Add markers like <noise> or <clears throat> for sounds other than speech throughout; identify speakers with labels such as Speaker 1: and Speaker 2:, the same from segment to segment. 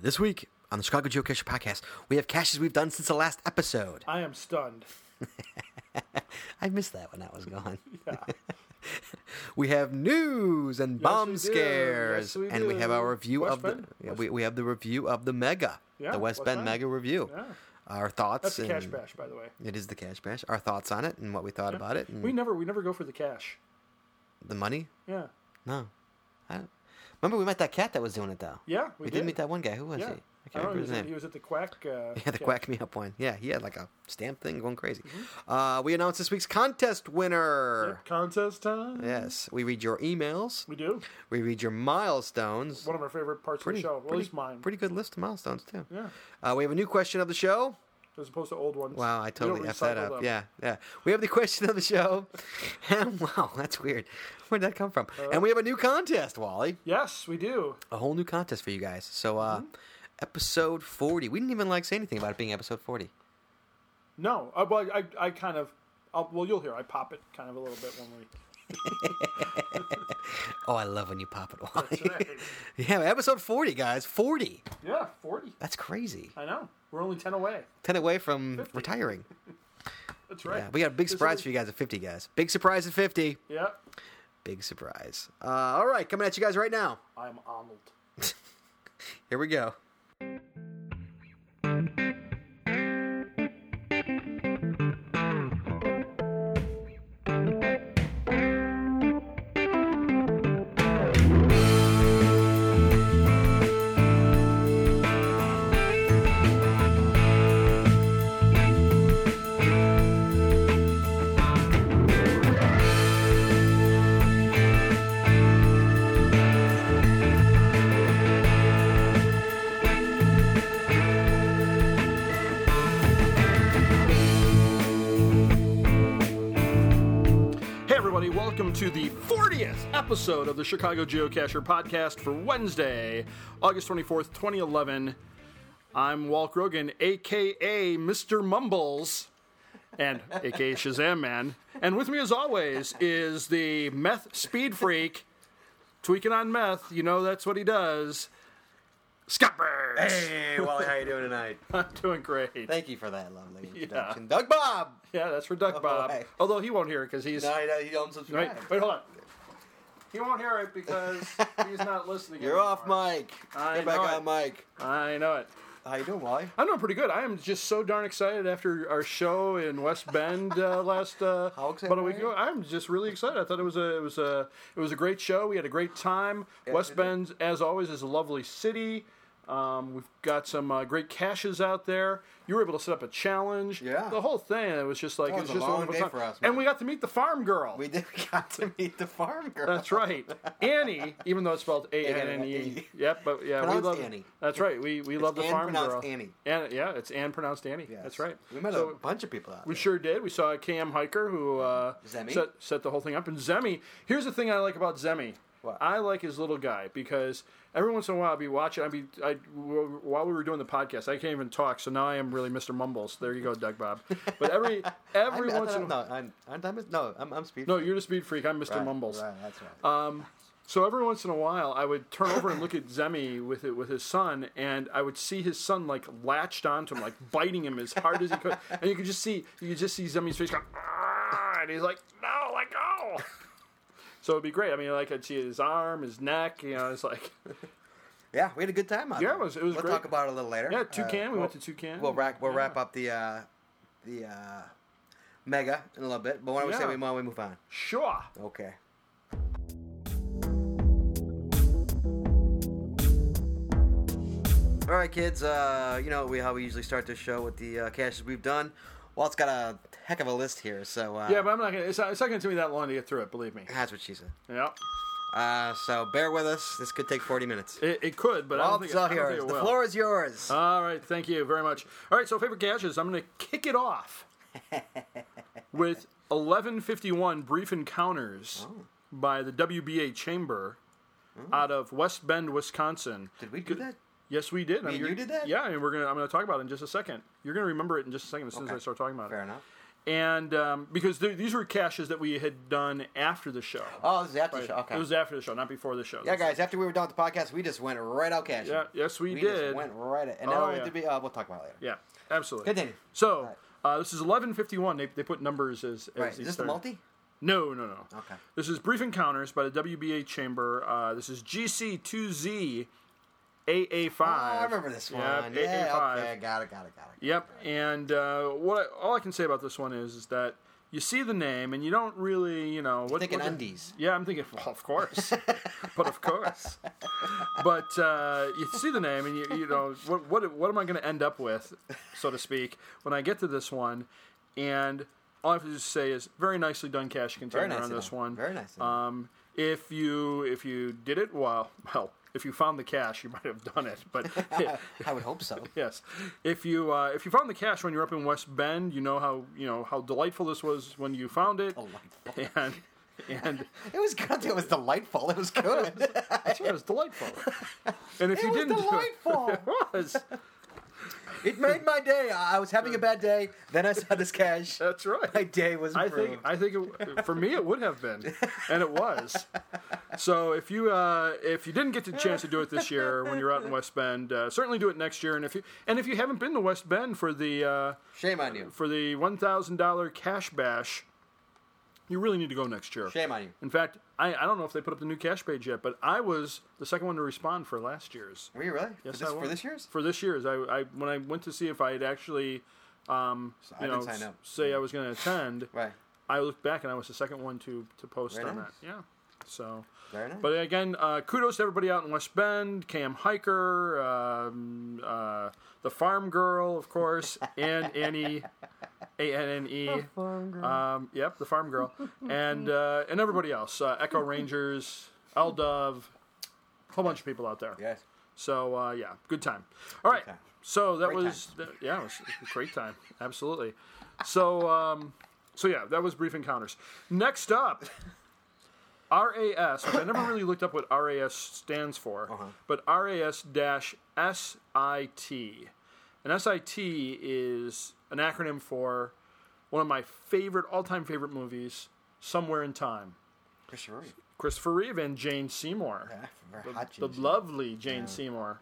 Speaker 1: This week on the Chicago Geocacher podcast, we have caches we've done since the last episode.
Speaker 2: I am stunned.
Speaker 1: I missed that when I was gone. <laughs> we have news and bomb
Speaker 2: we do.
Speaker 1: scares,
Speaker 2: Yes, we
Speaker 1: and we have our
Speaker 2: do.
Speaker 1: review
Speaker 2: West
Speaker 1: of the
Speaker 2: Bend.
Speaker 1: yeah, we, we have the review of the mega,
Speaker 2: Yeah,
Speaker 1: the West
Speaker 2: West
Speaker 1: Bend
Speaker 2: Bend.
Speaker 1: mega review.
Speaker 2: Yeah.
Speaker 1: Our thoughts
Speaker 2: That's a cash
Speaker 1: and-
Speaker 2: bash, by the way.
Speaker 1: It is the cash bash. Our thoughts on it and what we thought about it. And
Speaker 2: We never we never go for the cash.
Speaker 1: the money?
Speaker 2: Yeah.
Speaker 1: No, I don't. remember we met that cat that was doing it though.
Speaker 2: Yeah, we,
Speaker 1: we, did. meet that one guy. Who was
Speaker 2: Yeah.
Speaker 1: he? I
Speaker 2: I
Speaker 1: can't
Speaker 2: don't know,
Speaker 1: remember
Speaker 2: he,
Speaker 1: his
Speaker 2: was at, he
Speaker 1: name.
Speaker 2: was at the quack. Uh,
Speaker 1: <laughs> Yeah, the
Speaker 2: cache.
Speaker 1: quack me up one. Yeah, he had like a stamp thing going crazy.
Speaker 2: Mm-hmm.
Speaker 1: Uh, we announced this week's contest winner.
Speaker 2: Contest time.
Speaker 1: Yes, we read your emails.
Speaker 2: We do.
Speaker 1: We read your milestones.
Speaker 2: One of our favorite parts
Speaker 1: Pretty-
Speaker 2: of the show. Well, at least mine.
Speaker 1: Pretty good list of milestones too.
Speaker 2: Yeah.
Speaker 1: Uh, we have a new question of the show.
Speaker 2: As opposed to old ones.
Speaker 1: Wow, I
Speaker 2: We don't
Speaker 1: totally effed that
Speaker 2: recycle
Speaker 1: up.
Speaker 2: them.
Speaker 1: Yeah, yeah. We have the question of the show. <laughs> and wow, that's weird. Where'd that come from? and we have a new contest, Wally.
Speaker 2: Yes, we do.
Speaker 1: A whole new contest for you guys. So, uh,
Speaker 2: Mm-hmm.
Speaker 1: episode 40. We didn't even like say anything about it being episode 40.
Speaker 2: No, I, well, I, I kind of, I'll, well, you'll hear. I pop it kind of a little bit when we.
Speaker 1: Oh, I love when you pop it, Wally.
Speaker 2: right.
Speaker 1: <laughs> yeah, episode 40, guys. 40.
Speaker 2: Yeah, forty.
Speaker 1: That's crazy.
Speaker 2: I know. We're only ten away.
Speaker 1: 10 away from retiring.
Speaker 2: That's right.
Speaker 1: Yeah, we got a big surprise for you guys at 50, guys. Big surprise at 50.
Speaker 2: Yeah.
Speaker 1: Big surprise. Uh, all right, coming at you guys right now.
Speaker 2: I'm Arnold.
Speaker 1: Here we go.
Speaker 2: Hey, everybody, welcome to the 40th episode of the Chicago Geocacher podcast for Wednesday, August 24th, 2011. I'm Walt Rogan, aka Mr. Mumbles, and aka Shazam Man. And with me, as always, is the meth speed freak, tweaking on meth. You know that's what he does. Scott Burns.
Speaker 1: Hey, Wally, how you doing tonight?
Speaker 2: I'm <laughs> doing great.
Speaker 1: <laughs> Thank you for that lovely introduction. Doug Bob!
Speaker 2: Yeah, that's for Duck Bob.
Speaker 1: way.
Speaker 2: Although he won't hear it because he's
Speaker 1: Oh, No, he don't- he don't
Speaker 2: Wait,
Speaker 1: subscribe.
Speaker 2: wait, hold on. He won't hear
Speaker 1: <laughs>
Speaker 2: it because he's not listening.
Speaker 1: You're off mic.
Speaker 2: I
Speaker 1: Get back
Speaker 2: know
Speaker 1: on
Speaker 2: it.
Speaker 1: mic.
Speaker 2: I know it.
Speaker 1: How you doing, Wally?
Speaker 2: I'm doing pretty good. I am just so darn excited after our show in West Bend uh, <laughs> last uh,
Speaker 1: How excited
Speaker 2: about a week
Speaker 1: are you?
Speaker 2: ago. I'm just really excited. I thought it was a it was a it was a great show. We had a great time. West Bend, as always, is a lovely city. Um, we've got some uh, great caches out there. You were able to set up a challenge.
Speaker 1: Yeah.
Speaker 2: the whole thing. It was just like
Speaker 1: That
Speaker 2: it
Speaker 1: was
Speaker 2: was
Speaker 1: a
Speaker 2: just
Speaker 1: long
Speaker 2: wonderful
Speaker 1: day
Speaker 2: time.
Speaker 1: for us, man.
Speaker 2: and we got to meet the farm girl.
Speaker 1: We did. <laughs> We got to meet the farm girl.
Speaker 2: That's right, Annie. Even though it's spelled A N N E. Yep, but yeah,
Speaker 1: Pronounced
Speaker 2: we love
Speaker 1: Annie.
Speaker 2: That's right. We we love the
Speaker 1: Ann
Speaker 2: farm
Speaker 1: pronounced
Speaker 2: girl.
Speaker 1: Annie.
Speaker 2: Ann- yeah, it's Anne pronounced Annie.
Speaker 1: Yes.
Speaker 2: That's right.
Speaker 1: We met
Speaker 2: So
Speaker 1: a bunch of people out
Speaker 2: we
Speaker 1: there.
Speaker 2: sure did. We saw Cam Hiker who uh,
Speaker 1: Zemi?
Speaker 2: set set the whole thing up. And Zemi, here's the thing I like about Zemi.
Speaker 1: What?
Speaker 2: I like his little guy because every once in a while I'd be watching. I'd be I while we were doing the podcast, I can't even talk. So now I am really Mr. Mumbles. There you go, Doug Bob.
Speaker 1: <laughs>
Speaker 2: But every every
Speaker 1: I'm,
Speaker 2: once in a
Speaker 1: I'm, no, I'm, I'm, I'm, no, I'm, I'm speed.
Speaker 2: no, you're just being freak. I'm Mr. Mumbles.
Speaker 1: Right, that's right.
Speaker 2: So every once in a while, I would turn over and look at Zemi with it with his son, and I would see his son like latched onto him, like biting him as hard as he
Speaker 1: <laughs>
Speaker 2: could, and you could just see you could just see Zemi's face going, "Ah," and he's like, "No, let go." So it'd be great. I mean, like I'd see his arm, his neck. You know, it's like <laughs>
Speaker 1: yeah, we had a good time out
Speaker 2: Yeah,
Speaker 1: there.
Speaker 2: it was- it was
Speaker 1: We'll
Speaker 2: great.
Speaker 1: talk about it a little later.
Speaker 2: yeah, toucan.
Speaker 1: Uh,
Speaker 2: we
Speaker 1: we'll,
Speaker 2: went to toucan.
Speaker 1: We'll wrap. We'll
Speaker 2: Yeah.
Speaker 1: wrap up the uh, the uh, mega in a little bit. But why don't we say
Speaker 2: Yeah.
Speaker 1: we, why don't we move on?
Speaker 2: Sure.
Speaker 1: Okay. All right, kids. Uh, you know we, how we usually start this show with the uh, caches we've done. Walt's got a heck of a list here, so uh,
Speaker 2: Yeah, but I'm not gonna. It's not, it's not gonna take me that long to get through it. Believe me.
Speaker 1: that's what she said.
Speaker 2: Yeah,
Speaker 1: Uh, so bear with us. This could take 40 minutes.
Speaker 2: it, it could, but I don't
Speaker 1: All
Speaker 2: think,
Speaker 1: it's
Speaker 2: it- I
Speaker 1: all
Speaker 2: don't think
Speaker 1: yours.
Speaker 2: it
Speaker 1: The
Speaker 2: will. Uh,
Speaker 1: floor is yours.
Speaker 2: All right, thank you very much. All right, so favorite caches, I'm going to kick
Speaker 1: <laughs>
Speaker 2: it off with 1151 Brief Encounters
Speaker 1: Oh.
Speaker 2: by the WBA Chamber out of West Bend, Wisconsin.
Speaker 1: Mm. Did we do that?
Speaker 2: Yes, we did. I mean,
Speaker 1: and
Speaker 2: you're-
Speaker 1: you did that?
Speaker 2: Yeah, and we're gonna. I'm going to talk about it in just a second. You're going to remember it in just a second as soon as
Speaker 1: Okay.
Speaker 2: I start talking about it.
Speaker 1: Fair enough.
Speaker 2: and um, because th- these were caches that we had done after the show.
Speaker 1: Oh, this is after the show.
Speaker 2: Right.
Speaker 1: Okay.
Speaker 2: It was after the show, not before the show.
Speaker 1: yeah, guys. After we were done with the podcast, we just went right out cashing.
Speaker 2: Yeah, yes, we,
Speaker 1: we
Speaker 2: did.
Speaker 1: just went right at. And not
Speaker 2: Oh,
Speaker 1: only
Speaker 2: yeah.
Speaker 1: did we, uh, we'll talk about it later.
Speaker 2: Yeah, absolutely.
Speaker 1: Continue.
Speaker 2: So
Speaker 1: Right.
Speaker 2: uh, this is eleven fifty one. They they put numbers as, as
Speaker 1: Right. Is
Speaker 2: these
Speaker 1: this the
Speaker 2: started.
Speaker 1: multi?
Speaker 2: No, no, no.
Speaker 1: Okay.
Speaker 2: This is Brief Encounters by the WBA Chamber. Uh, this is GC2Z AA5.
Speaker 1: Oh, I remember this one.
Speaker 2: Yep,
Speaker 1: yeah.
Speaker 2: AA5.
Speaker 1: Okay. Got it. Got it. Got
Speaker 2: <laughs>
Speaker 1: it.
Speaker 2: Yep. And uh, what I, all I can say about this one is, is that you see the name and you don't really, you know, what
Speaker 1: Thinking
Speaker 2: what the-
Speaker 1: undies.
Speaker 2: yeah, I'm thinking, well, of course, <laughs> but of course, but uh, you see the name and you, you know what, what what am I going to end up with, so to speak, when I get to this one, and all I have to just say is very nicely done, cash container
Speaker 1: Very nice.
Speaker 2: on this one.
Speaker 1: Very nice.
Speaker 2: Um, if you if you did it well, <laughs> well, if you found the cash, you might have done it, but.
Speaker 1: <laughs> I would hope
Speaker 2: <laughs>
Speaker 1: so.
Speaker 2: Yes. If you uh, if you found the cache when you're up in West Bend, you know how you know how delightful this was when you found it.
Speaker 1: Delightful.
Speaker 2: <laughs> And and
Speaker 1: It was good. It was delightful. It was
Speaker 2: <laughs>
Speaker 1: good.
Speaker 2: that's right, it was delightful. <laughs> And if
Speaker 1: It
Speaker 2: you
Speaker 1: was
Speaker 2: didn't <laughs>
Speaker 1: delightful.
Speaker 2: do it, it was.
Speaker 1: it made my day. I I was having a bad day. Then I saw this
Speaker 2: <laughs>
Speaker 1: cash.
Speaker 2: That's right.
Speaker 1: My day was
Speaker 2: I
Speaker 1: improved.
Speaker 2: think I think it, for me it would have been, and it was. So if you uh, if you didn't get the chance to do it this year when you're out in West Bend, uh, certainly do it next year. And if you and if you haven't been to West Bend for the uh,
Speaker 1: Shame on
Speaker 2: <laughs>
Speaker 1: you.
Speaker 2: for the one thousand dollar cash bash, you really need to go next year.
Speaker 1: Shame on you.
Speaker 2: In fact, I, I don't know if they put up the new cash page yet, but I was the second one to respond for last year's.
Speaker 1: Were you really?
Speaker 2: Yes,
Speaker 1: for this,
Speaker 2: I was.
Speaker 1: for this year's?
Speaker 2: For this year's, I, I when I went to see if I had actually, um,
Speaker 1: I
Speaker 2: you know,
Speaker 1: didn't sign
Speaker 2: s-
Speaker 1: up.
Speaker 2: say I was going to attend.
Speaker 1: Right.
Speaker 2: I looked back and I was the second one to to post
Speaker 1: Very
Speaker 2: on
Speaker 1: nice.
Speaker 2: that. Yeah. So.
Speaker 1: Very nice.
Speaker 2: But again, uh, kudos to everybody out in West Bend, Cam Hiker, um, uh, the Farm Girl, of course, and Annie, A N N E. Um, yep, the Farm Girl, and uh, and everybody else, uh, Echo Rangers, L Dove, whole bunch of people out there.
Speaker 1: yes.
Speaker 2: So uh, yeah, good time. All right.
Speaker 1: time.
Speaker 2: So that
Speaker 1: Great
Speaker 2: was that- yeah, it was a great time. Absolutely. So um, so yeah, that was brief encounters. Next up, RAS. Which I never really looked up what RAS stands for,
Speaker 1: Uh-huh.
Speaker 2: but RAS dash SIT, and SIT is an acronym for one of my favorite all-time favorite movies, Somewhere in Time.
Speaker 1: Christopher Reeve.
Speaker 2: Christopher Reeve and Jane Seymour
Speaker 1: Yeah, very Ah, hot
Speaker 2: the
Speaker 1: Jane Seymour.
Speaker 2: lovely Jane Seymour.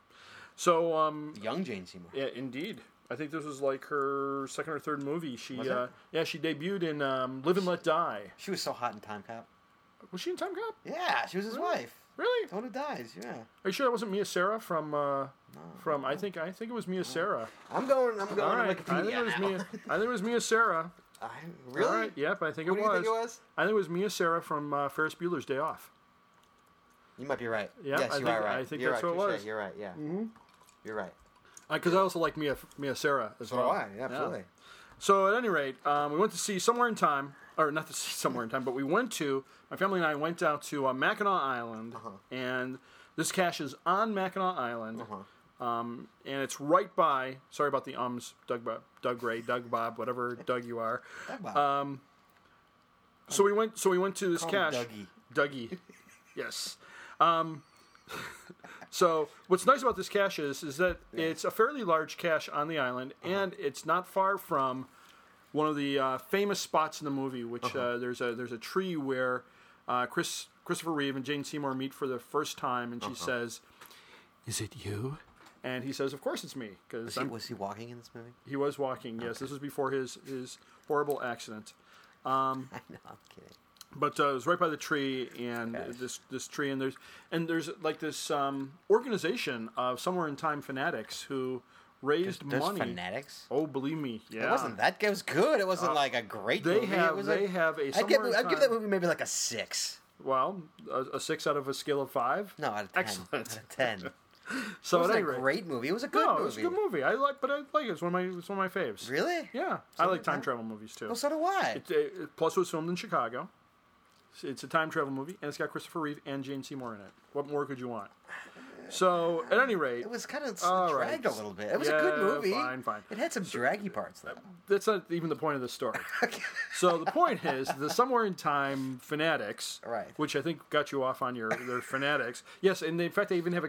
Speaker 2: So, um,
Speaker 1: Young Jane Seymour.
Speaker 2: yeah, indeed. I think this was like her second or third movie. She,
Speaker 1: Was it?
Speaker 2: uh, yeah, she debuted in um, Live and Let Die.
Speaker 1: She was so hot in Time Cop.
Speaker 2: Was she in Time Cop?
Speaker 1: Yeah, she was his wife.
Speaker 2: Really?
Speaker 1: The one who dies, yeah.
Speaker 2: Are you sure that wasn't Mia Sarah from? Uh, from I think I think it was Mia Sarah.
Speaker 1: I'm going, I'm going
Speaker 2: All right,
Speaker 1: to
Speaker 2: I think
Speaker 1: Wikipedia
Speaker 2: it was
Speaker 1: now.
Speaker 2: Mia. I think it was Mia Sarah.
Speaker 1: <laughs> I- <laughs> really?
Speaker 2: All right, yep, I think
Speaker 1: Who
Speaker 2: it
Speaker 1: do you
Speaker 2: was.
Speaker 1: think it was?
Speaker 2: I think it was Mia Sarah from uh, Ferris Bueller's Day Off.
Speaker 1: You might be right.
Speaker 2: Yeah,
Speaker 1: yes,
Speaker 2: I
Speaker 1: you
Speaker 2: think-
Speaker 1: are right.
Speaker 2: I think
Speaker 1: you're
Speaker 2: that's
Speaker 1: right,
Speaker 2: what
Speaker 1: touche,
Speaker 2: it was. Mm-hmm.
Speaker 1: You're right, yeah. You're right. Uh,
Speaker 2: Because I also like Mia Mia Sarah as
Speaker 1: So
Speaker 2: well.
Speaker 1: do I, yeah, absolutely.
Speaker 2: So at any rate, um, we went to see somewhere in time, or not to see <laughs> somewhere in time, but we went to my family and I went out to uh, Mackinac Island, and this cache is on Mackinac Island, um, and it's right by. Sorry about the ums, Doug, Bob, Doug Ray, Doug Bob, whatever Doug you are.
Speaker 1: Talk about it.
Speaker 2: Um, so we went. So we went to this
Speaker 1: Call him
Speaker 2: cache. Dougie. yes. Um, <laughs> so what's nice about this cache is is that it's a fairly large cache on the island,
Speaker 1: Uh-huh.
Speaker 2: and it's not far from one of the uh, famous spots in the movie, which
Speaker 1: Uh-huh.
Speaker 2: uh there's a there's a tree where uh, Chris Christopher Reeve and Jane Seymour meet for the first time, and she
Speaker 1: Uh-huh.
Speaker 2: says, "Is it you?" And he says, "Of course it's me, because
Speaker 1: See,
Speaker 2: I'm
Speaker 1: was he walking in this movie? <laughs>
Speaker 2: he was walking. Yes, this was before his his horrible accident.
Speaker 1: I know, I'm kidding.
Speaker 2: But uh, it was right by the tree, and this this tree, and there's and there's like this um, organization of somewhere in time fanatics who raised
Speaker 1: There's
Speaker 2: money.
Speaker 1: fanatics.
Speaker 2: Oh, believe me, yeah. Uh,
Speaker 1: It wasn't that good. It was good. It wasn't like a great
Speaker 2: They
Speaker 1: movie. it
Speaker 2: have
Speaker 1: was
Speaker 2: they
Speaker 1: a-
Speaker 2: have a
Speaker 1: I'd give,
Speaker 2: somewhere in
Speaker 1: I'd give
Speaker 2: time-
Speaker 1: that movie maybe like a six.
Speaker 2: well a, a six out of a scale of five.
Speaker 1: No, out of ten. Out
Speaker 2: Excellent.
Speaker 1: of
Speaker 2: <laughs>
Speaker 1: ten.
Speaker 2: So
Speaker 1: It
Speaker 2: at
Speaker 1: wasn't
Speaker 2: any
Speaker 1: a
Speaker 2: rate,
Speaker 1: great movie. It was a good
Speaker 2: no,
Speaker 1: movie.
Speaker 2: it was a good movie. I like, but I like it. It's one of my it's one of my faves.
Speaker 1: Really?
Speaker 2: Yeah, I like time
Speaker 1: yeah.
Speaker 2: travel movies too.
Speaker 1: Well, so do I.
Speaker 2: It, uh, plus, it was filmed in Chicago. It's- It's a time travel movie, and it's got Christopher Reeve and Jane Seymour in it. What more could you want? So, at any rate,
Speaker 1: It was kind of
Speaker 2: All right.
Speaker 1: dragged a little bit. It was a
Speaker 2: Yeah,
Speaker 1: good movie.
Speaker 2: fine, fine. uh,
Speaker 1: It had some draggy parts though.
Speaker 2: that's not even the point of the story.
Speaker 1: <laughs>
Speaker 2: So the point is the somewhere in time fanatics,
Speaker 1: Right.
Speaker 2: Which I think got you off on your their fanatics. Yes, and they, in fact they even have a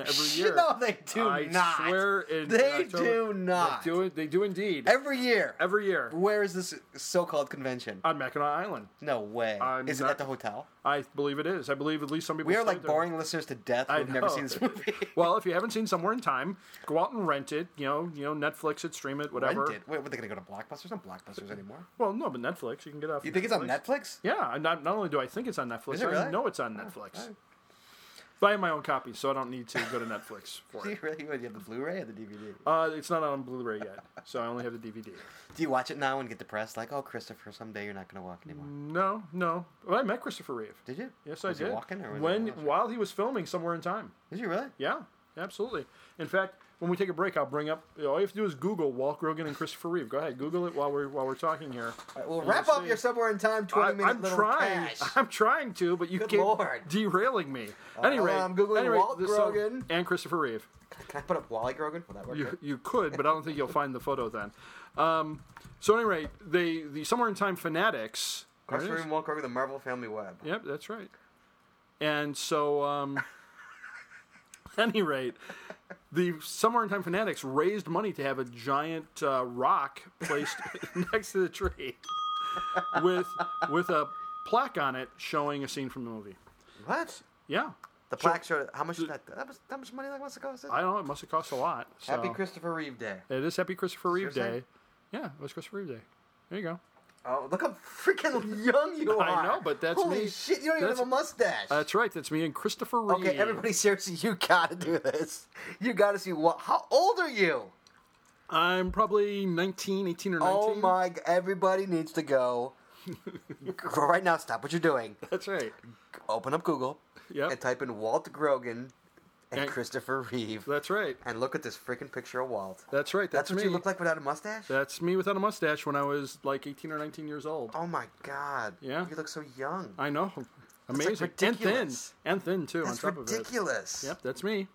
Speaker 1: <laughs>
Speaker 2: every year.
Speaker 1: No, they do
Speaker 2: I
Speaker 1: not.
Speaker 2: swear, in
Speaker 1: They
Speaker 2: October-
Speaker 1: do not.
Speaker 2: They do, it- they do indeed
Speaker 1: Every year.
Speaker 2: every year
Speaker 1: Where is this so-called convention?
Speaker 2: on Mackinac Island.
Speaker 1: No way.
Speaker 2: I'm
Speaker 1: is it
Speaker 2: not-
Speaker 1: at the hotel?
Speaker 2: I believe it is. I believe at least some people.
Speaker 1: We are
Speaker 2: stayed
Speaker 1: like
Speaker 2: there.
Speaker 1: boring listeners to death
Speaker 2: I
Speaker 1: who've never
Speaker 2: know.
Speaker 1: seen this movie. <laughs>
Speaker 2: Well, if you haven't seen Somewhere in Time, go out and rent it. You know, you know Netflix it, stream it, whatever.
Speaker 1: Rent it. Wait, were they going to go to Blockbusters? Not Blockbusters anymore.
Speaker 2: Well, no, but Netflix you can get off.
Speaker 1: You think it's on Netflix?
Speaker 2: Yeah, I not, not only do I think it's on Netflix,
Speaker 1: Is it
Speaker 2: I
Speaker 1: really? Oh,
Speaker 2: know it's on Netflix. But I have my own copy, so I don't need to go
Speaker 1: <laughs>
Speaker 2: to Netflix for
Speaker 1: Do
Speaker 2: it.
Speaker 1: you really? Would you have the Blu-ray or the DVD?
Speaker 2: Uh, it's not on Blu-ray yet, so I only have the DVD.
Speaker 1: Do you watch it now and get depressed? Like, oh, Christopher, someday you're not going to walk anymore.
Speaker 2: No, no. Well, I met Christopher Reeve.
Speaker 1: Did you?
Speaker 2: Yes,
Speaker 1: Was
Speaker 2: I
Speaker 1: He
Speaker 2: did.
Speaker 1: walking or was he
Speaker 2: when
Speaker 1: on a wheelchair?
Speaker 2: while he was filming Somewhere in Time.
Speaker 1: Did you really?
Speaker 2: Yeah, absolutely. In fact, when we take a break, I'll bring up. All you have to do is Google Walt Rogan and Christopher Reeve. Go ahead, Google it while we're while we're talking here.
Speaker 1: All right, well,
Speaker 2: You'll
Speaker 1: wrap up
Speaker 2: see.
Speaker 1: your somewhere in time
Speaker 2: I,
Speaker 1: twenty-minute
Speaker 2: I'm
Speaker 1: little
Speaker 2: trying.
Speaker 1: cash.
Speaker 2: <laughs> I'm trying to, but you
Speaker 1: Good
Speaker 2: keep
Speaker 1: Lord.
Speaker 2: derailing me. Anyway,
Speaker 1: I'm Googling
Speaker 2: anyway,
Speaker 1: Walt
Speaker 2: this- so-
Speaker 1: Grogan.
Speaker 2: and Christopher Reeve.
Speaker 1: Can I put up Wally Grogan? Will that work?
Speaker 2: You, you could, but I don't think you'll find the photo then. Um, so, at any rate, they the somewhere in time fanatics. there it
Speaker 1: Christopher
Speaker 2: is.
Speaker 1: and Walk Grogan, the Marvel Family Web.
Speaker 2: Yep, that's right. And so, um, <laughs> at any rate, the Somewhere in Time Fanatics raised money to have a giant uh, rock placed <laughs> next to the tree <laughs> with with a plaque on it showing a scene from the movie.
Speaker 1: What?
Speaker 2: Yeah,
Speaker 1: The plaque showed how much is that that was that much money that must have cost?
Speaker 2: I don't know. It must have cost a lot. So.
Speaker 1: Happy Christopher Reeve Day.
Speaker 2: It is Happy Christopher Reeve
Speaker 1: Seriously?
Speaker 2: Day. Yeah, it was Christopher Reeve Day. There you go.
Speaker 1: Oh, look how freaking young you are!
Speaker 2: I know, but that's
Speaker 1: holy
Speaker 2: me.
Speaker 1: shit. You don't even
Speaker 2: That's-
Speaker 1: have a mustache.
Speaker 2: That's right. That's me and Christopher Reeve.
Speaker 1: okay, everybody, seriously, you gotta do this. You gotta see what. How old are you?
Speaker 2: I'm probably 19, 18 or 19.
Speaker 1: Oh my! g- Everybody needs to
Speaker 2: <laughs>
Speaker 1: go. right now, stop what you're doing.
Speaker 2: That's right.
Speaker 1: Open up Google
Speaker 2: Yep.
Speaker 1: and type in Walt Grogan and
Speaker 2: And-
Speaker 1: Christopher Reeve,
Speaker 2: That's right.
Speaker 1: and look at this freaking picture of Walt.
Speaker 2: That's right. That's,
Speaker 1: That's what
Speaker 2: me.
Speaker 1: you look like without a mustache.
Speaker 2: That's me without a mustache when I was like 18 or 19 years old.
Speaker 1: Oh my god!
Speaker 2: Yeah.
Speaker 1: you look so young.
Speaker 2: I know. Amazing. and thin.
Speaker 1: ridiculous.
Speaker 2: And thin too
Speaker 1: That's
Speaker 2: on top of it.
Speaker 1: ridiculous.
Speaker 2: Yep, that's me.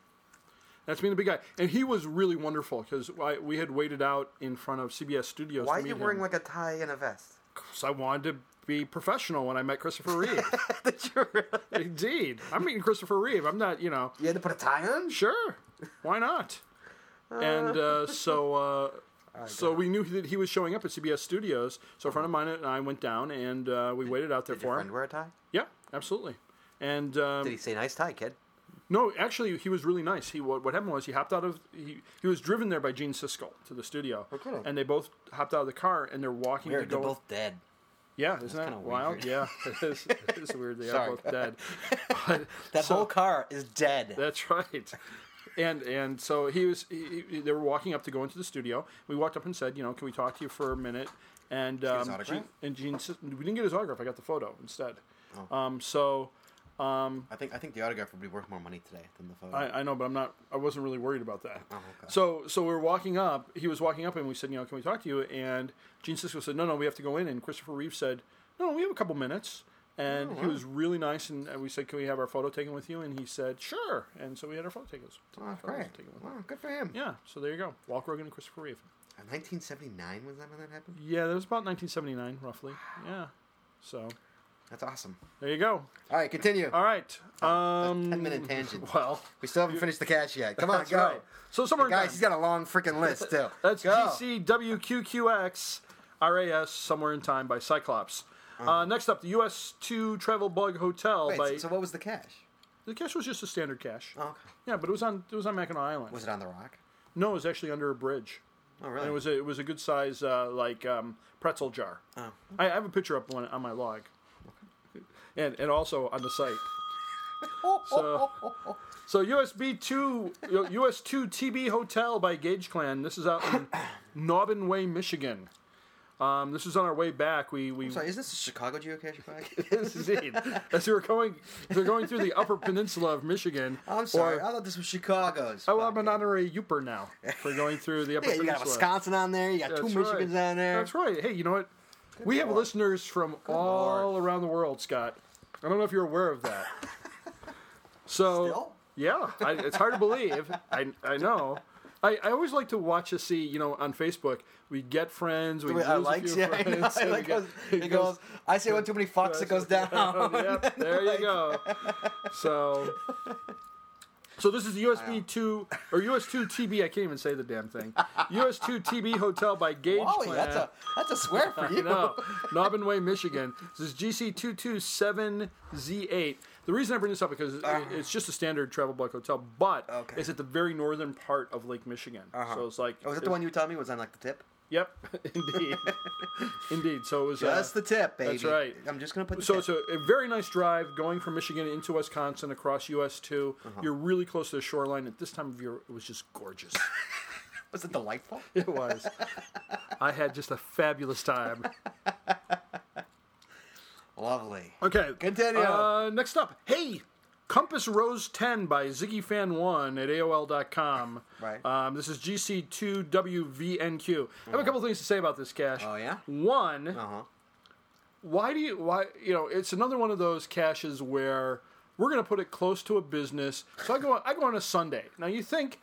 Speaker 2: That's me, the big guy. And he was really wonderful because we had waited out in front of CBS Studios.
Speaker 1: Why
Speaker 2: to
Speaker 1: are
Speaker 2: meet
Speaker 1: you wearing
Speaker 2: him.
Speaker 1: like a tie and a vest? <laughs>
Speaker 2: So I wanted to be professional when I met Christopher
Speaker 1: <laughs>
Speaker 2: Reeve.
Speaker 1: Did you really?
Speaker 2: Indeed. I'm meeting Christopher Reeve. I'm not, you know,
Speaker 1: You had to put a tie on?
Speaker 2: Sure. Why not? and uh, so
Speaker 1: <laughs>
Speaker 2: uh, so we knew that he was showing up at CBS Studios. So a friend of mine and I went down and uh, we waited out there
Speaker 1: Your
Speaker 2: for
Speaker 1: friend
Speaker 2: him.
Speaker 1: wear a tie?
Speaker 2: Yeah, absolutely. And
Speaker 1: Did
Speaker 2: um,
Speaker 1: he say nice tie, kid?
Speaker 2: no, actually, he was really nice. He what, what happened was he hopped out of he, he was driven there by Gene Siskel to the studio,
Speaker 1: kidding.
Speaker 2: and they both hopped out of the car and they're walking to
Speaker 1: They're,
Speaker 2: go.
Speaker 1: both dead.
Speaker 2: yeah, isn't that
Speaker 1: kinda
Speaker 2: wild?
Speaker 1: weird.
Speaker 2: Yeah,
Speaker 1: <laughs>
Speaker 2: it is, it is weird. They
Speaker 1: Sorry.
Speaker 2: are
Speaker 1: <laughs>
Speaker 2: both dead. But,
Speaker 1: That
Speaker 2: so-
Speaker 1: whole car is dead.
Speaker 2: <laughs> That's right. And and so he was. He, he- they were walking up to go into the studio. We walked up and said, you know, can we talk to you for a minute? And um,
Speaker 1: his autograph?
Speaker 2: Gene- and Gene, says- we didn't get his autograph. I got the photo instead.
Speaker 1: Oh.
Speaker 2: Um, so
Speaker 1: I think I think the autograph would be worth more money today than the photo. Oh,
Speaker 2: I, I know, but I'm not. I wasn't really worried about that. So so we were walking up. He was walking up, and we said, you know, can we talk to you? And Gene Siskel said, no, no, we have to go in. And Christopher Reeve said, no, no, we have a couple minutes. And
Speaker 1: Oh,
Speaker 2: he was really nice, and and we said, "Can we have our photo taken with you?" And he said, "Sure." And so we had our photo taken.
Speaker 1: oh,
Speaker 2: photos
Speaker 1: great.
Speaker 2: taken with him.
Speaker 1: Wow, good for him.
Speaker 2: Yeah, so there you go. Walk Rogan and Christopher Reeve.
Speaker 1: 1979 was that when that happened?
Speaker 2: Yeah, that was about 1979, roughly. Yeah. So
Speaker 1: That's awesome.
Speaker 2: there you go.
Speaker 1: All right, continue.
Speaker 2: All right. Um,
Speaker 1: 10 minute
Speaker 2: <laughs>
Speaker 1: tangent.
Speaker 2: Well,
Speaker 1: We still haven't finished the cash yet. Come on,
Speaker 2: that's
Speaker 1: go.
Speaker 2: right. So somewhere in
Speaker 1: Guys,
Speaker 2: time.
Speaker 1: he's got a long freaking list, too.
Speaker 2: That's
Speaker 1: go.
Speaker 2: GCWQQX RAS Somewhere in Time by Cyclops. Uh, next up, the US 2 Travel Bug Hotel
Speaker 1: Uh-huh. Wait,
Speaker 2: by.
Speaker 1: so what was the cash?
Speaker 2: the cache was just a standard cache.
Speaker 1: Oh, okay.
Speaker 2: Yeah, but it was on it was on Mackinac Island.
Speaker 1: Was it on the rock?
Speaker 2: no, it was actually under a bridge.
Speaker 1: Oh, really?
Speaker 2: And it was a, it was a good size uh, like um, pretzel jar.
Speaker 1: Oh.
Speaker 2: I, I have a picture up on, on my log, and and also on the site.
Speaker 1: Oh, <laughs>
Speaker 2: So- So USB two you- US two TB Hotel by Gage Clan. This is out
Speaker 1: <coughs>
Speaker 2: in Naubin Way, Michigan. Um, this was on our way back. We we <laughs>
Speaker 1: Sorry, is this a Chicago geocache bag?
Speaker 2: Yes, indeed. as we were going as we we're going through the Upper Peninsula of Michigan.
Speaker 1: I'm sorry.
Speaker 2: Or,
Speaker 1: I thought this was Chicago's.
Speaker 2: oh, I'm an honorary Youper now for going through the
Speaker 1: <laughs>
Speaker 2: Upper
Speaker 1: yeah, you
Speaker 2: Peninsula.
Speaker 1: got Wisconsin on there. You got two
Speaker 2: That's right.
Speaker 1: Michigans on there.
Speaker 2: That's right. Hey, you know what? we have
Speaker 1: lord.
Speaker 2: listeners from all
Speaker 1: lord. <laughs>
Speaker 2: around the world, Scott. I don't know if you're aware of that. so
Speaker 1: Still?
Speaker 2: Yeah, I, it's hard to believe. I, I know. I, I always like to watch to see, you know, on Facebook, we get friends, we
Speaker 1: Wait,
Speaker 2: lose
Speaker 1: I
Speaker 2: a
Speaker 1: like,
Speaker 2: few
Speaker 1: <laughs> yeah, I know,
Speaker 2: friends.
Speaker 1: I
Speaker 2: we
Speaker 1: like
Speaker 2: get-
Speaker 1: goes, it goes,
Speaker 2: <laughs>
Speaker 1: I say one too many fucks, it goes down. <laughs>
Speaker 2: yep, there you go. So, so this is USB two or US two TB. I can't even say the
Speaker 1: <laughs>
Speaker 2: damn thing. US two TB hotel by Gage
Speaker 1: Wally,
Speaker 2: Plan.
Speaker 1: that's a, that's a swear
Speaker 2: <laughs>
Speaker 1: for you.
Speaker 2: no, Nobbin Way, Michigan. This is GC two two seven Z eight. The reason I bring this up because it- it's just a standard travel block hotel, but
Speaker 1: Uh-huh. Okay.
Speaker 2: it's at the very northern part of Lake Michigan. So it's like
Speaker 1: Oh, was that the one you were telling me was on like the tip?
Speaker 2: Yep,
Speaker 1: <laughs>
Speaker 2: indeed, <laughs> indeed. So it was uh,
Speaker 1: That's the tip, baby.
Speaker 2: that's right.
Speaker 1: I'm just gonna put the
Speaker 2: So
Speaker 1: tip.
Speaker 2: it's a, a very nice drive going from Michigan into Wisconsin across US 2.
Speaker 1: Uh-huh.
Speaker 2: You're really close to the shoreline. At this time of year, it was just gorgeous.
Speaker 1: was <laughs> it delightful?
Speaker 2: it was. I had just a fabulous time.
Speaker 1: Lovely.
Speaker 2: Okay.
Speaker 1: Continue.
Speaker 2: Uh, next up, hey, Compass Rose 10 by Ziggy Fan 1 at AOL.com.
Speaker 1: Right.
Speaker 2: Um, this is GC2WVNQ. I have a couple things to say about this, Cash.
Speaker 1: Mm-hmm. Oh, yeah?
Speaker 2: One,
Speaker 1: Uh-huh.
Speaker 2: why do you why you know it's another one of those caches where we're going to put it close to a business so i go <laughs> on, i go on a sunday now you think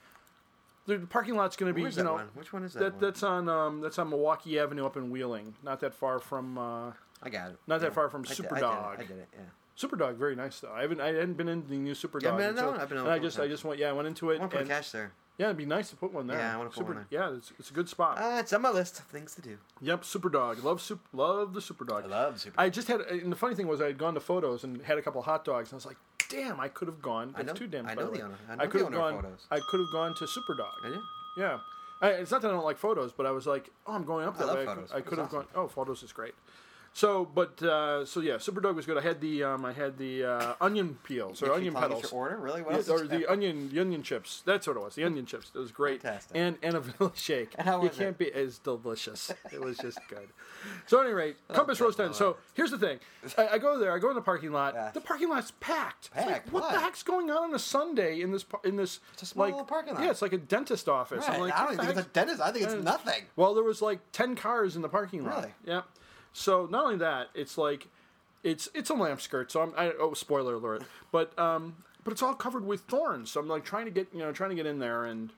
Speaker 2: the parking lot's going to be
Speaker 1: Where's
Speaker 2: you
Speaker 1: that
Speaker 2: know
Speaker 1: one? Which one is that,
Speaker 2: that
Speaker 1: one?
Speaker 2: that's on um, that's on milwaukee avenue up in wheeling not that far from uh,
Speaker 1: I got it.
Speaker 2: not that far from
Speaker 1: I did-
Speaker 2: Superdog.
Speaker 1: I did, it. I did it, yeah.
Speaker 2: superdog very nice though i haven't i hadn't been into the new superdog
Speaker 1: Yeah, I've been in
Speaker 2: and,
Speaker 1: that
Speaker 2: so-
Speaker 1: one. I've been in
Speaker 2: and
Speaker 1: that
Speaker 2: i
Speaker 1: one
Speaker 2: just i
Speaker 1: time.
Speaker 2: just went yeah i went into
Speaker 1: I
Speaker 2: it
Speaker 1: want to put
Speaker 2: and-
Speaker 1: a cash there.
Speaker 2: yeah it'd be nice to put one there
Speaker 1: Yeah, I wanna put
Speaker 2: Super-
Speaker 1: one
Speaker 2: yeah it's, it's a good spot
Speaker 1: Uh, it's on my list of things to do.
Speaker 2: Yep, Superdog. Love soup. Love the Superdog. I
Speaker 1: love Superdog.
Speaker 2: I just had, and the funny thing was, I had gone to photos and had a couple hot dogs, and I was like, "Damn, I could have gone." That's
Speaker 1: know-
Speaker 2: too damn.
Speaker 1: I
Speaker 2: by
Speaker 1: know
Speaker 2: the
Speaker 1: the
Speaker 2: way.
Speaker 1: owner- I know the
Speaker 2: could have
Speaker 1: owner of
Speaker 2: gone.
Speaker 1: Photos.
Speaker 2: I could have gone to Superdog.
Speaker 1: Did you?
Speaker 2: Yeah, I, it's not that I don't like photos, but I was like, "Oh, I'm going up that
Speaker 1: love
Speaker 2: way." I
Speaker 1: Photos.
Speaker 2: could- I could have
Speaker 1: It's awesome.
Speaker 2: gone. Oh, photos is great. So, but uh, so yeah, Superdog was good. I had the um, I had the uh, onion peels or
Speaker 1: Keep
Speaker 2: onion
Speaker 1: telling us
Speaker 2: petals.
Speaker 1: Your order? Really? What
Speaker 2: Yeah,
Speaker 1: else?
Speaker 2: or
Speaker 1: is
Speaker 2: the onion, the onion chips. That's what it was. The onion chips. It was great.
Speaker 1: Fantastic.
Speaker 2: And and a <laughs> vanilla shake.
Speaker 1: And how
Speaker 2: you
Speaker 1: was
Speaker 2: can't be as delicious. It was just good. So at any
Speaker 1: <laughs>
Speaker 2: rate, Compass
Speaker 1: good
Speaker 2: Rose Ten. So here's the thing. I, I go there. I go in the parking lot.
Speaker 1: Yeah.
Speaker 2: The parking lot's packed. It's like,
Speaker 1: Packed.
Speaker 2: what the
Speaker 1: Why?
Speaker 2: heck's going on on a Sunday in this par- in this
Speaker 1: a small
Speaker 2: like
Speaker 1: little parking lot.
Speaker 2: Yeah, it's like a dentist office.
Speaker 1: Right,
Speaker 2: I'm like,
Speaker 1: I
Speaker 2: what
Speaker 1: don't
Speaker 2: the
Speaker 1: even think it's
Speaker 2: heck's-
Speaker 1: a dentist. I think it's
Speaker 2: Yeah.
Speaker 1: nothing.
Speaker 2: well, there was like ten cars in the parking lot.
Speaker 1: Really?
Speaker 2: Yeah. So not only that, it's like it's it's a lamp skirt. So I'm I, oh spoiler alert, but um but it's all covered with thorns. So I'm like trying to get you know trying to get in there and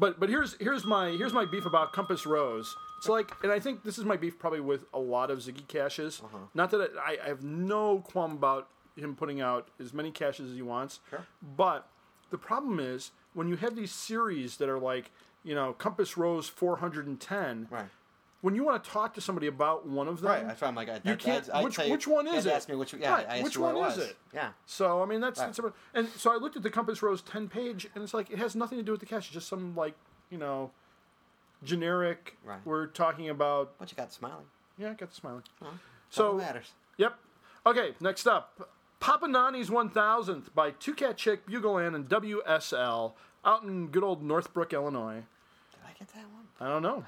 Speaker 2: but but here's here's my here's my beef about Compass Rose. It's like, and I think this is my beef probably with a lot of Ziggy caches. Not that I, I have no qualm about him putting out as many caches as he wants, but the problem is when you have these series that are like you know Compass Rose 410.
Speaker 1: Right.
Speaker 2: When you want to talk to somebody about one of them,
Speaker 1: Right. That's why I'm like, I,
Speaker 2: you can't.
Speaker 1: I,
Speaker 2: which, which one is it?
Speaker 1: Ask me which. Yeah,
Speaker 2: Right,
Speaker 1: I asked
Speaker 2: which
Speaker 1: you what
Speaker 2: one
Speaker 1: it
Speaker 2: is
Speaker 1: was.
Speaker 2: it?
Speaker 1: Yeah.
Speaker 2: So I mean that's, that's about- and so I looked at the Compass Rose ten page and it's like it has nothing to do with the cache. It's just some like you know generic.
Speaker 1: Right.
Speaker 2: We're talking about
Speaker 1: But you got smiling.
Speaker 2: yeah, I got the smiling.
Speaker 1: So
Speaker 2: So
Speaker 1: matters.
Speaker 2: yep. Okay, next up, Papa Nani's one thousandth by Two Cat Chick Bugleland and WSL out in good old Northbrook, Illinois.
Speaker 1: Did I get that one?
Speaker 2: I don't know,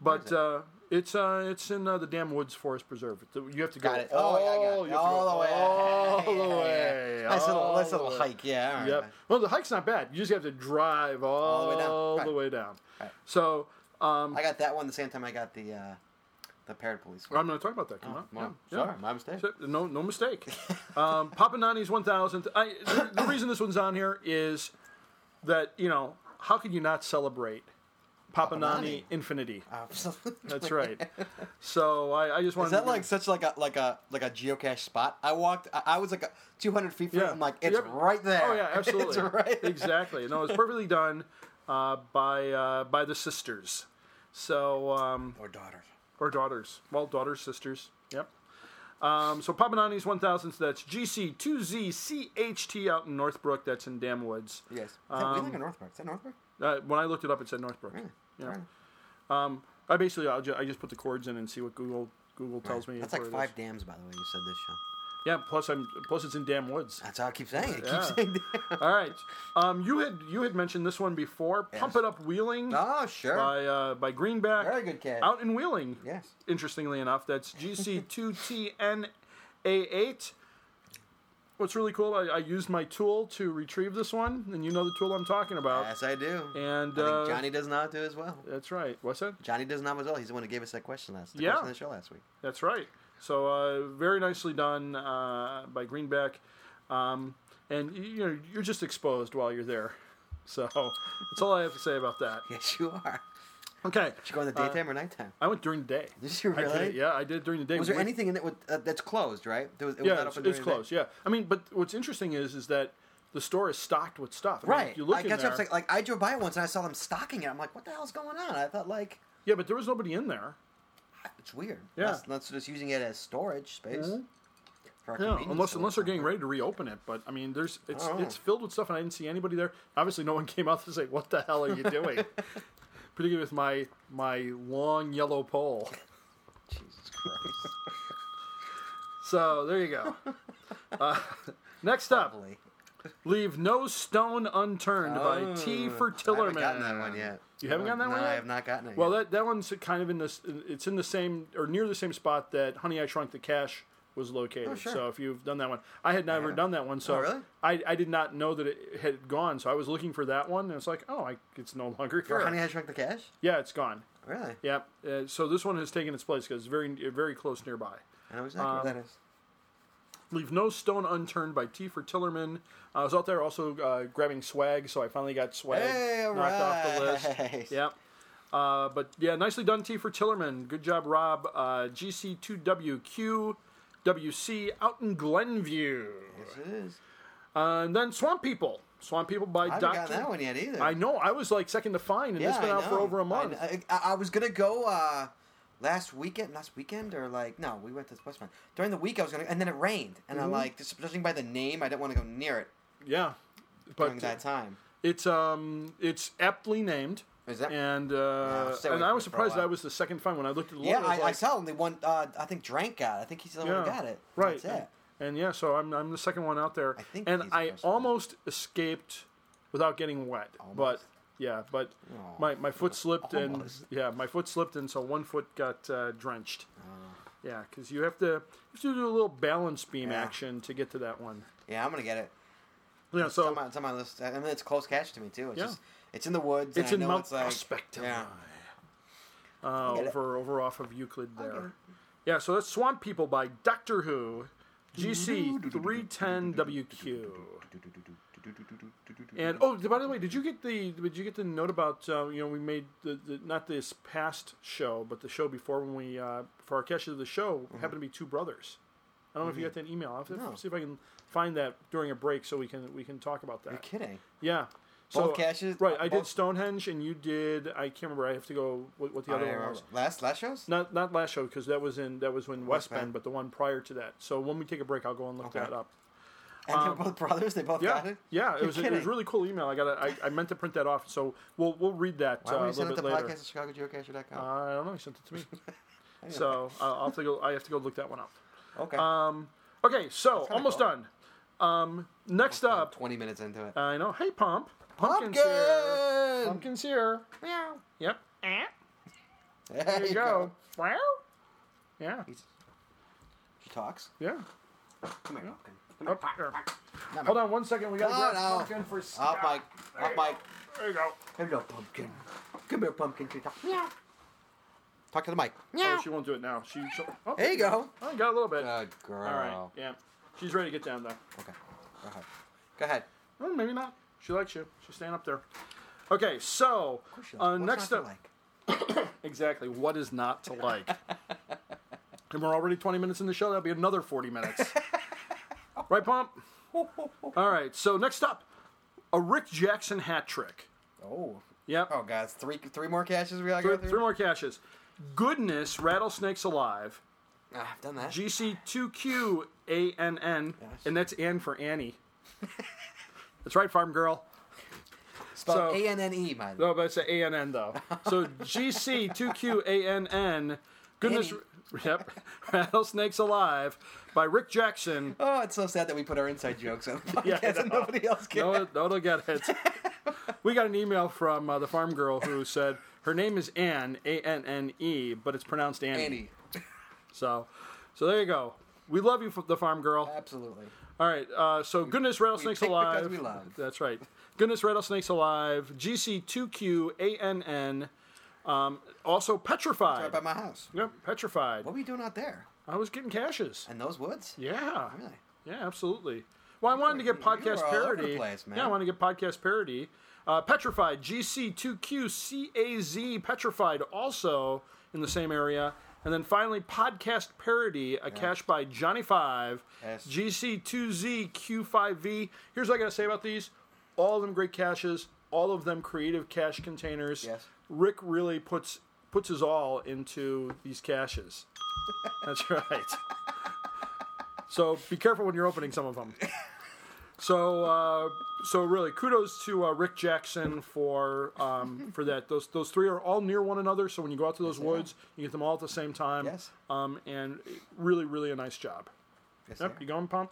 Speaker 2: but. Uh, it's uh, it's in uh, the Damn Woods Forest Preserve. It's- uh, You have to go
Speaker 1: Got it.
Speaker 2: all,
Speaker 1: Oh, yeah, I got it.
Speaker 2: you have to go
Speaker 1: all the way.
Speaker 2: all the way,
Speaker 1: <laughs> Yeah. Nice little,
Speaker 2: all
Speaker 1: nice
Speaker 2: the
Speaker 1: little
Speaker 2: way.
Speaker 1: hike. Yeah. All right.
Speaker 2: Oh. Yep. Well, the hike's not bad. You just have to drive all,
Speaker 1: the way down.
Speaker 2: the
Speaker 1: Right.
Speaker 2: way down.
Speaker 1: Right.
Speaker 2: So um,
Speaker 1: I got that one the same time I got the uh, the parrot police. one.
Speaker 2: I'm going to talk about that. Come on.
Speaker 1: Oh, well,
Speaker 2: Yeah, yeah.
Speaker 1: Sorry, my mistake.
Speaker 2: So, No, no mistake. um, Papanani's 1000th. I, the, the reason this one's on here is that, you know, how could you not celebrate Papanani
Speaker 1: Papanani.
Speaker 2: Infinity?
Speaker 1: <laughs> Absolutely.
Speaker 2: That's
Speaker 1: <laughs>
Speaker 2: right. so I, I just wanted
Speaker 1: Is that
Speaker 2: to
Speaker 1: like such like a like a like a geocache spot? I walked. I, I was like a 200 feet from. it. I'm like, it's
Speaker 2: Yep.
Speaker 1: right there.
Speaker 2: Oh yeah, absolutely.
Speaker 1: <laughs> it's right. There.
Speaker 2: Exactly. No, it's perfectly done uh, by uh, by the sisters. So um,
Speaker 1: Or daughter.
Speaker 2: or daughters. Well, daughters, sisters. Yep. Um, so Papanani's 1000th. That's GC 2ZCHT out in Northbrook. That's in Damwoods.
Speaker 1: Yes. Is that um, in Northbrook? Is that Northbrook?
Speaker 2: Uh, when I looked it up, it said Northbrook.
Speaker 1: Really?
Speaker 2: Yeah.
Speaker 1: Alright.
Speaker 2: Um, I basically I'll ju- I just put the chords in and see what Google Google tells me.
Speaker 1: That's
Speaker 2: where
Speaker 1: like
Speaker 2: it
Speaker 1: five
Speaker 2: is.
Speaker 1: dams, by the way. You said this show.
Speaker 2: Yeah. Plus I'm plus it's in Damwoods.
Speaker 1: That's how I keep saying. It. I
Speaker 2: Yeah.
Speaker 1: keep saying. Dam.
Speaker 2: All right. Um, you had you had mentioned this one before. Pump
Speaker 1: Yes.
Speaker 2: it up, Wheeling.
Speaker 1: <laughs> Oh sure.
Speaker 2: by uh, by Greenback.
Speaker 1: Very good catch.
Speaker 2: Out in Wheeling.
Speaker 1: Yes.
Speaker 2: Interestingly enough, that's GC2TNA8. What's really cool, I, I used my tool to retrieve this one, and you know the tool I'm talking about.
Speaker 1: yes, I do.
Speaker 2: And
Speaker 1: I think
Speaker 2: uh,
Speaker 1: Johnny does not do as well.
Speaker 2: That's right. What's that?
Speaker 1: Johnny does not as well. He's the one who gave us that question last. The
Speaker 2: Yeah.
Speaker 1: Question on the show last week. <laughs>
Speaker 2: That's right. So uh, very nicely done uh, by Greenback. Um, and y- you know you're just exposed while you're there. So that's all I have to say about that.
Speaker 1: Yes, you are.
Speaker 2: Okay,
Speaker 1: Did you go in the
Speaker 2: Uh,
Speaker 1: daytime or nighttime?
Speaker 2: I went during the day.
Speaker 1: Did you
Speaker 2: I did
Speaker 1: really?
Speaker 2: it, yeah, I did it during the day.
Speaker 1: Was there
Speaker 2: Went-
Speaker 1: anything in it with, uh, that's closed? Right? There was, it was
Speaker 2: Yeah,
Speaker 1: not
Speaker 2: it's,
Speaker 1: open
Speaker 2: it's
Speaker 1: during the day?
Speaker 2: close. Yeah, I mean, but what's interesting is is that the store is stocked with stuff. I mean,
Speaker 1: Right.
Speaker 2: if you look
Speaker 1: I
Speaker 2: in
Speaker 1: guess
Speaker 2: there,
Speaker 1: I'm saying, like I drove by it once and I saw them stocking it. I'm like, what the hell's going on? I thought like
Speaker 2: yeah, but there was nobody in there.
Speaker 1: it's weird.
Speaker 2: Yeah. Mm-hmm.
Speaker 1: Unless, unless they're just using it as storage space. For our
Speaker 2: Yeah,
Speaker 1: convenience
Speaker 2: unless
Speaker 1: store.
Speaker 2: unless they're getting ready to reopen it. But I mean, there's it's
Speaker 1: Oh.
Speaker 2: it's filled with stuff, and I didn't see anybody there. Obviously, no one <laughs> came out to say, "What the hell are you doing?"
Speaker 1: <laughs>
Speaker 2: Particularly with my my long yellow pole.
Speaker 1: Jesus
Speaker 2: <laughs>
Speaker 1: Christ.
Speaker 2: So there you go. uh, <laughs> next up,
Speaker 1: Probably.
Speaker 2: leave no stone unturned by T for
Speaker 1: Oh, I
Speaker 2: Tillerman.
Speaker 1: haven't gotten that one yet.
Speaker 2: You haven't gotten that
Speaker 1: no,
Speaker 2: one
Speaker 1: I
Speaker 2: yet?
Speaker 1: have not gotten it.
Speaker 2: Well,
Speaker 1: yet.
Speaker 2: that, that one's kind of in this. It's in the same or near the same spot that Honey I Shrunk the Cash was located.
Speaker 1: Oh, sure.
Speaker 2: So if you've done that one, I had never done that one. So
Speaker 1: Oh, really?
Speaker 2: I, I did not know that it had gone. So I was looking for that one, and it's like, oh, I, it's no longer here.
Speaker 1: For Honey I Shrunk the Cash.
Speaker 2: yeah, it's gone.
Speaker 1: Really?
Speaker 2: Yeah. Uh, so this one has taken its place because it's very very close nearby.
Speaker 1: I know exactly
Speaker 2: Um,
Speaker 1: what that is.
Speaker 2: Leave no stone unturned by T for Tillerman. I was out there also uh, grabbing swag, so I finally got swag
Speaker 1: Hey, all
Speaker 2: knocked off the list.
Speaker 1: right.
Speaker 2: Yep. Uh, but yeah, nicely done, T for Tillerman. Good job, Rob. Uh, GC2WQ, WC out in Glenview.
Speaker 1: Yes, it is.
Speaker 2: Uh, and then Swamp People. Swamp People
Speaker 1: I
Speaker 2: by
Speaker 1: haven't
Speaker 2: Dr.
Speaker 1: gotten that one yet either.
Speaker 2: I know. I was like second to find, and it's been
Speaker 1: I
Speaker 2: out for
Speaker 1: know.
Speaker 2: over a
Speaker 1: I-
Speaker 2: month.
Speaker 1: I, I, I was gonna go uh, last weekend, last weekend or like no, we went to Westmont during the week. I was gonna, and then it rained, and
Speaker 2: Mm-hmm.
Speaker 1: I'm like, just judging by the name, I didn't want to go near it
Speaker 2: yeah.
Speaker 1: during
Speaker 2: But
Speaker 1: that time.
Speaker 2: it's um it's aptly named.
Speaker 1: Is that-
Speaker 2: And
Speaker 1: I'll
Speaker 2: uh,
Speaker 1: stay away
Speaker 2: and I
Speaker 1: from
Speaker 2: was
Speaker 1: it for a
Speaker 2: surprised
Speaker 1: while.
Speaker 2: I was the second to find when I looked at the
Speaker 1: Yeah,
Speaker 2: logo. was
Speaker 1: I, I
Speaker 2: like,
Speaker 1: saw him. The one uh, I think Drank got. it. I think he's the one who got it.
Speaker 2: Right.
Speaker 1: That's it.
Speaker 2: And yeah, so I'm, I'm the second one out there.
Speaker 1: I think
Speaker 2: and
Speaker 1: he's the
Speaker 2: I
Speaker 1: first one.
Speaker 2: almost escaped without getting wet. But
Speaker 1: Almost.
Speaker 2: yeah, but
Speaker 1: Aw.
Speaker 2: my, my foot slipped
Speaker 1: Almost.
Speaker 2: and yeah, my foot slipped and so one foot got uh, drenched. Yeah, because you have to you have to do a little balance beam
Speaker 1: Yeah.
Speaker 2: action to get to that one.
Speaker 1: Yeah, I'm gonna get it.
Speaker 2: Yeah,
Speaker 1: It's on
Speaker 2: so
Speaker 1: my, it's on my list. I mean, it's close catch to me too. It's
Speaker 2: Yeah.
Speaker 1: just it's in the woods.
Speaker 2: it's
Speaker 1: and
Speaker 2: in
Speaker 1: I know
Speaker 2: Mount
Speaker 1: it's like,
Speaker 2: Prospect,
Speaker 1: Yeah.
Speaker 2: uh,
Speaker 1: get it.
Speaker 2: over over off of Euclid
Speaker 1: get it.
Speaker 2: there. Yeah, so that's Swamp People by Doctor Who, GC three ten WQ. And oh, by the way, did you get the did you get the note about uh, you know we made the, the not this past show but the show before when we uh, for our catch of the show happened to be two brothers. I don't know if you got that email. I'll have to
Speaker 1: Mm-hmm. No.
Speaker 2: see if I can find that during a break so we can we can talk about that.
Speaker 1: You're kidding.
Speaker 2: Yeah.
Speaker 1: Both caches?
Speaker 2: Right. I did
Speaker 1: Both-
Speaker 2: Stonehenge and you did. I can't remember. I have to go. What, what the
Speaker 1: I
Speaker 2: other
Speaker 1: don't
Speaker 2: one
Speaker 1: remember.
Speaker 2: was?
Speaker 1: Last last shows?
Speaker 2: Not not last show because that was in that was when
Speaker 1: West
Speaker 2: West, Bend,
Speaker 1: Bend.
Speaker 2: but the one prior to that. So when we take a break, I'll go and look
Speaker 1: Okay.
Speaker 2: that up.
Speaker 1: And they were both brothers. They both
Speaker 2: um, Yeah,
Speaker 1: got it.
Speaker 2: yeah, it
Speaker 1: You're
Speaker 2: was, a, it was
Speaker 1: kidding.
Speaker 2: really cool email. I got I, I meant to print that off, so we'll we'll read that
Speaker 1: Why
Speaker 2: uh,
Speaker 1: would
Speaker 2: a
Speaker 1: you
Speaker 2: little
Speaker 1: send it
Speaker 2: bit
Speaker 1: to
Speaker 2: later.
Speaker 1: podcast at chicagogeocacher.com?
Speaker 2: I don't know. He sent
Speaker 1: <laughs>
Speaker 2: it to me, so uh, I'll have to go. I have to go look that one up. Um,
Speaker 1: okay.
Speaker 2: Okay, so
Speaker 1: kinda
Speaker 2: almost
Speaker 1: cool.
Speaker 2: done. Um, next up,
Speaker 1: 20 minutes into it.
Speaker 2: I know. Hey, pump, pumpkins here.
Speaker 1: Pumpkin!
Speaker 2: Pumpkins here.
Speaker 1: Meow.
Speaker 2: Yep. Eh,
Speaker 1: There
Speaker 2: There you go. Wow. Yeah.
Speaker 1: He's- She talks.
Speaker 2: Yeah.
Speaker 1: Come here, pumpkin.
Speaker 2: Up here. Hold on one second. We got to
Speaker 1: Come Oh,
Speaker 2: grab
Speaker 1: on now.
Speaker 2: pumpkin for
Speaker 1: Off
Speaker 2: Scott.
Speaker 1: mic. Off mic.
Speaker 2: There you go. Oh,
Speaker 1: Hello, pumpkin. Come here, pumpkin. She talks. Meow. Talk to the mic.
Speaker 2: Oh,
Speaker 1: Meow.
Speaker 2: she won't do it now. She. she oh,
Speaker 1: There you go.
Speaker 2: I got a little bit.
Speaker 1: Good girl.
Speaker 2: All right. Yeah. She's ready to get down though.
Speaker 1: Okay. Go ahead. Go ahead.
Speaker 2: Well, maybe not. She likes you. She's staying up there. Okay, so
Speaker 1: She
Speaker 2: uh,
Speaker 1: likes- what's
Speaker 2: next
Speaker 1: not to
Speaker 2: up,
Speaker 1: like?
Speaker 2: exactly what is not
Speaker 1: <laughs>
Speaker 2: to like? and we're already twenty minutes in the show. That'll be another forty
Speaker 1: <laughs>
Speaker 2: minutes, right, Pomp? All right. So next up, a Rick Jackson hat trick.
Speaker 1: Oh.
Speaker 2: Yep.
Speaker 1: Oh, guys. Three three more caches we got to go
Speaker 2: Three,
Speaker 1: through?
Speaker 2: three more caches. Goodness, rattlesnakes alive.
Speaker 1: Ah, I've done that.
Speaker 2: GC2QANN,
Speaker 1: Yes.
Speaker 2: and that's Ann for
Speaker 1: <laughs>
Speaker 2: Annie. that's right, farm girl.
Speaker 1: Spelled
Speaker 2: so-
Speaker 1: A-N-N-E, man.
Speaker 2: No, but it's an ANN though. So GC two Q A N N. Goodness,
Speaker 1: Annie.
Speaker 2: yep. <laughs> Rattlesnakes alive by Rick Jackson.
Speaker 1: Oh, it's so sad that we put our inside jokes on the podcast
Speaker 2: <laughs> Yeah, I
Speaker 1: and nobody else can.
Speaker 2: No, one- no, one will get it. We got an email from uh, the farm girl who said her name is Ann A N N E, but it's pronounced Annie.
Speaker 1: Annie.
Speaker 2: So, so there you go. We love you, f- the farm girl.
Speaker 1: Absolutely.
Speaker 2: All right. Uh, so, goodness rattlesnakes
Speaker 1: pick
Speaker 2: alive.
Speaker 1: because we love.
Speaker 2: That's right. Goodness rattlesnakes alive. GC two Q A N N. Um, also
Speaker 1: Right
Speaker 2: petrified.
Speaker 1: by my house.
Speaker 2: Yep, petrified.
Speaker 1: What were you doing out there?
Speaker 2: I was getting caches.
Speaker 1: In those woods?
Speaker 2: Yeah,
Speaker 1: Really?
Speaker 2: yeah, absolutely. Well, I wanted to get
Speaker 3: You were
Speaker 2: podcast
Speaker 3: all over the
Speaker 2: parody.
Speaker 3: place, man.
Speaker 2: Yeah, I wanted to get podcast parody. Uh, Petrified, GC2QCAZ, Petrified, also in the same area. And then finally, podcast parody, a cache by Johnny Five,
Speaker 3: Yes.
Speaker 2: GC2ZQ5V. Here's what I got to say about these all of them great caches, all of them creative cache containers.
Speaker 3: Yes.
Speaker 2: Rick really puts puts his all into these caches. <laughs> That's right. So be careful when you're opening some of
Speaker 3: <laughs>
Speaker 2: them. So uh, so really, kudos to uh, Rick Jackson for um, for that. Those those three are all near one another. So when you go out to those woods, you get them all at the same time.
Speaker 3: Yes.
Speaker 2: Um, and really, really a nice job.
Speaker 3: Yes,
Speaker 2: Yep.
Speaker 3: they
Speaker 2: You
Speaker 3: are.
Speaker 2: going, pump?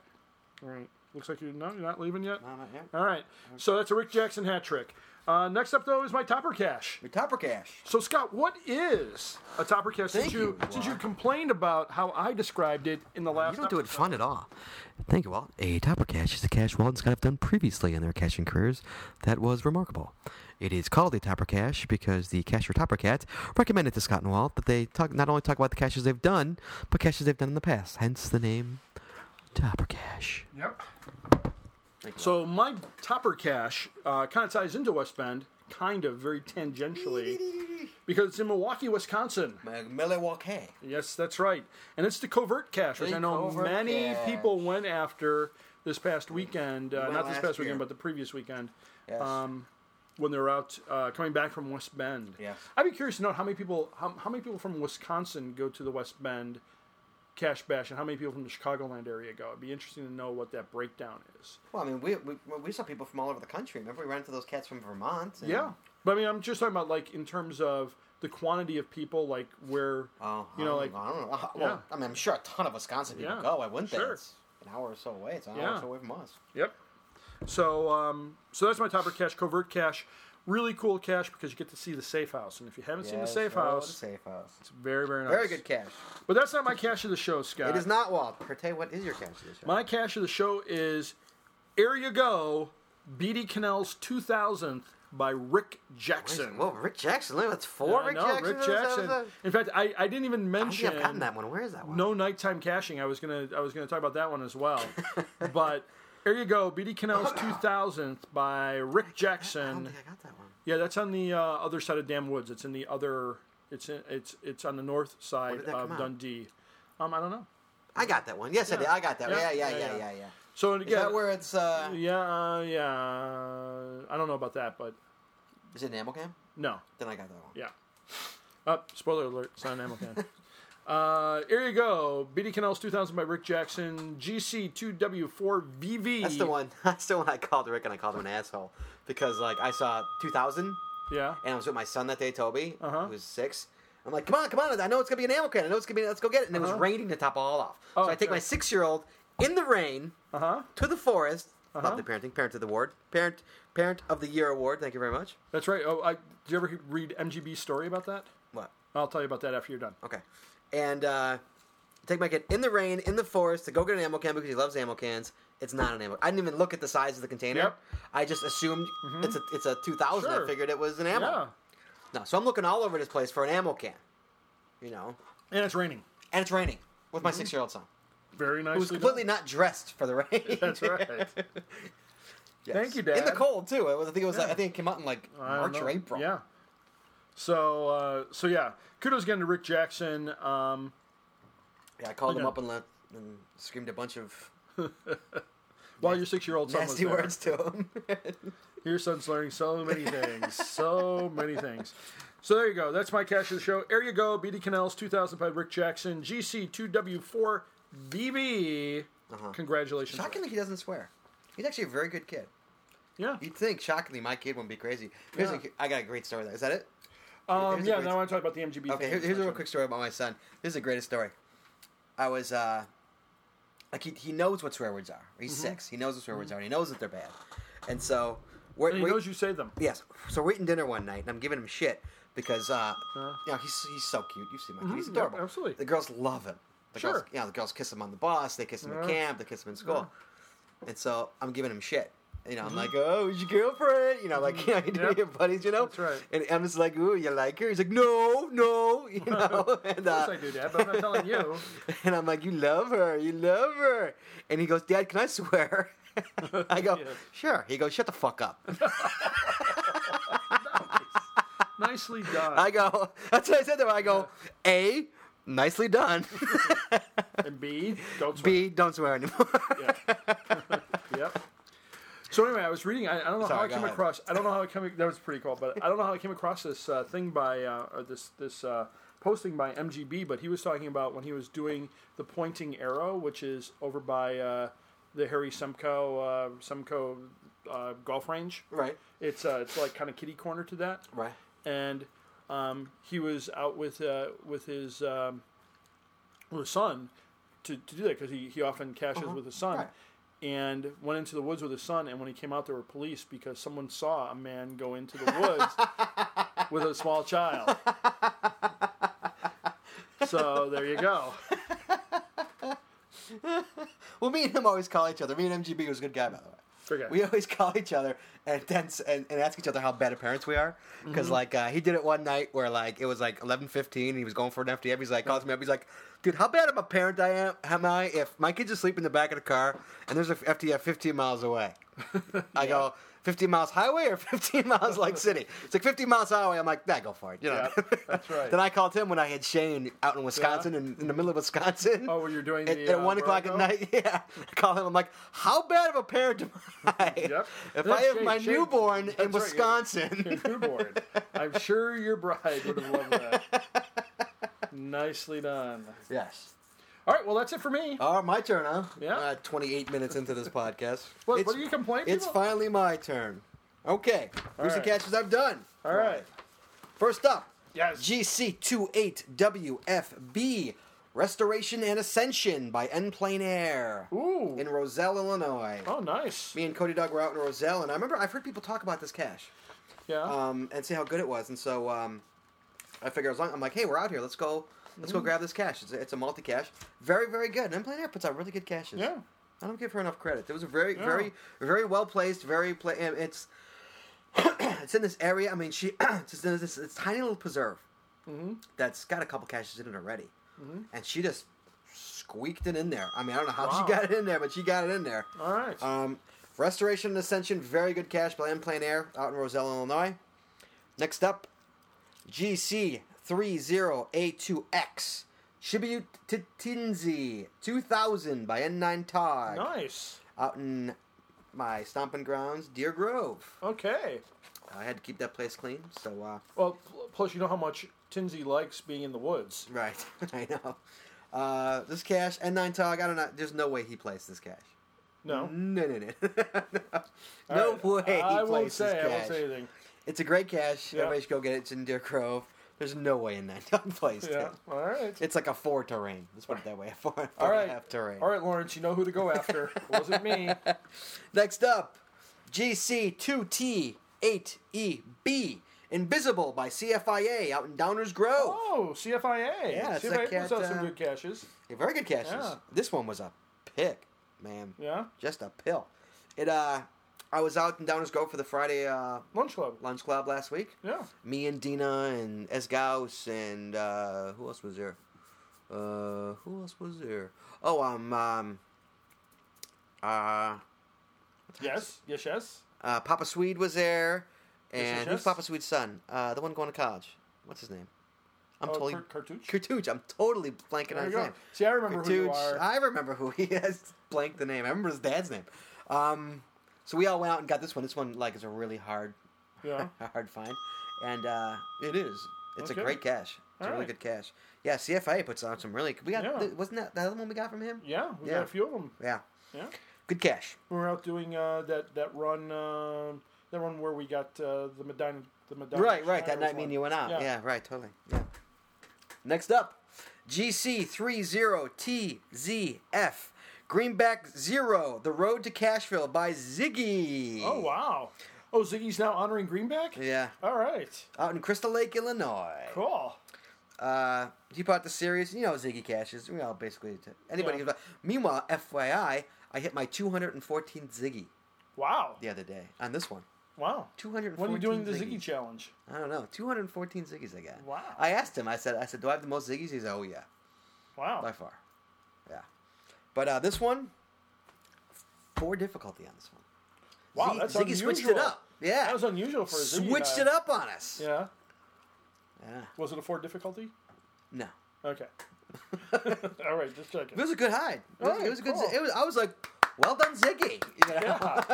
Speaker 2: All right. Looks like you no, you're not leaving yet.
Speaker 3: No, not yet.
Speaker 2: All right. So that's a Rick Jackson hat trick. Uh, next up though is my topper cash.
Speaker 3: Your topper cash.
Speaker 2: So Scott, what is a topper cash? since
Speaker 3: Thank
Speaker 2: you,
Speaker 3: you,
Speaker 2: since you
Speaker 3: Mark.
Speaker 2: complained about how I described it in the last,
Speaker 1: You don't do it fun at all. Thank you, Walt. A topper cache is the cache Walt and Scott have done previously in their caching careers that was remarkable. It is called a topper cache because the cashier Topper Cat recommended to Scott and Walt that they talk not only talk about the caches they've done, but caches they've done in the past, hence the name Topper Cache.
Speaker 2: Yep. So my topper cache uh, kind of ties into West Bend, kind of very tangentially, because it's in Milwaukee, Wisconsin.
Speaker 3: Mag- Milwaukee.
Speaker 2: Yes, that's right, and it's the covert cache, which
Speaker 3: The
Speaker 2: I know
Speaker 3: covert
Speaker 2: many
Speaker 3: cache.
Speaker 2: people went after this past weekend. Uh,
Speaker 3: went
Speaker 2: not this
Speaker 3: last
Speaker 2: past
Speaker 3: year.
Speaker 2: weekend, but the previous weekend.
Speaker 3: Yes.
Speaker 2: Um, when they were out uh, coming back from West Bend.
Speaker 3: Yes.
Speaker 2: I'd be curious to know how many people how, how many people from Wisconsin go to the West Bend cash bash and how many people from the Chicagoland area go. It'd be interesting to know what that breakdown is.
Speaker 3: Well, I mean, we, we we saw people from all over the country. Remember, we ran into those cats from Vermont. and-
Speaker 2: Yeah. But I mean I'm just talking about like in terms of the quantity of people like where
Speaker 3: Oh,
Speaker 2: you know
Speaker 3: I
Speaker 2: like
Speaker 3: don't, I don't know. Well,
Speaker 2: yeah.
Speaker 3: I mean, I'm sure a ton of Wisconsin people
Speaker 2: Yeah,
Speaker 3: go. I wouldn't
Speaker 2: sure.
Speaker 3: think it's an hour or so away. It's an hour
Speaker 2: Yeah.
Speaker 3: or so away from us.
Speaker 2: Yep. So um, so that's my topper cache, covert cache. Really cool cache because you get to see the safe house. And if you haven't seen the
Speaker 3: Yes,
Speaker 2: safe
Speaker 3: oh,
Speaker 2: house,
Speaker 3: The safe house.
Speaker 2: it's very, very nice.
Speaker 3: Very good cash.
Speaker 2: But that's not my cache of the show, Scott.
Speaker 3: It is not Walt. Perte, what is your cash this year?
Speaker 2: My cash of the show is Here You Go, BD Cannell's 2000th by Rick Jackson.
Speaker 1: Whoa,
Speaker 3: Rick Jackson. Look, that's four
Speaker 2: I know, Rick Jackson. In fact, I, I didn't even mention
Speaker 1: one. Where is that one?
Speaker 2: no nighttime caching. I was gonna I was gonna talk about that one as well. but here you go, BD Cannell's 2000th by Rick Jackson.
Speaker 1: I got that one.
Speaker 2: Yeah, that's on the uh, other side of Dam Woods. It's in the other. It's in, it's it's on the north side
Speaker 1: that
Speaker 2: of
Speaker 1: come out?
Speaker 2: Dundee. Um, I don't know.
Speaker 1: I got that one. Yes,
Speaker 2: did. I got that.
Speaker 3: Yeah, yeah,
Speaker 2: Yeah, yeah,
Speaker 3: yeah, yeah,
Speaker 2: yeah.
Speaker 3: yeah.
Speaker 2: So
Speaker 3: Is
Speaker 2: yeah,
Speaker 3: that where it's? Uh,
Speaker 2: Yeah, uh, yeah. I don't know about that, but
Speaker 3: Is it an ammo cam?
Speaker 2: no.
Speaker 3: Then I got that one.
Speaker 2: Yeah. Uh, spoiler alert, it's not an ammo can. Uh, here you go. BD Canals 2000 by Rick Jackson. GC2W4VV.
Speaker 1: That's
Speaker 3: <laughs>
Speaker 1: the one. That's the one I called Rick, and I called him an asshole because like I saw 2000.
Speaker 2: Yeah.
Speaker 1: and I was with my son that day, Toby,
Speaker 2: Uh-huh.
Speaker 1: who was six. I'm like, come on, come on! I know it's gonna be an ammo can. I know it's gonna be. Let's go get it. And it
Speaker 2: Uh-huh.
Speaker 1: was raining to top all off.
Speaker 2: Oh,
Speaker 1: so I take
Speaker 2: okay.
Speaker 1: my six year old in the rain
Speaker 2: Uh huh.
Speaker 1: to the forest.
Speaker 2: Uh-huh.
Speaker 1: Lovely parenting. Parent of the award. Parent parent of the year award. Thank you very much.
Speaker 2: That's right. Oh, I, did you ever read MGB's story about that?
Speaker 1: What?
Speaker 2: I'll tell you about that after you're done.
Speaker 1: Okay. And uh, take my kid in the rain in the forest to go get an ammo can because he loves ammo cans. It's not an ammo. I didn't even look at the size of the container.
Speaker 2: Yep. Mm-hmm.
Speaker 1: I just assumed it's a it's a 2000.
Speaker 2: Sure.
Speaker 1: I figured it was an ammo.
Speaker 2: Yeah.
Speaker 1: No, so I'm looking all over this place for an ammo can. You know,
Speaker 2: And it's raining.
Speaker 3: And it's raining with my
Speaker 2: Mm-hmm.
Speaker 3: six-year-old son,
Speaker 2: Very nicely
Speaker 1: who's completely
Speaker 2: done.
Speaker 1: not dressed for the
Speaker 2: <laughs>
Speaker 1: rain. <laughs>
Speaker 2: That's right.
Speaker 1: Yes.
Speaker 2: Thank you, Dad.
Speaker 1: In the cold too. It was- I think it was like
Speaker 3: Yeah.
Speaker 1: I think it came out in like
Speaker 2: I don't
Speaker 1: March
Speaker 2: know.
Speaker 1: or April.
Speaker 2: Yeah. So uh, so yeah, kudos again to Rick Jackson. Um,
Speaker 1: Yeah, I called
Speaker 2: Okay.
Speaker 1: him up and left and screamed a bunch of
Speaker 2: while your six-year-old son was
Speaker 1: nasty
Speaker 2: there.
Speaker 1: words to him.
Speaker 2: <laughs>
Speaker 1: <laughs>
Speaker 2: Your son's learning so many things, so many things. So there you go. That's my cash of the show. There you go. BD Canals 2000 by Rick Jackson. GC2W4BB.
Speaker 1: Uh-huh.
Speaker 2: Congratulations. Rick.
Speaker 3: shockingly, he doesn't swear. He's actually a very good kid.
Speaker 2: Yeah.
Speaker 3: You'd think, shockingly, my kid wouldn't be crazy. Here's
Speaker 2: Yeah.
Speaker 3: a- I got a great story. There. Is that it?
Speaker 2: Um,
Speaker 3: here's a
Speaker 2: yeah,
Speaker 3: great-
Speaker 2: now I want to talk about the MGB
Speaker 3: Okay,
Speaker 2: thing.
Speaker 3: here, here's a real quick story about my son. This is the greatest story. I was uh, like he, he knows what swear words are. He's
Speaker 2: Mm-hmm.
Speaker 3: six. He knows what swear words are. and He knows that they're bad. And so we're,
Speaker 2: And he
Speaker 3: we're-
Speaker 2: knows you say them.
Speaker 1: yes. So we're eating dinner one night and I'm giving him shit because uh
Speaker 2: Yeah.
Speaker 1: you know, he's he's so cute. You've seen my kid. He's
Speaker 2: Yep,
Speaker 1: adorable.
Speaker 2: Uh-huh. Mm-hmm. absolutely.
Speaker 1: The girls love him. The girls
Speaker 2: Sure. Uh-huh.
Speaker 1: you know, the girls kiss him on the bus, they kiss him
Speaker 2: Yeah.
Speaker 1: at camp, they kiss him in school.
Speaker 2: Uh-huh.
Speaker 1: And so I'm giving him shit. You know, I'm like, oh, who's your girlfriend? You know, <laughs> like, you know, you do
Speaker 2: Mm-hmm. Yep.
Speaker 1: your buddies, you know?
Speaker 2: That's right.
Speaker 1: And I'm just like, ooh, you like her? He's like, no, no, <laughs> you know? And, uh,
Speaker 2: <laughs> Of course I do that, but I'm
Speaker 1: <laughs>
Speaker 2: not telling you.
Speaker 1: and I'm like, you love her, you love her. And he goes, Dad, can I swear? <laughs> I
Speaker 2: <laughs>
Speaker 1: go, sure. He goes, shut the fuck up.
Speaker 3: <laughs>
Speaker 2: Nicely done.
Speaker 4: I go, <laughs> that's what I said to him. I go, A, nicely done.
Speaker 2: and B, don't swear.
Speaker 4: <laughs> B, don't swear anymore.
Speaker 2: Yeah. yep. So anyway, I was reading. I, I don't know
Speaker 1: Sorry,
Speaker 2: how I
Speaker 1: go
Speaker 2: came
Speaker 1: ahead.
Speaker 2: across. I don't know how I came. That was pretty cool, but I don't know how I came across this uh, thing by uh, or this this uh, posting by MGB. But he was talking about when he was doing the pointing arrow, which is over by uh, the Harry Semko uh, Semko uh, golf range.
Speaker 1: right.
Speaker 2: It's uh, it's like kind of kitty corner to that
Speaker 1: Right.
Speaker 2: and um, he was out with uh, with his um, with his son to, to do that because he, he often caches with his son
Speaker 1: Uh-huh. Right.
Speaker 2: and went into the woods with his son and when he came out there were police because someone saw a man go into the woods
Speaker 1: <laughs>
Speaker 2: with a small child so there you go
Speaker 1: Well, me and him always call each other. Me and MGB was a good guy, by the way.
Speaker 2: Forget.
Speaker 1: We always call each other and then s- and, and ask each other how bad of parents we are. Because
Speaker 2: Mm-hmm.
Speaker 1: like uh, he did it one night where like it was like eleven fifteen and he was going for an FTF. He's like calls me up. He's like, dude, how bad of a parent I am? Am I if my kids asleep in the back of the car and there's a FTF fifteen miles
Speaker 2: <laughs>
Speaker 1: away? I go. 15 miles highway or <laughs> 15 miles like city? It's like 15 miles highway. I'm like, nah, go for it. You know?
Speaker 2: Yeah,
Speaker 1: <laughs>
Speaker 2: that's right.
Speaker 1: then I called him when I had Shane out in Wisconsin, in, in the middle of Wisconsin.
Speaker 2: oh when you're doing
Speaker 1: At,
Speaker 2: the
Speaker 1: at
Speaker 2: uh,
Speaker 1: one o'clock at
Speaker 2: Vertigo?
Speaker 1: night, <laughs> yeah. I call him. I'm like, how bad of a parent am I?
Speaker 2: <laughs> Yep.
Speaker 1: If
Speaker 2: That's
Speaker 1: I have
Speaker 2: Shane-
Speaker 1: my
Speaker 2: Shane-
Speaker 1: newborn
Speaker 2: that's
Speaker 1: in
Speaker 2: right, yeah.
Speaker 1: Wisconsin,
Speaker 2: You're <laughs> newborn. i'm sure your bride would have loved that
Speaker 1: <laughs>
Speaker 2: nicely done
Speaker 1: yes.
Speaker 2: all right well that's it for me
Speaker 1: Oh, my turn, huh?
Speaker 2: Yeah.
Speaker 1: Uh, 28 minutes into this podcast.
Speaker 2: <laughs> What-
Speaker 1: It's-
Speaker 2: what do you complain,
Speaker 1: It's
Speaker 2: people?
Speaker 1: finally my turn. Okay. Here's
Speaker 2: right.
Speaker 1: the catches I've done.
Speaker 2: all right
Speaker 1: First up,
Speaker 2: yes
Speaker 1: GC28WFB Restoration and Ascension by N Plane Air
Speaker 2: Ooh.
Speaker 1: in Roselle, Illinois.
Speaker 2: oh, nice.
Speaker 1: Me and Cody Dog were out in Roselle, and I remember I've heard people talk about this cache.
Speaker 2: Yeah.
Speaker 1: um, and see how good it was. And so um, I figure as long I'm like, hey, we're out here. Let's go. Let's
Speaker 2: Mm-hmm.
Speaker 1: go grab this cash. It's a, it's a multi cash. Very very good. And Empire puts out really good caches.
Speaker 2: Yeah.
Speaker 1: I don't give her enough credit. It was a very
Speaker 2: Yeah.
Speaker 1: very very well placed. Very play. And it's <clears throat> it's in this area. I mean, she <clears throat> it's just in this, this tiny little preserve
Speaker 2: Mm-hmm.
Speaker 1: that's got a couple caches in it already, and she just squeaked it in there. I mean, I don't know how
Speaker 2: Wow. Oh,
Speaker 1: she got it in there, but she got it in there.
Speaker 2: All right.
Speaker 1: Um, Restoration and Ascension, very good cash by M Plain Air out in Roselle, Illinois. Next up, GC30A2X, Shibuya Titinzi 2000 by N9 Tog
Speaker 2: nice.
Speaker 1: out in my stomping grounds, Deer Grove.
Speaker 2: Okay.
Speaker 1: I had to keep that place clean, so uh, <laughs>
Speaker 2: Well, pl- plus you know how much Tinsy likes being in the woods.
Speaker 1: right, <laughs> I know. Uh, this cash, N9 Tog, I don't know, there's no way he plays this cash.
Speaker 2: No.
Speaker 1: No, no, <laughs> no.
Speaker 2: All
Speaker 1: no
Speaker 2: right.
Speaker 1: way he
Speaker 2: I
Speaker 1: plays
Speaker 2: won't say.
Speaker 1: this
Speaker 2: I won't
Speaker 1: cash.
Speaker 2: say anything.
Speaker 1: It's a great cache.
Speaker 2: Yeah.
Speaker 1: Everybody should go get it. It's in Deer Grove. There's no way in that <laughs> dog place.
Speaker 2: Yeah.
Speaker 1: Tim.
Speaker 2: All right.
Speaker 1: It's like a four terrain. Let's put it that way. <laughs> A four, four
Speaker 2: All right.
Speaker 1: and a half terrain.
Speaker 2: All right, Lawrence. You know who to go
Speaker 1: <laughs>
Speaker 2: after. It wasn't me.
Speaker 1: Next up, GC2T8EB. E Invisible by CFIA out in Downers Grove.
Speaker 2: Oh, CFIA.
Speaker 1: Yeah, it's
Speaker 2: CFIA
Speaker 1: like
Speaker 2: puts out
Speaker 1: at,
Speaker 2: some
Speaker 1: uh,
Speaker 2: good caches.
Speaker 1: Yeah, very good caches.
Speaker 2: Yeah.
Speaker 1: This one was a pick, man.
Speaker 2: Yeah.
Speaker 1: Just a pill. It uh I was out in Downers Grove for the Friday uh,
Speaker 2: Lunch Club.
Speaker 1: lunch club last week.
Speaker 2: Yeah.
Speaker 1: me and Dina and S. Gauss and uh, who else was there? Uh, who else was there? Oh, um, um, uh,
Speaker 2: Yes. Yes. Yes.
Speaker 1: uh, Papa Swede was there, and
Speaker 2: Yes, yes, yes.
Speaker 1: who's Papa Swede's son? Uh, the one going to college. What's his name? I'm
Speaker 2: Oh,
Speaker 1: totally
Speaker 2: Cart- Cartouche.
Speaker 1: Kurtuj. I'm totally blanking
Speaker 2: There
Speaker 1: on his
Speaker 2: you go.
Speaker 1: name.
Speaker 2: See, I remember who you
Speaker 1: Kurtuj.
Speaker 2: are.
Speaker 1: I remember who he <laughs> is. Blank the name. I remember his dad's name. Um, so we all went out and got this one. This one like is a really hard
Speaker 2: yeah.
Speaker 1: a <laughs> hard find, and uh, it is. It's
Speaker 2: Okay.
Speaker 1: a great cash. It's a
Speaker 2: All
Speaker 1: really good
Speaker 2: right.
Speaker 1: cash. Yeah, CFA puts out some really. We got
Speaker 2: Yeah.
Speaker 1: th- wasn't that the other one we got from him?
Speaker 2: Yeah. We
Speaker 1: Yeah.
Speaker 2: got a few of them.
Speaker 1: Yeah,
Speaker 2: Yeah.
Speaker 1: good cash.
Speaker 2: We were out doing uh, that that run uh, that run where we got uh, the Medina the Medina.
Speaker 1: right, right. That
Speaker 2: Schneider's
Speaker 1: night, me and
Speaker 2: one.
Speaker 1: you went out.
Speaker 2: Yeah.
Speaker 1: Yeah. right, totally. Yeah. Next up, GC 30TZF Greenback Zero: The Road to Cashville by Ziggy.
Speaker 2: Oh wow! Oh, Ziggy's now honoring Greenback.
Speaker 1: Yeah,
Speaker 2: All right.
Speaker 1: out in Crystal Lake, Illinois.
Speaker 2: Cool.
Speaker 1: uh, he bought the series. You know, Ziggy cashes. We all basically anybody.
Speaker 2: Yeah.
Speaker 1: can buy Meanwhile, FYI, I hit my 214th Ziggy
Speaker 2: Wow.
Speaker 1: the other day on this one.
Speaker 2: Wow.
Speaker 1: 214.
Speaker 2: When are you doing the Ziggy
Speaker 1: Ziggies.
Speaker 2: challenge?
Speaker 1: I don't know. 214 Ziggies I got.
Speaker 2: Wow.
Speaker 1: I asked him. I said, I said, do I have the most Ziggies? He's, oh yeah,
Speaker 2: Wow.
Speaker 1: by far. Yeah. But uh, this one, four difficulty on this one.
Speaker 2: Wow,
Speaker 1: Ziggy-
Speaker 2: that's
Speaker 1: Ziggy
Speaker 2: unusual.
Speaker 1: switched it up. Yeah.
Speaker 2: That was unusual for a Ziggy
Speaker 1: switched
Speaker 2: guy.
Speaker 1: it up on us.
Speaker 2: Yeah.
Speaker 1: Yeah.
Speaker 2: Was it a four difficulty?
Speaker 1: No. <laughs>
Speaker 2: Okay. All right, just checking.
Speaker 1: It was a good hide. It was,
Speaker 2: Alright,
Speaker 1: it was a good.
Speaker 2: cool.
Speaker 1: It was. I was like, well done, Ziggy. You know?
Speaker 2: yeah.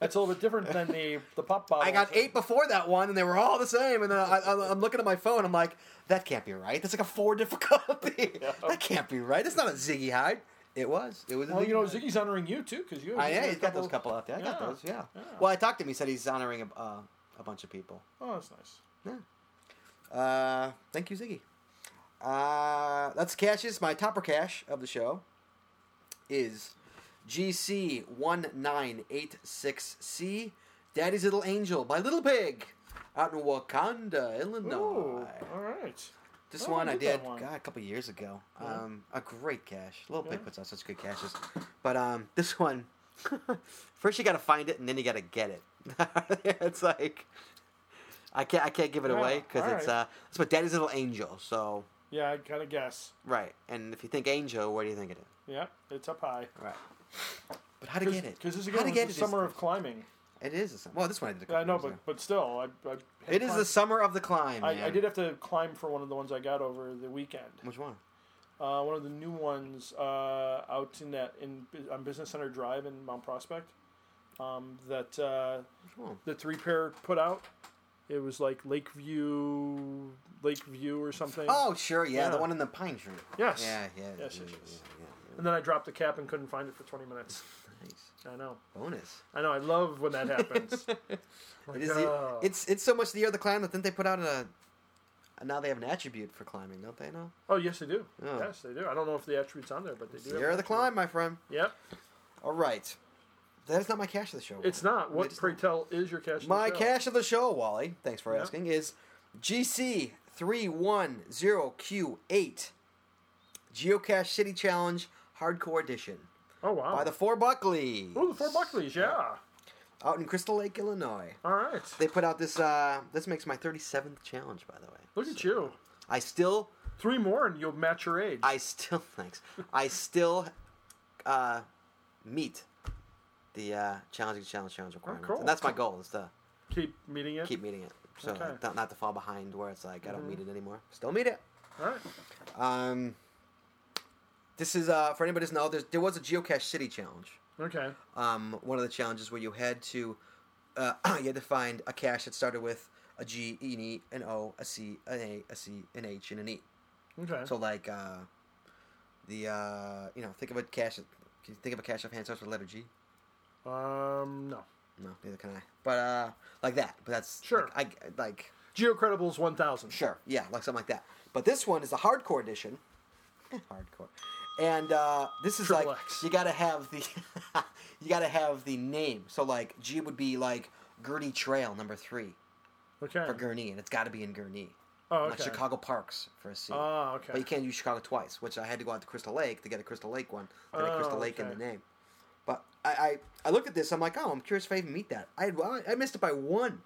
Speaker 2: That's a little bit different than the, the pop bottle.
Speaker 1: <laughs> I got eight before that one, and they were all the same. And then I, I, I'm looking at my phone. I'm like, that can't be right. That's like a four <laughs> difficulty. That can't be right. That's not a Ziggy hide. It was. It was. a
Speaker 2: Well, you know,
Speaker 1: hide.
Speaker 2: Ziggy's honoring you too, because you.
Speaker 1: I
Speaker 2: you
Speaker 1: yeah,
Speaker 2: had a
Speaker 1: he's got those couple out there. I got
Speaker 2: Yeah.
Speaker 1: those. Yeah. Well, I talked to him. He said he's honoring a, uh, a bunch of people.
Speaker 2: Oh, that's nice.
Speaker 1: Uh, thank you, Ziggy. Uh, that's Cash's. My topper cash of the show is GC1986C Daddy's Little Angel by Little Pig out in Wakanda, Illinois.
Speaker 2: Ooh, all right.
Speaker 1: This
Speaker 2: Oh, I
Speaker 1: one I
Speaker 2: did that
Speaker 1: did
Speaker 2: one.
Speaker 1: God, a couple years ago. Um, a great cache. Little Pig puts out such good caches. But um, <laughs> this one, first you got to find it <laughs> and then you got to get it. it's like I can't I can't give it
Speaker 2: Yeah,
Speaker 1: away because it's uh
Speaker 2: alright.
Speaker 1: it's what Daddy's Little Angel. So
Speaker 2: Yeah, I gotta guess.
Speaker 1: right, and if you think angel, where do you think it is?
Speaker 2: Yeah, it's up high.
Speaker 1: Right. But how to
Speaker 2: Because
Speaker 1: get it?
Speaker 2: this
Speaker 1: how
Speaker 2: again
Speaker 1: to
Speaker 2: was
Speaker 1: get
Speaker 2: the
Speaker 1: it is-
Speaker 2: summer of climbing.
Speaker 1: It is. The summer. Well, this one I did. A
Speaker 2: Yeah,
Speaker 1: couple
Speaker 2: I know,
Speaker 1: years
Speaker 2: but
Speaker 1: ago.
Speaker 2: but still, I. I had
Speaker 1: it is the
Speaker 2: climbed-
Speaker 1: summer of the climb.
Speaker 2: I, I
Speaker 1: man.
Speaker 2: did have to climb for one of the ones I got over the weekend.
Speaker 1: Which one?
Speaker 2: Uh, one of the new ones uh, out in that in on Business Center Drive in Mount Prospect. Um, that uh,
Speaker 1: Which one?
Speaker 2: the three pair put out. It was like Lakeview, Lakeview or something.
Speaker 1: Oh, sure, yeah, the
Speaker 2: Yeah.
Speaker 1: one in the pine tree.
Speaker 2: Yes.
Speaker 1: Yeah, yeah.
Speaker 2: Yes,
Speaker 1: yeah,
Speaker 2: yes, yes.
Speaker 1: yeah,
Speaker 2: And then I dropped the cap and couldn't find it for 20 minutes.
Speaker 1: yeah. Nice.
Speaker 2: I know.
Speaker 1: Bonus.
Speaker 2: <laughs> I know. I love when that happens. Like,
Speaker 1: <laughs> It is the-
Speaker 2: oh.
Speaker 1: it's it's so much the year of the climb that didn't they put out a now they have an attribute for climbing, don't they? No,
Speaker 2: oh, yes, they do.
Speaker 1: Oh.
Speaker 2: Yes, they do. I don't know if the attribute's on there, but they
Speaker 1: it's
Speaker 2: do.
Speaker 1: the year of
Speaker 2: have
Speaker 1: the climb, my friend.
Speaker 2: Yep.
Speaker 1: All right, that is not my cash of the show. Wally.
Speaker 2: It's not. What,
Speaker 1: It's
Speaker 2: pray
Speaker 1: not.
Speaker 2: tell, is your cash? in the
Speaker 1: My
Speaker 2: show?
Speaker 1: cash of the show, Wally. Thanks for
Speaker 2: Yeah.
Speaker 1: asking. Is GC three one zero Q eight Geocache City Challenge Hardcore Edition
Speaker 2: Oh, wow.
Speaker 1: by the Four Buckley
Speaker 2: oh, the four Buckleys. Yeah.
Speaker 1: out in Crystal Lake, Illinois.
Speaker 2: All right.
Speaker 1: They put out this. uh This makes my thirty seventh challenge, by the way.
Speaker 2: Look at you.
Speaker 1: I still
Speaker 2: Three more and you'll match your age.
Speaker 1: I still <laughs> thanks. I still uh, meet the uh, challenging challenge challenge requirements,
Speaker 2: Oh, cool.
Speaker 1: and that's my goal is to
Speaker 2: Keep meeting it.
Speaker 1: keep meeting it, so
Speaker 2: Okay. Mm-hmm.
Speaker 1: I don't- not to fall behind where it's like I don't meet it anymore. Still meet it.
Speaker 2: All right.
Speaker 1: Um, this is uh, for anybody who doesn't know. There's, there was a geocache city challenge.
Speaker 2: Okay.
Speaker 1: Um, one of the challenges where you had to uh, <clears throat> you had to find a cache that started with a G, an E, an O, a C, an A, a C, an H, and an E.
Speaker 2: Okay.
Speaker 1: So like uh, the uh, you know think of a cash. Can you think of a cash offhand starts with the letter G?
Speaker 2: um, no.
Speaker 1: No, neither can I. But uh, like that. But that's
Speaker 2: Sure.
Speaker 1: Like, I like
Speaker 2: GeoCredibles 1000.
Speaker 1: sure. Yeah, like something like that. But this one is the hardcore edition. Eh, hardcore. And uh, this is
Speaker 2: Triple
Speaker 1: like
Speaker 2: X.
Speaker 1: you gotta have the <laughs> you gotta have the name. So like G would be like Gurney Trail number three
Speaker 2: Okay.
Speaker 1: for Gurney, and it's got to be in Gurney.
Speaker 2: Oh,
Speaker 1: Like
Speaker 2: okay.
Speaker 1: Chicago Parks for a C.
Speaker 2: Ah, okay.
Speaker 1: But you can't use Chicago twice, which I had to go out to Crystal Lake to get a Crystal Lake one. I had a
Speaker 2: Oh,
Speaker 1: Crystal Lake in
Speaker 2: okay.
Speaker 1: the name. But I, I, I looked at this. I'm like, oh, I'm curious if I even meet that. I well, I missed it by one,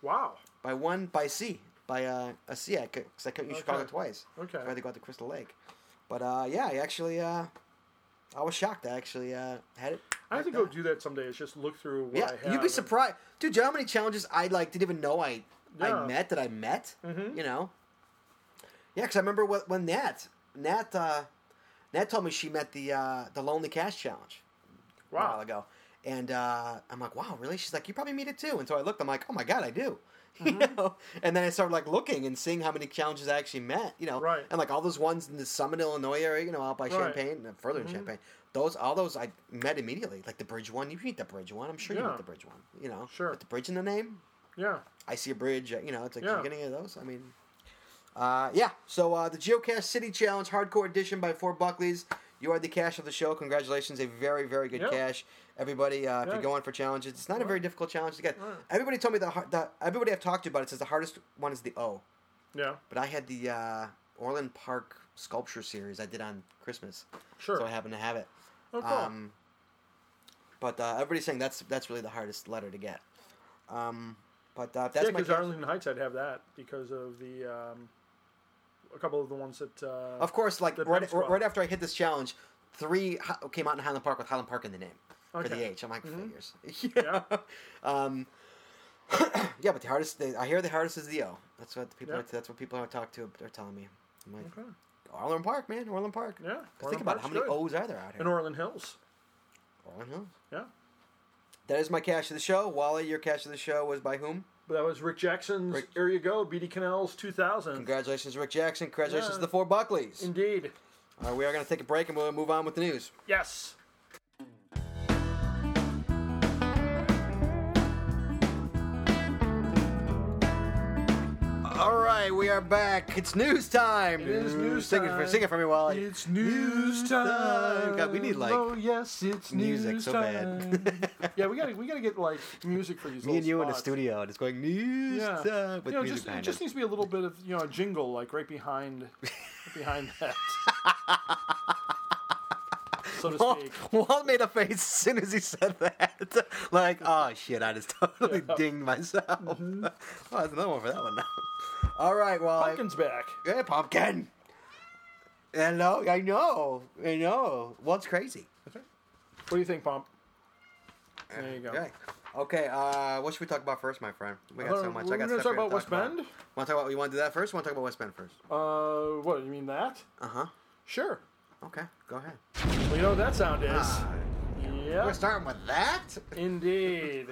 Speaker 2: Wow.
Speaker 1: by one, by C, by uh, a C. I because I couldn't use Chicago
Speaker 2: Okay.
Speaker 1: twice.
Speaker 2: Okay.
Speaker 1: So I had to go out to Crystal Lake. But uh, yeah, I actually, uh, I was shocked. I actually uh, had it.
Speaker 2: I have to
Speaker 1: like
Speaker 2: go
Speaker 1: that.
Speaker 2: do that someday. It's just look through what
Speaker 1: Yeah,
Speaker 2: I have.
Speaker 1: you'd be surprised, dude. Do you know how many challenges I like didn't even know I
Speaker 2: Yeah.
Speaker 1: I met that I met?
Speaker 2: Mm-hmm.
Speaker 1: You know. Yeah, because I remember when, when Nat Nat uh, Nat told me she met the uh, the Lonely Cash Challenge
Speaker 2: Wow.
Speaker 1: a while ago, and uh, I'm like, wow, really? She's like, you probably meet it too. And so I looked, I'm like, oh my god, I do. <laughs> You
Speaker 2: Mm-hmm.
Speaker 1: know, and then I started like looking and seeing how many challenges I actually met. You know,
Speaker 2: Right.
Speaker 1: And like all those ones in the Summit, Illinois area, you know, out by
Speaker 2: Right. Mm-hmm.
Speaker 1: Champagne, and further in Champagne. Those, all those I met immediately. Like the bridge one, you meet the bridge one. I'm sure you
Speaker 2: Yeah.
Speaker 1: meet the bridge one. You know,
Speaker 2: Sure.
Speaker 1: With the bridge in the name,
Speaker 2: Yeah.
Speaker 1: I see a bridge. uh, You know, it's like
Speaker 2: Yeah.
Speaker 1: you're getting any of those. I mean, uh, yeah. So uh, the Geocache City Challenge Hardcore Edition by Four Buckleys. You are the cache of the show. Congratulations, a very very good
Speaker 2: Yeah.
Speaker 1: cache. Everybody, uh, if
Speaker 2: Yeah.
Speaker 1: you're going for challenges, it's not a very difficult challenge to get. Everybody told me the, har- the everybody I've talked to about it says the hardest one is the O.
Speaker 2: Yeah.
Speaker 1: But I had the uh, Orland Park sculpture series I did on Christmas,
Speaker 2: Sure.
Speaker 1: so I happened to have it.
Speaker 2: Oh, cool.
Speaker 1: Um, but uh, everybody's saying that's that's really the hardest letter to get. Um, but uh, that's
Speaker 2: yeah,
Speaker 1: my
Speaker 2: because
Speaker 1: cache.
Speaker 2: Arlington Heights, I'd have that because of the um, a couple of the ones that. Uh,
Speaker 1: Of course, like
Speaker 2: The
Speaker 1: right,
Speaker 2: Pimp Squad.
Speaker 1: right after I hit this challenge, three ho- came out in Highland Park with Highland Park in the name. for the
Speaker 2: Okay. Mm-hmm.
Speaker 1: H. I'm like figures. <laughs> Yeah. um, <clears throat> yeah, but the hardest thing I hear the hardest is the O. That's what the people.
Speaker 2: Yeah.
Speaker 1: That's what people I talk to are telling me. I'm like, Orland Park, man, Orland Park.
Speaker 2: Yeah,
Speaker 1: 'Cause
Speaker 2: Orland
Speaker 1: think about it,
Speaker 2: Park's
Speaker 1: how many
Speaker 2: good.
Speaker 1: O's are there out here?
Speaker 2: In Orland Hills.
Speaker 1: Orland Hills.
Speaker 2: Yeah.
Speaker 1: That is my cash of the show. Wally, your cash of the show was by whom?
Speaker 2: But that was Rick Jackson's
Speaker 1: Rick-
Speaker 2: Here You Go, BD Canals 2000.
Speaker 1: Congratulations, Rick Jackson. Congratulations to
Speaker 2: Yeah.
Speaker 1: the four Buckleys.
Speaker 2: Indeed.
Speaker 1: All right, we are going to take a break and we'll move on with the news.
Speaker 2: Yes.
Speaker 1: All right, we are back. It's news time. It
Speaker 2: Uh-huh. is news
Speaker 1: sing It for,
Speaker 2: time.
Speaker 1: sing it for me, Wally.
Speaker 2: It's news time.
Speaker 1: God, we need like
Speaker 2: oh yes, it's
Speaker 1: music
Speaker 2: news
Speaker 1: so
Speaker 2: time.
Speaker 1: bad.
Speaker 2: <laughs>
Speaker 1: <laughs>
Speaker 2: yeah, we gotta we gotta get like music for these.
Speaker 1: me and
Speaker 2: little
Speaker 1: you in the
Speaker 2: spots.
Speaker 1: studio just going news
Speaker 2: Yeah,
Speaker 1: time with
Speaker 2: you know,
Speaker 1: music
Speaker 2: just, it
Speaker 1: behind
Speaker 2: just
Speaker 1: us.
Speaker 2: needs to be a little bit of you know a jingle like right
Speaker 1: <laughs>
Speaker 2: behind behind that. so to
Speaker 1: Walt,
Speaker 2: speak.
Speaker 1: Walt made a face as soon as he said that. <laughs>
Speaker 2: <laughs>
Speaker 1: like, oh shit, I just totally
Speaker 2: Yeah. Mm-hmm.
Speaker 1: dinged myself. <laughs> oh, there's another one for that one now. All right, Wally.
Speaker 2: Pumpkin's back.
Speaker 1: Yeah, pumpkin. Hello, I know, I know. What's crazy?
Speaker 2: What do you think, Pomp? There you go.
Speaker 1: Okay. Okay, uh, what should we talk about first, my friend? We got
Speaker 2: Uh,
Speaker 1: so much.
Speaker 2: we're
Speaker 1: I got
Speaker 2: gonna
Speaker 1: stuff
Speaker 2: talk
Speaker 1: here to
Speaker 2: about West Bend.
Speaker 1: Want to talk about? You want to do that first? Want to talk about West Bend first?
Speaker 2: Uh, what you mean that?
Speaker 1: Uh huh.
Speaker 2: Sure.
Speaker 1: Okay, go ahead.
Speaker 2: Well, you know what that sound is.
Speaker 1: Ah, we're
Speaker 2: yeah.
Speaker 1: starting with that. <laughs>
Speaker 2: Indeed.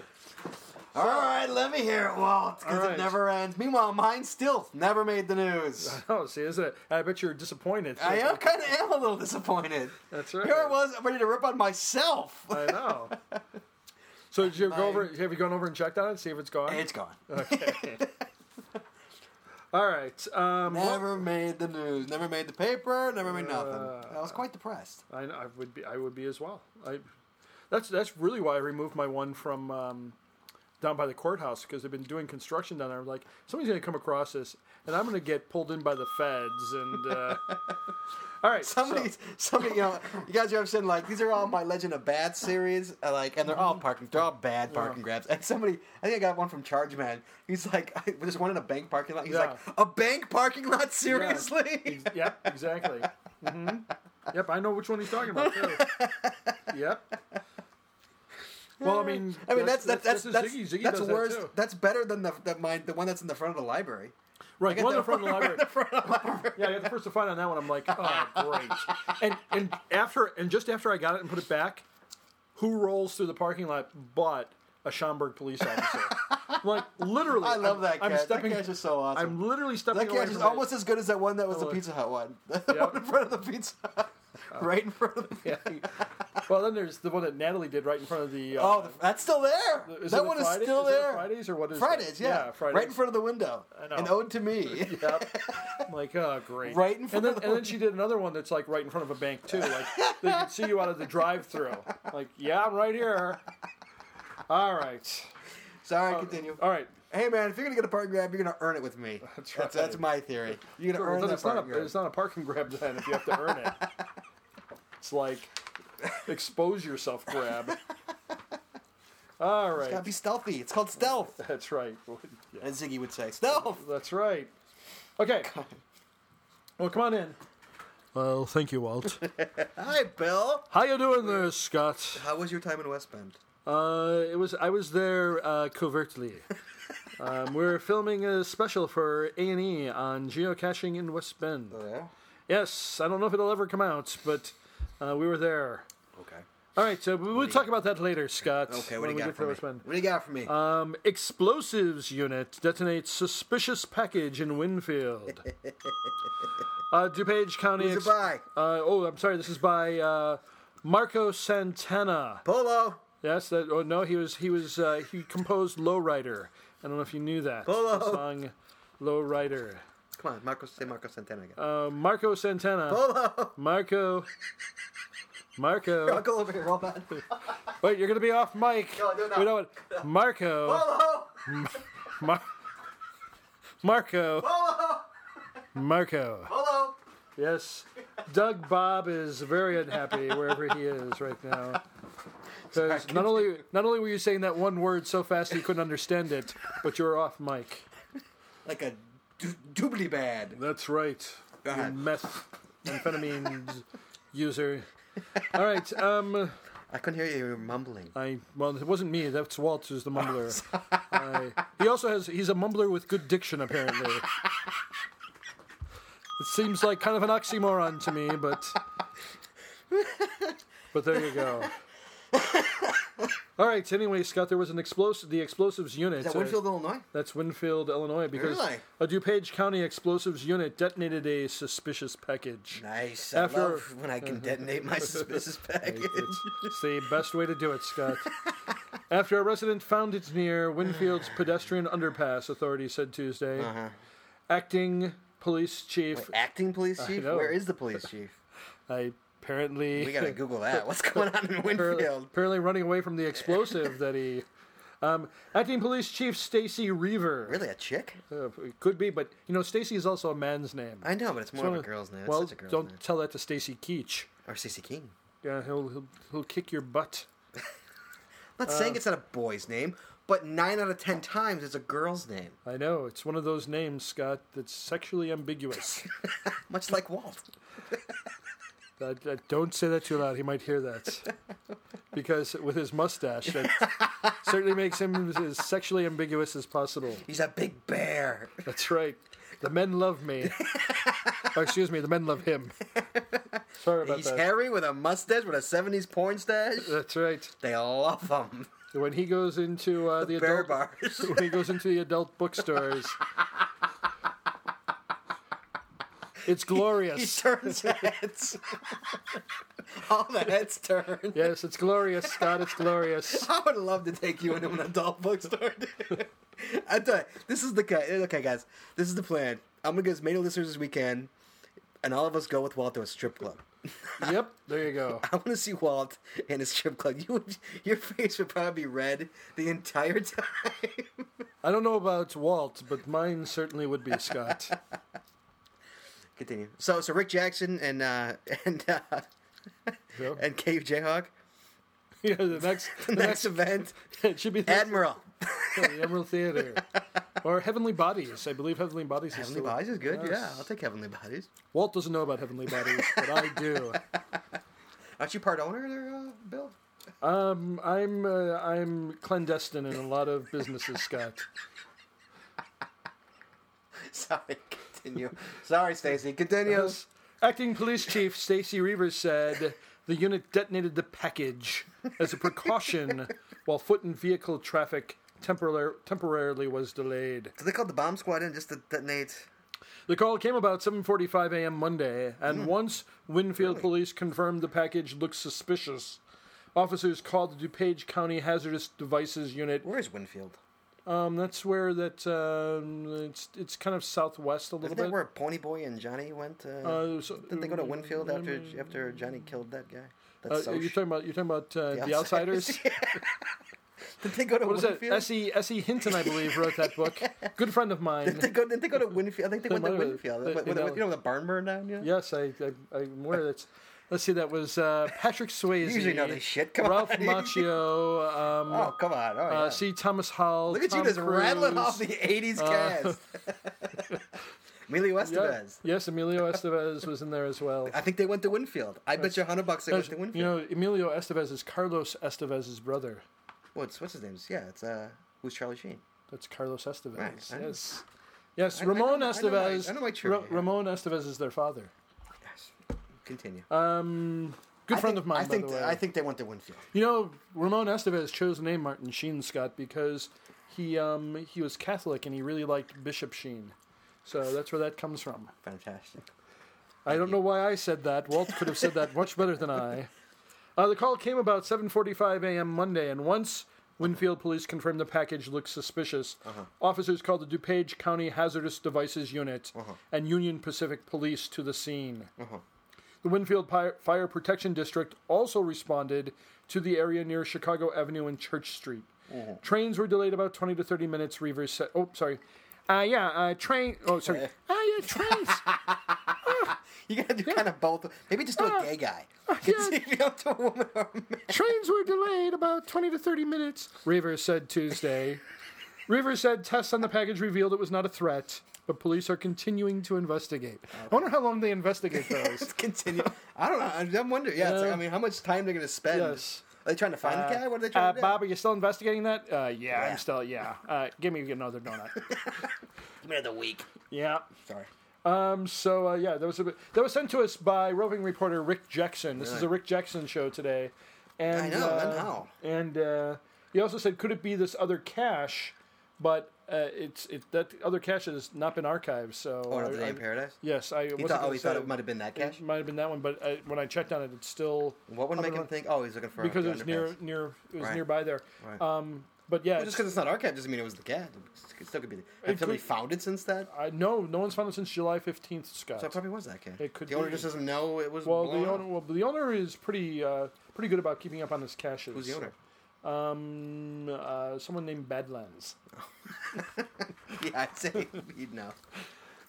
Speaker 1: All right, let me hear it, Walt, because
Speaker 2: All right.
Speaker 1: it never ends. Meanwhile, mine still never made the news.
Speaker 2: <laughs> Oh, see, isn't it? I bet you're disappointed.
Speaker 1: I am kind of am a little disappointed.
Speaker 2: That's right. Uh,
Speaker 1: Here I was, ready to rip on myself.
Speaker 2: I know.
Speaker 1: <laughs>
Speaker 2: So did you go
Speaker 1: Mine.
Speaker 2: over? Have you gone over and checked on it? See if it's gone.
Speaker 1: It's gone.
Speaker 2: okay. All right. Um,
Speaker 1: Never made the news. Never made the paper. Never made nothing.
Speaker 2: Uh,
Speaker 1: I was quite depressed.
Speaker 2: I, I would be. I would be as well. I. That's that's really why I removed my one from um, down by the courthouse because they've been doing construction down there. I'm like, somebody's gonna come across this, and I'm gonna get pulled in by the feds. And
Speaker 1: <laughs>
Speaker 2: uh, all right, so-
Speaker 1: Somebody, <laughs> somebody, you know, you guys are ever saying like these are all my Legend of Bad series, uh, like, and they're all
Speaker 2: Mm-hmm.
Speaker 1: parking, they're all bad parking grabs. And somebody, I think I got one from Charge Man. He's like, <laughs> I, there's one in a bank parking lot. He's
Speaker 2: Yeah.
Speaker 1: like, a bank parking lot, seriously?
Speaker 2: Ex- yep, exactly. hmm Yep, I know which one he's talking about
Speaker 1: <laughs>
Speaker 2: too. Yep. Well,
Speaker 1: <laughs>
Speaker 2: I mean,
Speaker 1: I mean, that's that's that's
Speaker 2: a
Speaker 1: that's
Speaker 2: Ziggy. Ziggy
Speaker 1: that's
Speaker 2: does
Speaker 1: worse.
Speaker 2: That too.
Speaker 1: that's better than the the, mine, the one that's in the front of the library.
Speaker 2: Right,
Speaker 1: got
Speaker 2: one in the
Speaker 1: that
Speaker 2: front of the
Speaker 1: one
Speaker 2: library.
Speaker 1: <laughs>
Speaker 2: yeah, I got the first to find on that one. I'm like, oh, great. And and after and just after I got it and put it back, who rolls through the parking lot but a Schaumburg
Speaker 1: <laughs>
Speaker 2: police officer? like literally,
Speaker 1: I love
Speaker 2: I'm-
Speaker 1: that
Speaker 2: I'm
Speaker 1: catch.
Speaker 2: stepping.
Speaker 1: that catch is so awesome.
Speaker 2: I'm literally stepping.
Speaker 1: That
Speaker 2: away
Speaker 1: catch is
Speaker 2: from it.
Speaker 1: almost as good as that one that was the
Speaker 2: Totally.
Speaker 1: Pizza Hut one. <laughs> The
Speaker 2: Yep.
Speaker 1: one in front of the Pizza Hut. right in front of the
Speaker 2: <laughs> Oh. Yeah. Well, then there's the one that Natalie did right in front of the. Uh,
Speaker 1: Oh, the, that's still there.
Speaker 2: Is it
Speaker 1: that
Speaker 2: a
Speaker 1: one is
Speaker 2: Friday?
Speaker 1: still
Speaker 2: it a
Speaker 1: there.
Speaker 2: Fridays or what is it?
Speaker 1: Fridays, yeah.
Speaker 2: Fridays.
Speaker 1: Right in front of the window.
Speaker 2: I know.
Speaker 1: An ode to
Speaker 2: <laughs>
Speaker 1: me.
Speaker 2: Yep. I'm like, oh, great.
Speaker 1: Right in front
Speaker 2: and then,
Speaker 1: of the
Speaker 2: And then she did another one that's like right in front of a bank too. Like they could see you out of the drive-through. Like, yeah, I'm right here. All right. Oh.
Speaker 1: Sorry, continue.
Speaker 2: All right.
Speaker 1: Hey, man, if you're going to get a parking grab, you're going to earn it with me. That's
Speaker 2: right.
Speaker 1: That's, my theory. You're going to earn
Speaker 2: Well, then
Speaker 1: that
Speaker 2: it's, not
Speaker 1: parking
Speaker 2: a,
Speaker 1: grab.
Speaker 2: it's not a parking grab then if you have to
Speaker 1: <laughs>
Speaker 2: earn it. It's like expose
Speaker 1: <laughs>
Speaker 2: yourself grab. All
Speaker 1: Got to
Speaker 2: right.
Speaker 1: be stealthy. It's called stealth,
Speaker 2: That's right.
Speaker 1: as Ziggy would say. Stealth.
Speaker 2: That's right. Okay. Well, come on in. Well, thank you, Walt.
Speaker 1: Hi, Bill.
Speaker 2: <laughs> How you doing there, Scott?
Speaker 1: How was your time in West Bend?
Speaker 2: Uh, it was I was there uh, <laughs> covertly. um, we are filming a special for A and E on geocaching in West Bend.
Speaker 1: Oh, Yeah.
Speaker 2: Yes, I don't know if it'll ever come out, but uh, we were there.
Speaker 1: Okay.
Speaker 2: All right, so we'll talk about that later, Scott.
Speaker 1: Okay, what do
Speaker 2: when
Speaker 1: you
Speaker 2: we
Speaker 1: got
Speaker 2: get
Speaker 1: for
Speaker 2: to
Speaker 1: me?
Speaker 2: West Bend.
Speaker 1: What do you got for me?
Speaker 2: Um, explosives unit detonates suspicious package
Speaker 1: <laughs>
Speaker 2: in Winfield. uh, DuPage County.
Speaker 1: Who's it by?
Speaker 2: Uh, oh, I'm sorry. This is by uh, Marco Santana.
Speaker 1: Polo.
Speaker 2: Yes, that. Oh no, he was he was uh, he composed "Lowrider." I don't know if you knew that
Speaker 1: Polo.
Speaker 2: The song, "Lowrider."
Speaker 1: Come on, Marco, say Marco Santana again.
Speaker 2: Uh, Marco Santana.
Speaker 1: Polo.
Speaker 2: Marco.
Speaker 1: <laughs>
Speaker 2: Marco.
Speaker 1: Go over here. Hold on.
Speaker 2: Wait, you're gonna be off mic.
Speaker 1: No, no, no.
Speaker 2: We don't
Speaker 1: <laughs>
Speaker 2: want- Marco.
Speaker 1: Polo.
Speaker 2: Mar- <laughs> Marco.
Speaker 1: Polo.
Speaker 2: Marco.
Speaker 1: Polo.
Speaker 2: Yes, Doug Bob is very unhappy wherever he is right now. Because not only not only were you saying that one word so fast you couldn't understand it, but you were off mic.
Speaker 1: Like a do- doobly bad.
Speaker 2: That's right.
Speaker 1: Go
Speaker 2: You
Speaker 1: ahead.
Speaker 2: meth amphetamines user. All right. Um,
Speaker 1: I couldn't hear you. You were mumbling.
Speaker 2: I well, it wasn't me. That's Waltz who's
Speaker 1: <laughs>
Speaker 2: the mumbler. I, he also has he's a mumbler with good diction apparently. it seems like kind of an oxymoron to me, but but there you go. All right. Anyway, Scott, there was an explosive. The explosives unit.
Speaker 1: Is that
Speaker 2: uh,
Speaker 1: Winfield, Illinois?
Speaker 2: that's Winfield, Illinois, because
Speaker 1: Really?
Speaker 2: a DuPage County explosives unit detonated a suspicious package.
Speaker 1: Nice.
Speaker 2: After-
Speaker 1: I love when I can detonate
Speaker 2: <laughs>
Speaker 1: my suspicious <laughs> package.
Speaker 2: It's, it's the best way to do it, Scott. After a resident found it near Winfield's pedestrian underpass, authorities said Tuesday.
Speaker 1: Uh-huh.
Speaker 2: Acting police chief.
Speaker 1: Acting police chief?
Speaker 2: know.
Speaker 1: Where is the police
Speaker 2: <laughs>
Speaker 1: chief?
Speaker 2: I apparently <laughs>
Speaker 1: We gotta Google that. What's going on in
Speaker 2: apparently,
Speaker 1: Winfield?
Speaker 2: apparently running away from the explosive that he. Um, acting police chief Stacy Reaver.
Speaker 1: Really, a chick?
Speaker 2: Uh, it could be, but you know, Stacy is also a man's name.
Speaker 1: I know, but it's more
Speaker 2: So,
Speaker 1: of a girl's name. It's
Speaker 2: well,
Speaker 1: such a girl's
Speaker 2: don't
Speaker 1: name.
Speaker 2: tell that to Stacy Keach.
Speaker 1: Or CC King.
Speaker 2: Yeah, he'll, he'll he'll kick your butt.
Speaker 1: I'm not
Speaker 2: Uh,
Speaker 1: saying it's not a boy's name, but nine out of ten times it's a girl's name.
Speaker 2: I know it's one of those names, Scott, that's
Speaker 1: <laughs>
Speaker 2: sexually ambiguous.
Speaker 1: Much like Walt.
Speaker 2: Uh, uh, don't say that too loud. He might hear that. Because with his mustache, that certainly makes him as sexually ambiguous as possible.
Speaker 1: He's a big bear.
Speaker 2: That's right. The men
Speaker 1: <laughs>
Speaker 2: love me. Oh, excuse me, the men love him. Sorry about
Speaker 1: He's
Speaker 2: that.
Speaker 1: hairy with a mustache with a 70s porn stash.
Speaker 2: That's right.
Speaker 1: They love him.
Speaker 2: When he goes into uh, the,
Speaker 1: Bear
Speaker 2: adult
Speaker 1: bars.
Speaker 2: <laughs> when he goes into the adult
Speaker 1: <laughs>
Speaker 2: bookstores, it's
Speaker 1: He
Speaker 2: glorious.
Speaker 1: turns heads. <laughs> All the heads turn.
Speaker 2: Yes, it's glorious, Scott. It's glorious.
Speaker 1: <laughs> I would love to take you into an adult bookstore. dude. <laughs> I tell you, this is the guy. Okay, guys, this is the plan. I'm gonna get as many listeners as we can, and all of us go with Walt to a strip club. <laughs>
Speaker 2: Yep, there you go.
Speaker 1: I want to see Walt in a strip club. You, would, your face would probably be red the entire <laughs> time.
Speaker 2: I don't know about Walt, but mine certainly would be Scott.
Speaker 1: Continue. So, so Rick Jackson and uh, <laughs> and uh,
Speaker 2: Yep.
Speaker 1: <laughs>
Speaker 2: <laughs>
Speaker 1: and Cave Jayhawk.
Speaker 2: yeah, the next, the
Speaker 1: Next
Speaker 2: next,
Speaker 1: event,
Speaker 2: it should be the,
Speaker 1: Admiral.
Speaker 2: the Emerald Theater or Heavenly Bodies. I believe Heavenly Bodies. is
Speaker 1: Heavenly
Speaker 2: still-
Speaker 1: Bodies is good. Yeah,
Speaker 2: Yes.
Speaker 1: I'll take Heavenly Bodies.
Speaker 2: Walt doesn't know about Heavenly Bodies, but I
Speaker 1: <laughs>
Speaker 2: do.
Speaker 1: Aren't you part owner there, uh, Bill? <laughs>
Speaker 2: Um, I'm uh, I'm clandestine in a lot of businesses, Scott.
Speaker 1: Sorry,
Speaker 2: <laughs>
Speaker 1: continue. Sorry, Stacy. Continue.
Speaker 2: Yes. Acting Police Chief Stacy Reivers said the unit detonated the package as a precaution while foot and vehicle traffic temporar- temporarily was delayed.
Speaker 1: So they called the bomb squad in just to detonate.
Speaker 2: The call came about 7:45 a.m. Monday,
Speaker 1: Mm-hmm.
Speaker 2: and once Winfield police confirmed the package looked suspicious, officers called the DuPage County Hazardous Devices Unit.
Speaker 1: Where is Winfield?
Speaker 2: Um, that's where that um, it's it's kind of southwest a little
Speaker 1: Isn't that
Speaker 2: bit.
Speaker 1: where Pony Boy and Johnny went? Uh,
Speaker 2: Uh, so-
Speaker 1: didn't they go to Winfield after after Johnny killed that guy?
Speaker 2: Uh,
Speaker 1: That's so.
Speaker 2: you're talking about you're talking about uh,
Speaker 1: <laughs>
Speaker 2: the,
Speaker 1: Outsiders.
Speaker 2: outsiders.
Speaker 1: Did they go to
Speaker 2: What is that?
Speaker 1: Winfield?
Speaker 2: S.E. S.E. E, Hinton, I believe, wrote that
Speaker 1: <laughs>
Speaker 2: book. Good friend of
Speaker 1: Did <laughs> they
Speaker 2: mine.
Speaker 1: go? Did they go to Winfield? I think they, went to
Speaker 2: might have.
Speaker 1: Winfield.
Speaker 2: They-
Speaker 1: But-
Speaker 2: you
Speaker 1: but-
Speaker 2: know-
Speaker 1: you know, the barn burned down. Yeah.
Speaker 2: Yes, I, I I'm aware that's. Let's see, that was uh, Patrick Swayze.
Speaker 1: usually know this shit. Come
Speaker 2: Ralph
Speaker 1: on. <laughs>
Speaker 2: Macchio. Um,
Speaker 1: Oh come on! All right.
Speaker 2: uh, see Thomas Howell.
Speaker 1: Look at you
Speaker 2: Tom
Speaker 1: just rattling off
Speaker 2: Cruise. Uh,
Speaker 1: the '80s
Speaker 2: <laughs>
Speaker 1: cast. <laughs> Emilio
Speaker 2: Yeah.
Speaker 1: Estevez.
Speaker 2: Yes, Emilio Estevez was in there as well.
Speaker 1: <laughs> I think they went to Winfield. I bet you a hundred bucks they went to Winfield.
Speaker 2: You know, Emilio Estevez is Carlos Estevez's brother.
Speaker 1: What's what's his name? Yeah, it's uh, who's Charlie Sheen?
Speaker 2: That's Carlos Estevez.
Speaker 1: Right, I know.
Speaker 2: Yes. Yes,
Speaker 1: I- I know-
Speaker 2: Ramon
Speaker 1: I know my-
Speaker 2: Estevez.
Speaker 1: I know my
Speaker 2: Ra-
Speaker 1: trivia.
Speaker 2: Ramon Estevez is their father.
Speaker 1: Yes. Continue.
Speaker 2: Um, good friend of mine,
Speaker 1: I
Speaker 2: by
Speaker 1: think
Speaker 2: the way.
Speaker 1: I think they went to Winfield.
Speaker 2: you know, Ramon Estevez chose the name Martin Sheen Scott because he um, he was Catholic and he really liked Bishop Sheen, so that's where that comes from.
Speaker 1: Fantastic. <laughs>
Speaker 2: I don't know why I said that. Walt could have said that much better than I. Uh, the call came about 7:45 a.m. Monday, and once Winfield police confirmed the package looked suspicious, officers called the DuPage County Hazardous Devices Unit and Union Pacific Police to the scene. The Winfield Pi- Fire Protection District also responded to the area near Chicago Avenue and Church Street. Trains were delayed about 20 to 30 minutes. Reavers said, "Oh, sorry." Uh, yeah, uh, train. Oh, sorry. Ah, yeah, trains.
Speaker 1: You gotta do kind of both. Maybe just do a
Speaker 2: Ah.
Speaker 1: gay
Speaker 2: <laughs>
Speaker 1: guy.
Speaker 2: yeah.
Speaker 1: See if you don't do a woman or a man.
Speaker 2: Trains were delayed about 20 to 30 minutes, Reavers said Tuesday.
Speaker 1: <laughs>
Speaker 2: Reavers said tests on the package revealed it was not a threat, but police are continuing to investigate.
Speaker 1: Oh.
Speaker 2: I wonder how long they investigate
Speaker 1: <laughs>
Speaker 2: those.
Speaker 1: Just continue. I don't know. I'm, I'm wondering. Yeah, it's like,
Speaker 2: Yeah.
Speaker 1: I mean, how much time they're gonna spend
Speaker 2: yes.
Speaker 1: they trying to find the guy? What are they trying
Speaker 2: Uh,
Speaker 1: to do?
Speaker 2: Bob, are you still investigating that? Uh, yeah,
Speaker 1: Yeah.
Speaker 2: I'm still. Yeah, uh, give me another donut.
Speaker 1: <laughs> Give me another week.
Speaker 2: yeah.
Speaker 1: Sorry.
Speaker 2: Um, so uh, yeah, that was a bit, that was sent to us by roving reporter Rick Jackson. This is
Speaker 1: Really?
Speaker 2: a Rick Jackson show today. And,
Speaker 1: I know,
Speaker 2: Uh,
Speaker 1: I know.
Speaker 2: And uh, he also said, could it be this other cache? But uh, it's it that other cache has not been archived. So
Speaker 1: Oh,
Speaker 2: I-
Speaker 1: another day
Speaker 2: I-
Speaker 1: in paradise.
Speaker 2: Yes, I
Speaker 1: He
Speaker 2: wasn't
Speaker 1: thought,
Speaker 2: gonna
Speaker 1: oh, he thought
Speaker 2: say-
Speaker 1: it might have been that cache.
Speaker 2: Might have been that one, but I, when I checked on it, it's still
Speaker 1: What would
Speaker 2: up
Speaker 1: make
Speaker 2: and
Speaker 1: him
Speaker 2: running.
Speaker 1: think? Oh, he's looking for
Speaker 2: because
Speaker 1: the
Speaker 2: it was near
Speaker 1: underpass.
Speaker 2: near it was
Speaker 1: Right.
Speaker 2: nearby there.
Speaker 1: Right.
Speaker 2: Um, but yeah,
Speaker 1: Well, just because it's not our cat doesn't mean it was the cat. It still could be. The, have
Speaker 2: It
Speaker 1: somebody
Speaker 2: could-
Speaker 1: found it since that?
Speaker 2: I, no, no one's found it since July fifteenth, Scott.
Speaker 1: So it probably was that cat.
Speaker 2: It could
Speaker 1: the owner
Speaker 2: be.
Speaker 1: just doesn't know it was.
Speaker 2: well,
Speaker 1: blown
Speaker 2: the
Speaker 1: up.
Speaker 2: owner well the owner is pretty uh, pretty good about keeping up on his caches.
Speaker 1: Who's the owner?
Speaker 2: Um, uh, someone named Badlands.
Speaker 1: <laughs> Yeah, I'd say he'd know.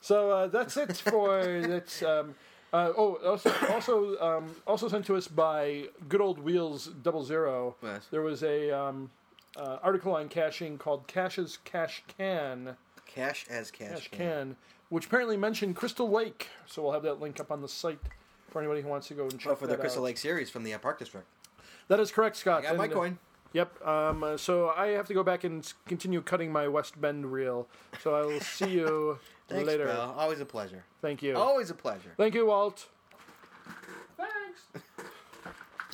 Speaker 2: So uh, that's
Speaker 1: <laughs>
Speaker 2: it for that's. Um, uh, oh, also also um, also sent to us by good old Wheels Double Zero.
Speaker 1: Yes.
Speaker 2: There was a um, uh, article on caching called "Caches Cache Can."
Speaker 1: Cash as cash,
Speaker 2: Cash
Speaker 1: can.
Speaker 2: Can, which apparently mentioned Crystal Lake. So we'll have that link up on the site for anybody who wants to go and check
Speaker 1: Oh, for the
Speaker 2: that
Speaker 1: Crystal
Speaker 2: out.
Speaker 1: Lake series from the uh, Park District.
Speaker 2: That is correct, Scott.
Speaker 1: I got my
Speaker 2: And, uh,
Speaker 1: coin.
Speaker 2: Yep. Um, uh, so I have to go back and s- continue cutting my West Bend reel. So I will see you
Speaker 1: <laughs> Thanks, Oh.
Speaker 2: later.
Speaker 1: Bill. Always a pleasure.
Speaker 2: Thank you.
Speaker 1: Always a pleasure.
Speaker 2: Thank you, Walt. Thanks.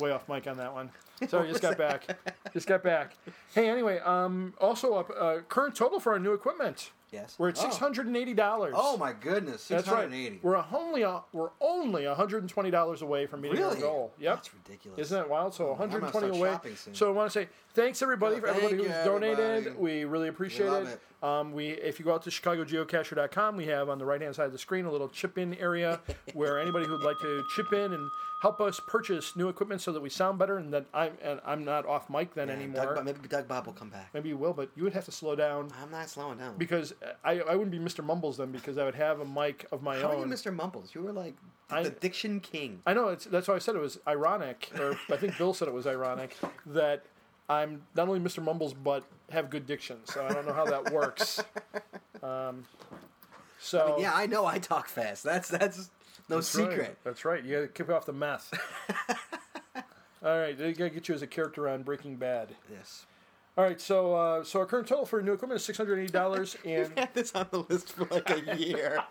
Speaker 2: <laughs> Way off mic on
Speaker 1: <laughs>
Speaker 2: that one. Sorry, just got back. Just got back. Hey, anyway, um, also up uh, current total for our new equipment.
Speaker 1: Yes.
Speaker 2: We're at
Speaker 1: Oh.
Speaker 2: six hundred and eighty dollars.
Speaker 1: Oh my goodness, six
Speaker 2: That's
Speaker 1: hundred
Speaker 2: right.
Speaker 1: and eighty.
Speaker 2: We're only we're only one hundred and twenty dollars away from meeting
Speaker 1: Really?
Speaker 2: our goal. Yep.
Speaker 1: That's ridiculous.
Speaker 2: Isn't that wild? So one
Speaker 1: I'm
Speaker 2: hundred
Speaker 1: gonna
Speaker 2: and twenty
Speaker 1: start
Speaker 2: away.
Speaker 1: shopping soon.
Speaker 2: So I want to say thanks everybody
Speaker 1: Yeah,
Speaker 2: for everybody
Speaker 1: thank
Speaker 2: who's
Speaker 1: you,
Speaker 2: donated.
Speaker 1: everybody.
Speaker 2: We really appreciate
Speaker 1: love
Speaker 2: it. Um, we if you go out to ChicagoGeocacher.com, we have on the right hand side of the screen a little chip
Speaker 1: <laughs>
Speaker 2: in area where anybody who'd like to chip in and help us purchase new equipment so that we sound better and that I'm and I'm not off mic then
Speaker 1: Yeah,
Speaker 2: anymore.
Speaker 1: Doug, Bob- maybe Doug Bob will come back.
Speaker 2: Maybe you will, but you would have to slow down.
Speaker 1: I'm not slowing down.
Speaker 2: Because I, I wouldn't be Mr. Mumbles then because I would have a mic of my
Speaker 1: How
Speaker 2: own.
Speaker 1: are you, Mr. Mumbles? You were like
Speaker 2: I-
Speaker 1: the diction king.
Speaker 2: I know it's, that's why I said it was ironic, or I think Bill said it was ironic that I'm not only Mr. Mumbles but have good diction. So I don't know how
Speaker 1: <laughs>
Speaker 2: that works. Um, so
Speaker 1: yeah, I know. I talk fast. That's that's no
Speaker 2: Oh. that's right.
Speaker 1: secret.
Speaker 2: That's right. You got to keep off
Speaker 1: <laughs>
Speaker 2: the mess. All right, they got to get you as a character on Breaking Bad.
Speaker 1: Yes.
Speaker 2: All right, so uh, so our current total for new equipment is six hundred
Speaker 1: <laughs>
Speaker 2: eighty dollars, and
Speaker 1: Had <laughs> this on the list for like a
Speaker 2: <laughs>
Speaker 1: year.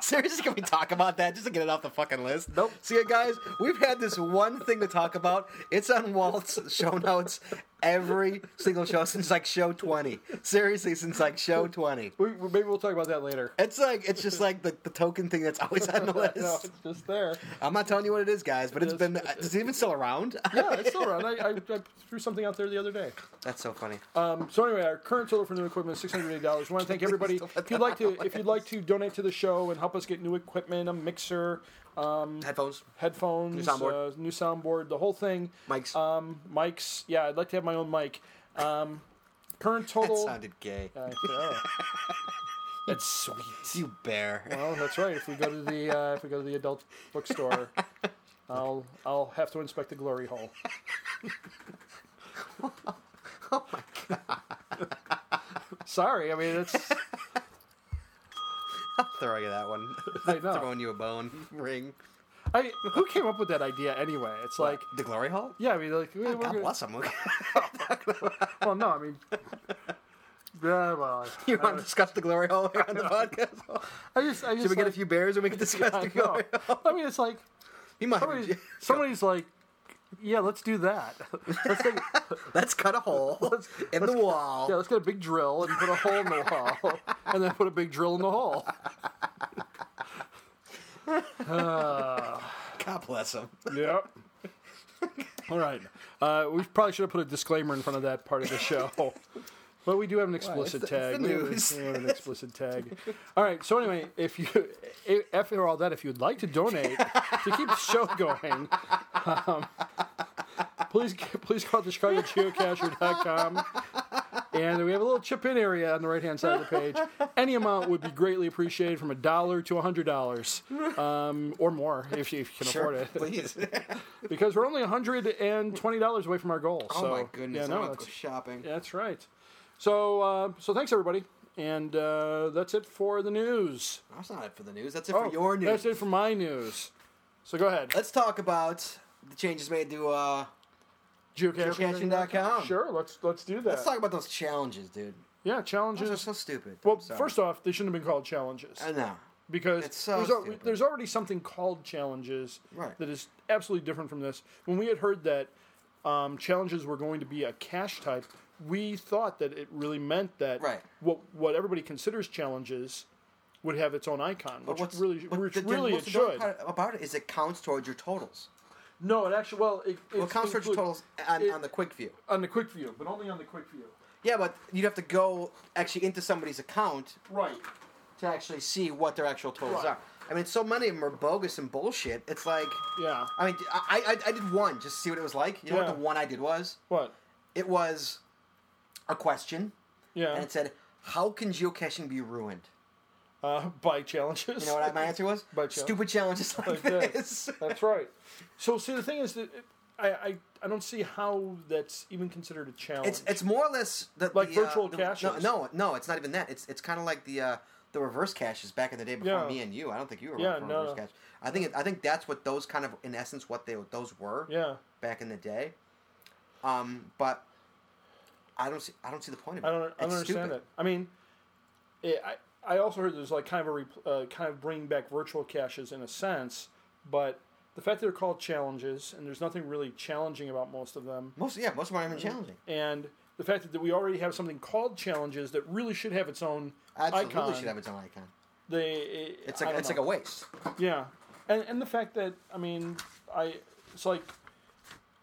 Speaker 1: Seriously, can we talk about that just to get it off the fucking list?
Speaker 2: Nope.
Speaker 1: See, guys, we've had this one thing to talk about. It's on Walt's show notes every single show since like show twenty. Seriously, since like show twenty.
Speaker 2: we, we- maybe we'll talk about that
Speaker 1: <laughs>
Speaker 2: later.
Speaker 1: It's like it's just like the, the token thing that's always <laughs> on the list.
Speaker 2: No, it's just there.
Speaker 1: I'm not telling you what it is, guys, but it's
Speaker 2: It's-
Speaker 1: been. Is it even still around?
Speaker 2: Yeah, it's still around. I, I, I threw something out there the other day.
Speaker 1: <laughs> That's so funny.
Speaker 2: Um, so anyway, our current total for new equipment is six hundred eighty dollars. We want to
Speaker 1: <laughs>
Speaker 2: thank everybody. If you'd like to, if you'd like to donate to the show and help us get new equipment, a mixer, um,
Speaker 1: Headphones.
Speaker 2: headphones,
Speaker 1: New soundboard.
Speaker 2: uh, new soundboard, the whole thing,
Speaker 1: Mics.
Speaker 2: um, mics. Yeah, I'd like to have my own mic. Um, current
Speaker 1: that
Speaker 2: total.
Speaker 1: sounded gay.
Speaker 2: Uh, yeah. <laughs> That's sweet.
Speaker 1: you <laughs> bear.
Speaker 2: Well, that's right. If we go to the uh, if we go to the adult
Speaker 1: <laughs>
Speaker 2: bookstore, I'll I'll have to inspect the glory hole.
Speaker 1: Oh my
Speaker 2: Sorry, I mean it's
Speaker 1: god. Throw you that <laughs> one.
Speaker 2: I know.
Speaker 1: Throwing you a bone ring.
Speaker 2: I, who came up with that idea anyway? It's like.
Speaker 1: The glory hole?
Speaker 2: Yeah, I mean, like, we- we're
Speaker 1: God <laughs>
Speaker 2: gonna-
Speaker 1: bless him.
Speaker 2: well, no, I mean, yeah, well,
Speaker 1: you want to discuss the glory hole here on <laughs> the podcast?
Speaker 2: I just, I just,
Speaker 1: Should we get a
Speaker 2: like,
Speaker 1: few bears and we <laughs> can discuss
Speaker 2: I
Speaker 1: the
Speaker 2: know.
Speaker 1: glory hole?
Speaker 2: I mean, it's like
Speaker 1: You might. <laughs>
Speaker 2: somebody, somebody's like, yeah, let's do that. <laughs> Let's take,
Speaker 1: Let's cut <laughs> a hole in the wall.
Speaker 2: yeah, let's get a big drill and put a hole in the wall, and then put a big drill in the hole.
Speaker 1: God bless him.
Speaker 2: Yep. <laughs> All right. Uh, we probably should have put a disclaimer in front of that part of the show. <laughs> But we do have an explicit
Speaker 1: the- it's
Speaker 2: tag.
Speaker 1: the
Speaker 2: We have an-
Speaker 1: news.
Speaker 2: We, have an explicit tag. All right. So anyway, if you i- after all that, if you'd like to donate to keep the show going, um, please please go out to ChicagoGeocacher.com. And we have a little chip in area on the right hand side of the page. Any amount would be greatly appreciated from a dollar to a hundred dollars, um, or more if you, if you can
Speaker 1: Sure,
Speaker 2: afford
Speaker 1: <laughs>
Speaker 2: it
Speaker 1: please. Oh
Speaker 2: because we're only hundred and twenty dollars away from our goal.
Speaker 1: oh
Speaker 2: so,
Speaker 1: my goodness.
Speaker 2: yeah,
Speaker 1: I'm
Speaker 2: no,
Speaker 1: going to
Speaker 2: that's,
Speaker 1: go shopping.
Speaker 2: that's right. So, uh, so thanks everybody, and uh, that's it for the news. Oh,
Speaker 1: That's not it for the news. Oh, That's it for your news.
Speaker 2: That's it for my news. So go ahead.
Speaker 1: Let's talk about the changes made to uh, Geocaching.com.
Speaker 2: Sure, let's let's do that.
Speaker 1: Let's talk about those challenges, dude.
Speaker 2: yeah,
Speaker 1: Those are
Speaker 2: challenges.
Speaker 1: so stupid.
Speaker 2: Well,
Speaker 1: I'm sorry.
Speaker 2: first off, they shouldn't have been called challenges
Speaker 1: I know.
Speaker 2: because
Speaker 1: it's so
Speaker 2: there's, al-
Speaker 1: stupid.
Speaker 2: there's already something called challenges
Speaker 1: Right.
Speaker 2: that is absolutely different from this. When we had heard that um, challenges were going to be a cache type, we thought that it really meant that
Speaker 1: Right.
Speaker 2: what what everybody considers challenges would have its own icon,
Speaker 1: But
Speaker 2: which really
Speaker 1: but
Speaker 2: which
Speaker 1: the- the
Speaker 2: really
Speaker 1: most
Speaker 2: it
Speaker 1: annoying
Speaker 2: should.
Speaker 1: part about it is it counts towards your totals.
Speaker 2: No, it actually well it,
Speaker 1: Well, it counts towards your totals on,
Speaker 2: it-
Speaker 1: on the quick view.
Speaker 2: on the quick view, but only on the quick view.
Speaker 1: Yeah, but you'd have to go actually into somebody's account
Speaker 2: Right.
Speaker 1: to actually see what their actual totals
Speaker 2: Right.
Speaker 1: are. I mean, so many of them are bogus and bullshit. It's like,
Speaker 2: Yeah.
Speaker 1: I mean, I, I, I did one just to see what it was like. You know
Speaker 2: Yeah.
Speaker 1: what the one I did was?
Speaker 2: What?
Speaker 1: It was a question,
Speaker 2: Yeah.
Speaker 1: and it said, "How can geocaching be ruined?"
Speaker 2: uh, <laughs> by challenges.
Speaker 1: You know what I- my answer was?
Speaker 2: By chal-
Speaker 1: Stupid challenges like,
Speaker 2: uh, Like that.
Speaker 1: this.
Speaker 2: That's right. So, see, the thing is that it, I, I I don't see how that's even considered a challenge.
Speaker 1: <laughs> It's it's more or less the,
Speaker 2: Like
Speaker 1: the, uh,
Speaker 2: virtual
Speaker 1: the-
Speaker 2: caches.
Speaker 1: No, no, no, it's not even that. It's it's kind of like the uh, the reverse caches back in the day before
Speaker 2: Yeah.
Speaker 1: me and you. I don't think you were
Speaker 2: Yeah,
Speaker 1: around for
Speaker 2: no.
Speaker 1: reverse cache. I think it, I think that's what those kind of in essence what they those were
Speaker 2: yeah.
Speaker 1: back in the day. Um, but I don't see I don't see the point of it.
Speaker 2: I don't I don't
Speaker 1: It's
Speaker 2: understand
Speaker 1: stupid.
Speaker 2: it. I mean, it, I I also heard there's like kind of a repl- uh, kind of bringing back virtual caches in a sense, but the fact that they're called challenges and there's nothing really challenging about most of them,
Speaker 1: Most yeah, most of them aren't even
Speaker 2: Mm-hmm.
Speaker 1: challenging.
Speaker 2: and the fact that, that we already have something called challenges that really should have its own
Speaker 1: Absolutely
Speaker 2: icon.
Speaker 1: should have its own icon.
Speaker 2: They eh,
Speaker 1: It's like it's like a waste.
Speaker 2: Yeah, and and the fact that I mean, I it's like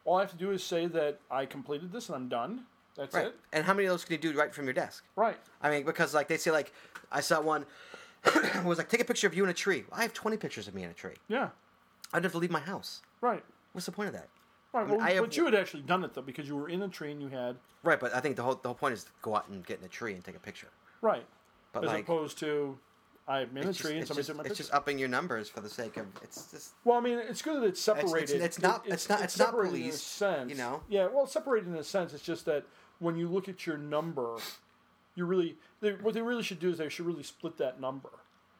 Speaker 2: all I have to do is say that I completed this and I'm done. That's
Speaker 1: Right.
Speaker 2: it.
Speaker 1: And how many of those can you do right from your desk?
Speaker 2: Right.
Speaker 1: I mean, because like they say, like I saw one <coughs> it was like take a picture of you in a tree. I have twenty pictures of me in a tree.
Speaker 2: Yeah.
Speaker 1: I'd have to leave my house.
Speaker 2: Right.
Speaker 1: What's the point of that?
Speaker 2: Right.
Speaker 1: mean,
Speaker 2: well,
Speaker 1: I have-
Speaker 2: but you had actually done it though because you were in a tree and you had
Speaker 1: Right, but I think the whole the whole point is to go out and get in a tree and take a picture.
Speaker 2: right
Speaker 1: But
Speaker 2: as
Speaker 1: like,
Speaker 2: opposed to I'm in a
Speaker 1: it's
Speaker 2: tree and
Speaker 1: just,
Speaker 2: somebody
Speaker 1: it's, just,
Speaker 2: took my
Speaker 1: it's
Speaker 2: picture.
Speaker 1: just upping your numbers for the sake of it's just
Speaker 2: Well, I mean, it's good that it's
Speaker 1: it's-
Speaker 2: separated.
Speaker 1: it's not- it's not- it's not
Speaker 2: separated
Speaker 1: police,
Speaker 2: In a sense,
Speaker 1: you know?
Speaker 2: Yeah. Well, it's separated in a sense. It's just that when you look at your number, you really they, what they really should do is they should really split that number.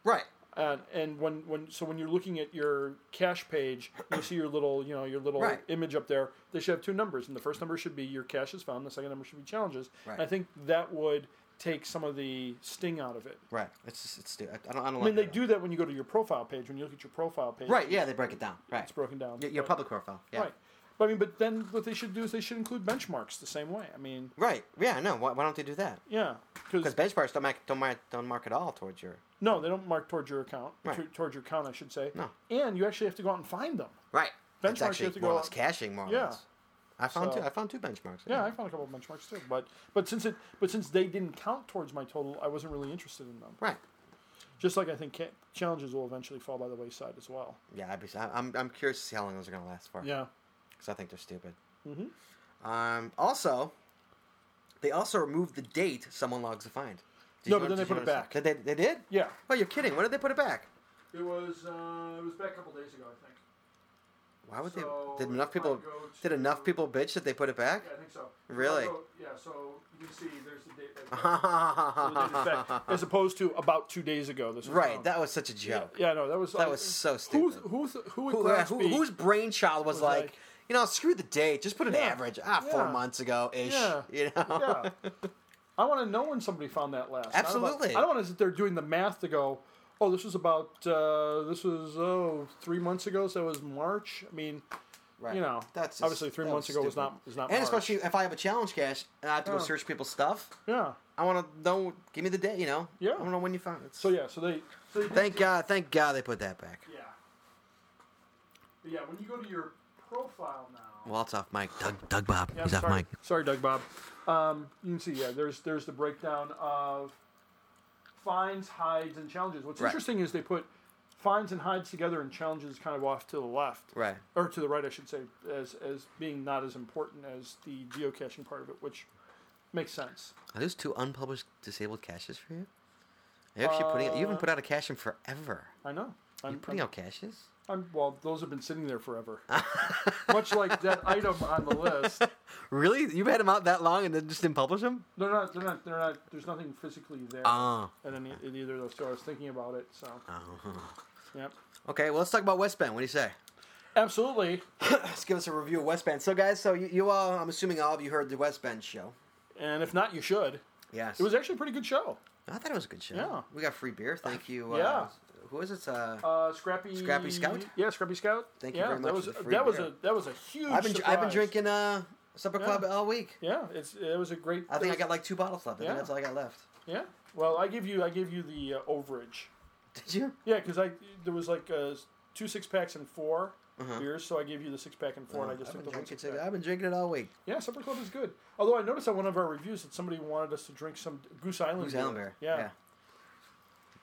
Speaker 1: right.
Speaker 2: And, and when, when so when you're looking at your cash page, you see your little you know your little
Speaker 1: Right.
Speaker 2: image up there. They should have two numbers, and the first number should be your cash is found. and The second number should be challenges.
Speaker 1: Right.
Speaker 2: And I think that would take some of the sting out of it.
Speaker 1: Right. It's just it's stu- I don't I don't
Speaker 2: I
Speaker 1: like
Speaker 2: mean, they
Speaker 1: it at
Speaker 2: do that when you go to your profile page. When you look at your profile page,
Speaker 1: all. Right, yeah, they break it down. Right.
Speaker 2: it's broken down.
Speaker 1: Your, your
Speaker 2: But-
Speaker 1: public profile. Yeah.
Speaker 2: Right. But I mean, but then what they should do is they should include benchmarks the same way. I mean,
Speaker 1: Right. Yeah, no. Why, why don't they do that?
Speaker 2: yeah,
Speaker 1: Because
Speaker 2: because
Speaker 1: bench bars don't mark, don't mark don't mark at all towards your
Speaker 2: no, they don't mark towards your account,
Speaker 1: Right.
Speaker 2: to- towards your account, I should say.
Speaker 1: No.
Speaker 2: And you actually have to go out and find them.
Speaker 1: right. That's
Speaker 2: Benchmarks you
Speaker 1: actually
Speaker 2: have to
Speaker 1: more or
Speaker 2: go
Speaker 1: less
Speaker 2: out-
Speaker 1: caching more or
Speaker 2: Yeah.
Speaker 1: less. I found
Speaker 2: So-
Speaker 1: two. I found two benchmarks.
Speaker 2: Yeah, I found a couple of benchmarks too, but but since it but since they didn't count towards my total, I wasn't really interested in them.
Speaker 1: Right.
Speaker 2: Just like I think ca- challenges will eventually fall by the wayside as well.
Speaker 1: Yeah, I'd be, I- I'm I'm curious to see how long those are gonna last for.
Speaker 2: Yeah.
Speaker 1: because I think they're stupid. Mm-hmm. Um, also, they also removed the date someone logs a find. Did
Speaker 2: No,
Speaker 1: you
Speaker 2: but then
Speaker 1: did
Speaker 2: they
Speaker 1: you
Speaker 2: put it
Speaker 1: notice
Speaker 2: back.
Speaker 1: that? Did they, they did?
Speaker 2: Yeah.
Speaker 1: Oh, you're kidding. When did they put it back?
Speaker 2: It was uh, it was back a couple days ago, I think.
Speaker 1: Why would
Speaker 2: So,
Speaker 1: they? Did
Speaker 2: if
Speaker 1: enough
Speaker 2: I
Speaker 1: people?
Speaker 2: go to-
Speaker 1: Did enough people bitch that they put it back?
Speaker 2: I think so.
Speaker 1: Really?
Speaker 2: yeah. So you can see there's the date.
Speaker 1: <laughs>
Speaker 2: <laughs>
Speaker 1: right.
Speaker 2: As opposed to about two days ago. This was found.
Speaker 1: Uh-huh. That was such a joke.
Speaker 2: Yeah, no, that was
Speaker 1: That was so
Speaker 2: Who's,
Speaker 1: stupid.
Speaker 2: who's, who at
Speaker 1: Who, uh, who,
Speaker 2: Grasby-
Speaker 1: whose brainchild was,
Speaker 2: was
Speaker 1: like,
Speaker 2: like-
Speaker 1: you know, screw the date. Just put an
Speaker 2: Yeah.
Speaker 1: average. Ah, four
Speaker 2: Yeah.
Speaker 1: months ago ish.
Speaker 2: Yeah.
Speaker 1: <laughs> You know.
Speaker 2: Yeah. I want to know when somebody found that last. I don't want-
Speaker 1: Absolutely.
Speaker 2: I don't want to sit there doing the math to go, oh, this was about, uh, this was, oh, three months ago, so it was March. I mean,
Speaker 1: Right.
Speaker 2: you know,
Speaker 1: That's just-
Speaker 2: obviously three
Speaker 1: that
Speaker 2: months ago was
Speaker 1: stupid.
Speaker 2: not, was not
Speaker 1: And
Speaker 2: March.
Speaker 1: especially if I have a challenge cache and I have to go
Speaker 2: Yeah.
Speaker 1: search people's stuff,
Speaker 2: Yeah.
Speaker 1: I want to know. Give me the day, you know.
Speaker 2: Yeah.
Speaker 1: I want to know when you found it.
Speaker 2: So, yeah, so they, so they
Speaker 1: Thank God, thank God they put that back.
Speaker 2: yeah. But yeah, when you go to your profile now.
Speaker 1: Walt's off mic. Doug, Doug Bob,
Speaker 2: Yeah,
Speaker 5: He's off
Speaker 2: sorry.
Speaker 5: mic.
Speaker 2: Sorry, Doug Bob. Um, you can see, yeah, there's there's the breakdown of fines, hides, and challenges. What's
Speaker 1: Right.
Speaker 2: interesting is they put fines and hides together and challenges kind of off to the left,
Speaker 1: Right.
Speaker 2: or to the right, I should say, as as being not as important as the geocaching part of it, which makes sense.
Speaker 1: Are those two unpublished disabled caches for you? Are you actually putting? You haven't put out a cache in forever.
Speaker 2: I know.
Speaker 1: You're
Speaker 2: I'm,
Speaker 1: putting
Speaker 2: I'm,
Speaker 1: out caches.
Speaker 2: I'm- well, those have been sitting there forever. <laughs> Much like that item on the list,
Speaker 1: Really? You've had them out that long and then just didn't publish them?
Speaker 2: they're not. They're not. They're not. There's nothing physically there.
Speaker 1: Oh.
Speaker 2: and then in either of those. So I was thinking about it. So,
Speaker 1: oh.
Speaker 2: yep.
Speaker 1: Okay. Well, let's talk about West Bend. What do you say?
Speaker 2: Absolutely.
Speaker 1: Let's give us a review of West Bend. So, guys, so you, you all, I'm assuming all of you heard the West Bend show.
Speaker 2: And if not, you should.
Speaker 1: Yes.
Speaker 2: It was actually a pretty good show.
Speaker 1: I thought it was a good show.
Speaker 2: Yeah.
Speaker 1: We got free beer.
Speaker 2: <laughs>
Speaker 1: Thank you. Uh,
Speaker 2: Yeah.
Speaker 1: Who is it? Uh,
Speaker 2: Uh, Scrappy.
Speaker 1: Scrappy Scout?
Speaker 2: Yeah, Scrappy Scout.
Speaker 1: Thank you
Speaker 2: yeah,
Speaker 1: very much
Speaker 2: That
Speaker 1: for
Speaker 2: was
Speaker 1: the free
Speaker 2: that was
Speaker 1: beer.
Speaker 2: a that was a huge.
Speaker 1: I've been I've been
Speaker 2: surprise.
Speaker 1: drinking uh, Supper Club all week.
Speaker 2: Yeah, it's it was a great.
Speaker 1: I think I got like two bottles left. I
Speaker 2: Yeah.
Speaker 1: think that's all I got left. <laughs>
Speaker 2: Yeah. Well, I give you I give you the uh, overage.
Speaker 1: Did you?
Speaker 2: Yeah, because I there was like uh, two six packs and 4 beers, so I gave you the six pack and four, and I just
Speaker 1: Uh-huh. Uh, I've
Speaker 2: took
Speaker 1: been,
Speaker 2: the one
Speaker 1: drinking,
Speaker 2: six pack.
Speaker 1: I've been drinking it all week.
Speaker 2: Yeah, Supper Club is good. Although I noticed on one of our reviews that somebody wanted us to drink some Goose Island.
Speaker 1: Who's
Speaker 2: beer.
Speaker 1: Allen Bear?
Speaker 2: Yeah.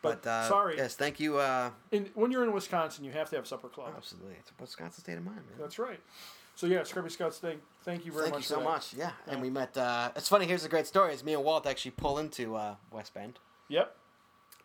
Speaker 1: But, uh,
Speaker 2: sorry.
Speaker 1: Yes, thank you. Uh,
Speaker 2: And when you're in Wisconsin, you have to have Supper Club.
Speaker 1: absolutely. It's a Wisconsin state of mind, man.
Speaker 2: That's right. So yeah, Scrubby Scouts, thank thank you very
Speaker 1: Thank
Speaker 2: much.
Speaker 1: you so
Speaker 2: for that.
Speaker 1: much. Yeah. And we met. Uh, it's funny. Here's a great story. Is me and Walt actually pull into uh, West Bend.
Speaker 2: Yep.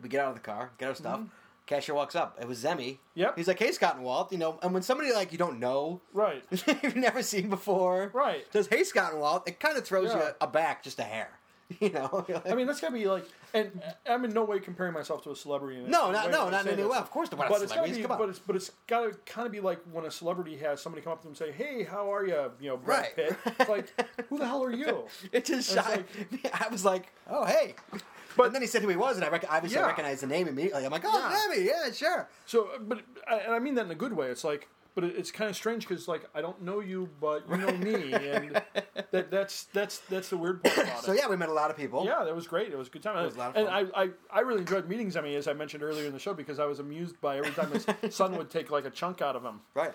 Speaker 1: We get out of the car, get our stuff. Cashier walks up. It was Zemi.
Speaker 2: Mm-hmm. Yep.
Speaker 1: He's like, "Hey, Scott and Walt, you know." And when somebody like you don't know, <laughs>
Speaker 2: Right.
Speaker 1: you've never seen before,
Speaker 2: Right.
Speaker 1: Says, "Hey, Scott and Walt," it kind of throws
Speaker 2: Yeah.
Speaker 1: you aback just a hair. <laughs> You know. You're like,
Speaker 2: I mean, that's gotta be like, and I'm in no way comparing myself to a celebrity. In
Speaker 1: No,
Speaker 2: in
Speaker 1: not-
Speaker 2: way
Speaker 1: no,
Speaker 2: when I
Speaker 1: not in
Speaker 2: say
Speaker 1: any
Speaker 2: this.
Speaker 1: way. Of course they're not
Speaker 2: but it's gotta
Speaker 1: celebrities.
Speaker 2: be,
Speaker 1: Come on.
Speaker 2: but it's but it's gotta kind of be like when a celebrity has somebody come up to them and say, "Hey, how are you?" You know, Brad
Speaker 1: Right.
Speaker 2: Pitt.
Speaker 1: <laughs>
Speaker 2: It's like, who the hell are you?
Speaker 1: <laughs> It just
Speaker 2: It's
Speaker 1: shot. <laughs> I was like, "Oh, hey," but
Speaker 2: But-
Speaker 1: and then he said who he was, and I rec- obviously
Speaker 2: Yeah.
Speaker 1: recognized the name immediately. I'm like, "Oh,
Speaker 2: Yeah.
Speaker 1: Zemi, yeah, sure."
Speaker 2: So, but I- and I mean that in a good way. It's like, but it- it's kind of strange because like I don't know you, but you know me,
Speaker 1: <laughs>
Speaker 2: and that that's that's that's the weird part about
Speaker 1: So
Speaker 2: it.
Speaker 1: yeah, we met a lot of people.
Speaker 2: Yeah, that was great. It was a good time. It
Speaker 1: Oh. was a lot of
Speaker 2: and
Speaker 1: fun.
Speaker 2: I, I, I really enjoyed meeting Zemi, as I mentioned earlier in the show, because I was amused by every time
Speaker 1: <laughs>
Speaker 2: his son would take like a chunk out of him.
Speaker 1: Right.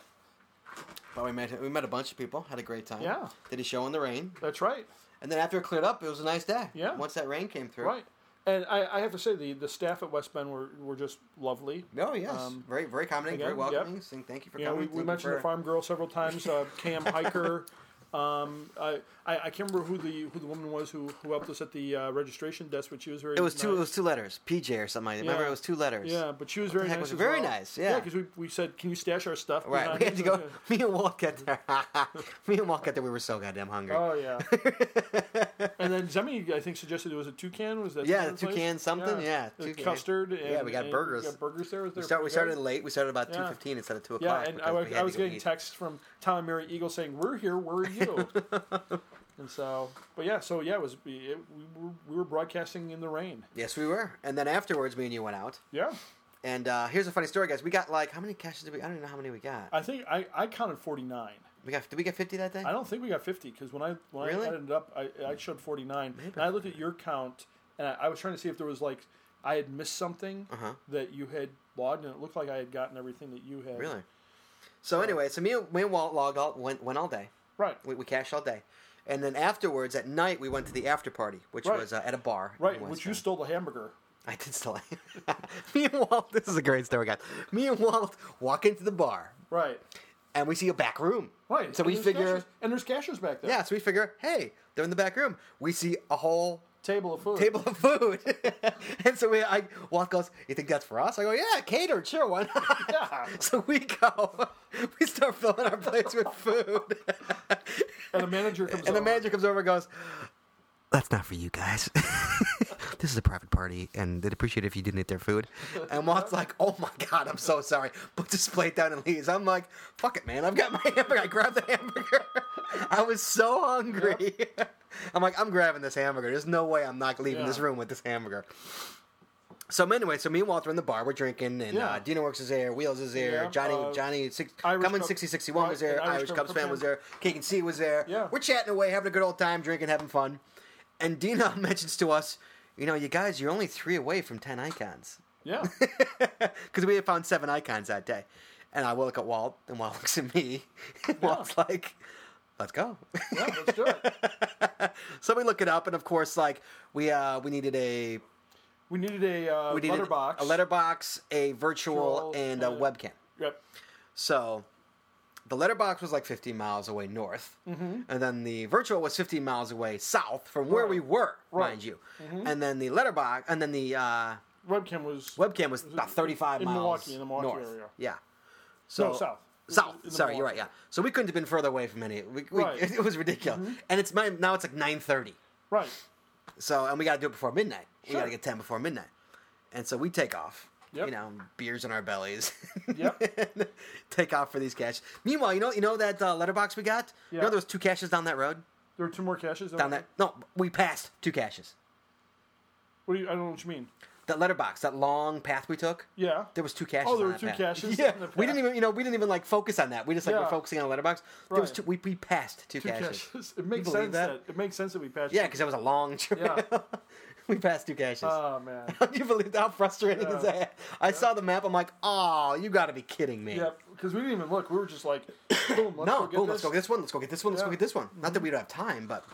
Speaker 1: But we met we met a bunch of people, had a great time.
Speaker 2: Yeah.
Speaker 1: Did a show in the rain,
Speaker 2: That's right.
Speaker 1: and then after it cleared up, it was a nice day.
Speaker 2: Yeah.
Speaker 1: Once that rain came through.
Speaker 2: Right. And I, I have to say, the, the staff at West Bend were, were just lovely.
Speaker 1: No, Oh, yes,
Speaker 2: Um,
Speaker 1: very very accommodating, very
Speaker 2: again,
Speaker 1: welcoming.
Speaker 2: yep.
Speaker 1: Saying thank you for
Speaker 2: Yeah,
Speaker 1: coming.
Speaker 2: we,
Speaker 1: thank
Speaker 2: we
Speaker 1: you
Speaker 2: mentioned the
Speaker 1: for-
Speaker 2: farm girl several
Speaker 1: <laughs>
Speaker 2: times. Uh, Cam Hiker. Um, I, I I can't remember who the who the woman was who, who helped us at the uh, registration desk, but she was very.
Speaker 1: It was two. It
Speaker 2: nice.
Speaker 1: was two letters, PJ or something. Like that. Remember,
Speaker 2: Yeah.
Speaker 1: it was two letters.
Speaker 2: Yeah, but she was very
Speaker 1: heck
Speaker 2: nice.
Speaker 1: was it?
Speaker 2: as
Speaker 1: Very
Speaker 2: well.
Speaker 1: nice, yeah.
Speaker 2: because we, we said, can you stash our stuff? We're
Speaker 1: Right,
Speaker 2: not-
Speaker 1: we had to go.
Speaker 2: <laughs>
Speaker 1: Me and Walt got there. <laughs> me and Walt got there. We were so goddamn hungry.
Speaker 2: Oh yeah. Oh,
Speaker 1: <laughs>
Speaker 2: and then Zemi, I think, suggested it was a toucan. Was that
Speaker 1: Yeah,
Speaker 2: the
Speaker 1: the toucan something, yeah,
Speaker 2: The
Speaker 1: toucan.
Speaker 2: custard. And,
Speaker 1: Yeah, we got
Speaker 2: and
Speaker 1: burgers.
Speaker 2: We got burgers there. Was
Speaker 1: we,
Speaker 2: there
Speaker 1: start, we
Speaker 2: burgers?
Speaker 1: started late. We started about
Speaker 2: Yeah.
Speaker 1: two fifteen instead of two o'clock.
Speaker 2: Yeah, and
Speaker 1: because
Speaker 2: I, wa-
Speaker 1: we had
Speaker 2: I
Speaker 1: to
Speaker 2: was
Speaker 1: go
Speaker 2: getting
Speaker 1: eat.
Speaker 2: texts from Tom and Mary Eagle saying, "We're
Speaker 1: <laughs>
Speaker 2: here. Where are you?" and so, but yeah, so yeah, it was it, we, were, we were broadcasting in the rain.
Speaker 1: Yes, we were. And then afterwards, me and you went out.
Speaker 2: Yeah,
Speaker 1: And uh, here's a funny story, guys. We got like how many caches did we? I don't even know how many we got.
Speaker 2: I think I, I counted forty nine.
Speaker 1: We got did we get fifty that day?
Speaker 2: I don't think we got fifty because when I when
Speaker 1: Really?
Speaker 2: I added it up, I, I showed forty nine. And I looked at your count, and I, I was trying to see if there was like I had missed something
Speaker 1: Uh-huh.
Speaker 2: that you had logged, and it looked like I had gotten everything that you had.
Speaker 1: Really? So anyway, so me and, me and Walt logged all, went went all day.
Speaker 2: Right.
Speaker 1: We, we cashed all day, and then afterwards at night we went to the after party, which
Speaker 2: Right.
Speaker 1: was uh, at a bar. in
Speaker 2: Right,
Speaker 1: West
Speaker 2: which you
Speaker 1: Bend.
Speaker 2: stole the hamburger.
Speaker 1: I did still. <laughs> me and Walt. This is a great story, guys. Me and Walt walk into the bar,
Speaker 2: Right.
Speaker 1: and we see a back room.
Speaker 2: Right.
Speaker 1: So
Speaker 2: and
Speaker 1: we
Speaker 2: there's
Speaker 1: figure,
Speaker 2: cashiers- and there's cashers back there.
Speaker 1: yeah. So we figure, hey, they're in the back room. We see a whole
Speaker 2: Table of food.
Speaker 1: table of food. <laughs> and so we, I, Walt goes, "You think that's for us?" I go, "Yeah, catered, sure, why not?"
Speaker 2: <laughs> <laughs>
Speaker 1: <laughs>
Speaker 2: Yeah.
Speaker 1: So we go, <laughs> we start filling our plates with food, <laughs>
Speaker 2: And the manager comes.
Speaker 1: and the
Speaker 2: over.
Speaker 1: manager comes over and goes, "That's not for you guys. <laughs> this is a private party, and they'd appreciate it if you didn't eat their food." And Walt's like, "Oh my god, I'm so sorry," puts his plate down and leaves. I'm like, "Fuck it, man! I've got my <laughs> hamburger. I grabbed the hamburger. <laughs> I was so hungry." I'm like, "I'm grabbing this hamburger. There's no way I'm not leaving
Speaker 2: Yeah.
Speaker 1: this room with this hamburger." So anyway, so me and Walter in the bar, we're drinking, and
Speaker 2: Yeah.
Speaker 1: uh, Dino Works is there, Wheels is there,
Speaker 2: Yeah,
Speaker 1: Johnny,
Speaker 2: uh,
Speaker 1: Johnny, six,
Speaker 2: Irish
Speaker 1: Cummins
Speaker 2: Cub-
Speaker 1: sixty sixty one was
Speaker 2: Right,
Speaker 1: there,
Speaker 2: and Irish
Speaker 1: Irish
Speaker 2: Cub
Speaker 1: Cubs fan
Speaker 2: fan.
Speaker 1: was there, Cake and C was there.
Speaker 2: Yeah.
Speaker 1: we're chatting away, having a good old time, drinking, having fun, and Dino <laughs> mentions to us, you know, you guys, you're only three away from ten icons, <laughs>
Speaker 2: Yeah.
Speaker 1: because we had found seven icons that day, and I look at Walt, and Walt <laughs> looks at me, and Walt's like, let's go. <laughs>
Speaker 2: Yeah. Let's do it.
Speaker 1: so we look it up, and of course, like we uh we needed a
Speaker 2: We needed a uh,
Speaker 1: we needed
Speaker 2: letter box.
Speaker 1: a letterbox, a virtual,
Speaker 2: Virtual,
Speaker 1: and a
Speaker 2: and-
Speaker 1: webcam.
Speaker 2: Yep.
Speaker 1: So the letterbox was like 15 miles away north,
Speaker 2: Mm-hmm.
Speaker 1: and then the virtual was 15 miles away south from where we were, mind you.
Speaker 2: Mm-hmm.
Speaker 1: And then the letterbox, and then the uh,
Speaker 2: Webcam was
Speaker 1: webcam was about 35
Speaker 2: in
Speaker 1: miles
Speaker 2: Milwaukee, in the Milwaukee
Speaker 1: north.
Speaker 2: area.
Speaker 1: Yeah. So
Speaker 2: No, south.
Speaker 1: South.
Speaker 2: In the
Speaker 1: Sorry, you're right.
Speaker 2: Milwaukee.
Speaker 1: Yeah. So we couldn't have been further away from any. We, we, <laughs>
Speaker 2: Right. Mm-hmm.
Speaker 1: It was ridiculous. And it's my, now it's like 9:30.
Speaker 2: Right.
Speaker 1: So and we got to do it before midnight. We got
Speaker 2: Sure.
Speaker 1: to get 10 before midnight. And so we take off.
Speaker 2: Yep.
Speaker 1: you know, beers in our bellies. <laughs>
Speaker 2: Yep.
Speaker 1: Take off for these caches. Meanwhile, you know, you know that uh, letterbox we got. You know,
Speaker 2: Yeah.
Speaker 1: there was two caches down that road.
Speaker 2: There were two more caches
Speaker 1: Down that. No, we passed two caches.
Speaker 2: What do you, I don't know what you mean.
Speaker 1: That letterbox, that long path we took.
Speaker 2: Yeah.
Speaker 1: There was two caches.
Speaker 2: Oh, there
Speaker 1: on
Speaker 2: were
Speaker 1: that
Speaker 2: two
Speaker 1: path. <laughs>
Speaker 2: caches
Speaker 1: Yeah,
Speaker 2: on the
Speaker 1: we
Speaker 2: path.
Speaker 1: didn't even, you know, we didn't even like focus on that. We just like were
Speaker 2: Yeah.
Speaker 1: focusing on letterbox. There was
Speaker 2: Right.
Speaker 1: two. We, we passed two,
Speaker 2: two
Speaker 1: caches.
Speaker 2: caches. It makes
Speaker 1: believe
Speaker 2: sense
Speaker 1: that?
Speaker 2: that? it makes sense that we patched.
Speaker 1: Yeah, because that was a long <laughs> trip.
Speaker 2: Yeah.
Speaker 1: we passed two caches.
Speaker 2: Oh man.
Speaker 1: <laughs> Can you believe how frustrating is
Speaker 2: Yeah.
Speaker 1: that? I saw the map. I'm like, oh, you got to be kidding me.
Speaker 2: Yep. Because we didn't even look. We were just like, boom.
Speaker 1: No,
Speaker 2: Let's go get
Speaker 1: boom.
Speaker 2: this.
Speaker 1: Let's go get this one. Let's go get this one. Let's go
Speaker 2: Yeah.
Speaker 1: get this one. Not that we don't have time, but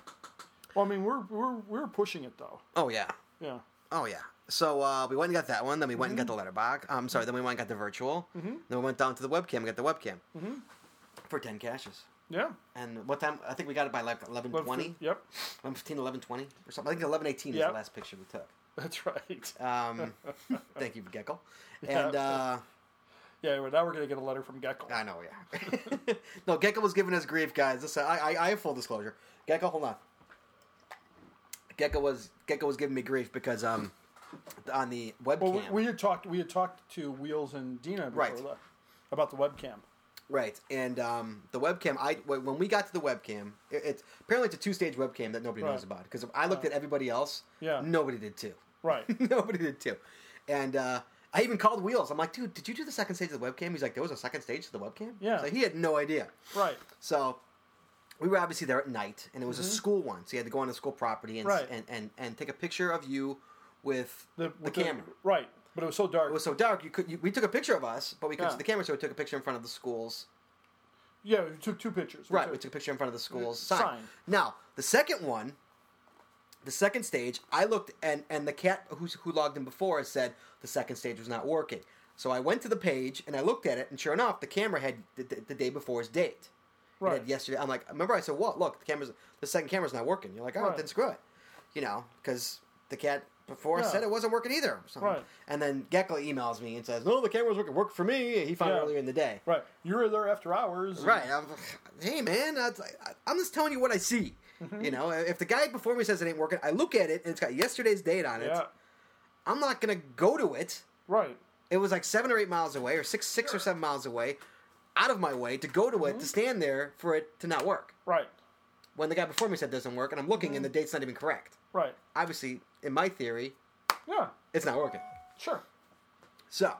Speaker 2: Well, I mean, we're we're we're pushing it though.
Speaker 1: oh yeah,
Speaker 2: Yeah.
Speaker 1: oh yeah. So uh, we went and got that one. Then we went
Speaker 2: Mm-hmm.
Speaker 1: and got the letterbox. I'm sorry. Then we went and got the virtual. Then we went down to the webcam. and Got the webcam
Speaker 2: Mm-hmm.
Speaker 1: for ten caches.
Speaker 2: Yeah.
Speaker 1: And what time? I think we got it by like 11,
Speaker 2: But-
Speaker 1: 20,
Speaker 2: Yep. <laughs>
Speaker 1: 11:15, 11:20 or something. I think 11:18 is
Speaker 2: Yeah.
Speaker 1: the last picture we took.
Speaker 2: That's right. <laughs>
Speaker 1: Um, thank you, Gecko.
Speaker 2: Yeah.
Speaker 1: And uh,
Speaker 2: Yeah. Well, now we're gonna get a letter from Gecko.
Speaker 1: I know, yeah. <laughs> no, Gecko was giving us grief, guys. Listen, I, I, I have full disclosure. Gecko, hold on. Gecko was Gecko was giving me grief because um, on the webcam,
Speaker 2: Well, we, we had talked. We had talked to Wheels and Dina before
Speaker 1: Right.
Speaker 2: we left about the webcam.
Speaker 1: right? And um, the webcam, I wh- when we got to the webcam, it, it's apparently it's a two stage webcam that nobody
Speaker 2: Right.
Speaker 1: knows about because I looked at everybody else,
Speaker 2: Yeah.
Speaker 1: nobody did too,
Speaker 2: Right.
Speaker 1: <laughs> nobody did too, and uh, I even called Wheels. I'm like, dude, did you do the second stage of the webcam? He's like, there was a second stage to the webcam.
Speaker 2: Yeah.
Speaker 1: so he had no idea.
Speaker 2: right.
Speaker 1: So we were obviously there at night, and it was a school one, so you had to go on the school property and
Speaker 2: Mm-hmm. Right.
Speaker 1: and, and, and take a picture of you with the,
Speaker 2: with
Speaker 1: camera.
Speaker 2: Right. But it was so dark.
Speaker 1: It was so dark, you could you, we took a picture of us, but we couldn't
Speaker 2: Yeah.
Speaker 1: see the camera, so we took a picture in front of the schools.
Speaker 2: yeah. We took two pictures.
Speaker 1: Right, we took a picture in front of the school's sign.
Speaker 2: sign.
Speaker 1: Now the second one, the second stage, I looked and and the cat who who logged in before said the second stage was not working. So I went to the page and I looked at it, and sure enough, the camera had the, the, the day before's date. It had
Speaker 2: Right.
Speaker 1: yesterday, I'm like, remember I said, "What? Look, the camera's the second camera's not working." You're like, "Oh,
Speaker 2: Right.
Speaker 1: then screw it," you know, because the cat before
Speaker 2: Yeah.
Speaker 1: said it wasn't working either. So-
Speaker 2: Right.
Speaker 1: And then Gecko emails me and says, "No, the camera's working. Worked for me." He found
Speaker 2: Yeah.
Speaker 1: out earlier in the day.
Speaker 2: Right. You were there after hours. and-
Speaker 1: Right. I'm, hey, man, I, I- I'm just telling you what I see. You know, if the guy before me says it ain't working, I look at it and it's got yesterday's date on it.
Speaker 2: Yeah.
Speaker 1: I'm not gonna go to it.
Speaker 2: Right.
Speaker 1: It was like seven or eight miles away, or six, six or seven miles away, out of my way to go to it to stand there for it to not work.
Speaker 2: Right.
Speaker 1: When the guy before me said it doesn't work, and I'm looking and the date's not even correct.
Speaker 2: Right.
Speaker 1: Obviously, in my theory,
Speaker 2: Yeah.
Speaker 1: it's not working.
Speaker 2: Sure.
Speaker 1: So,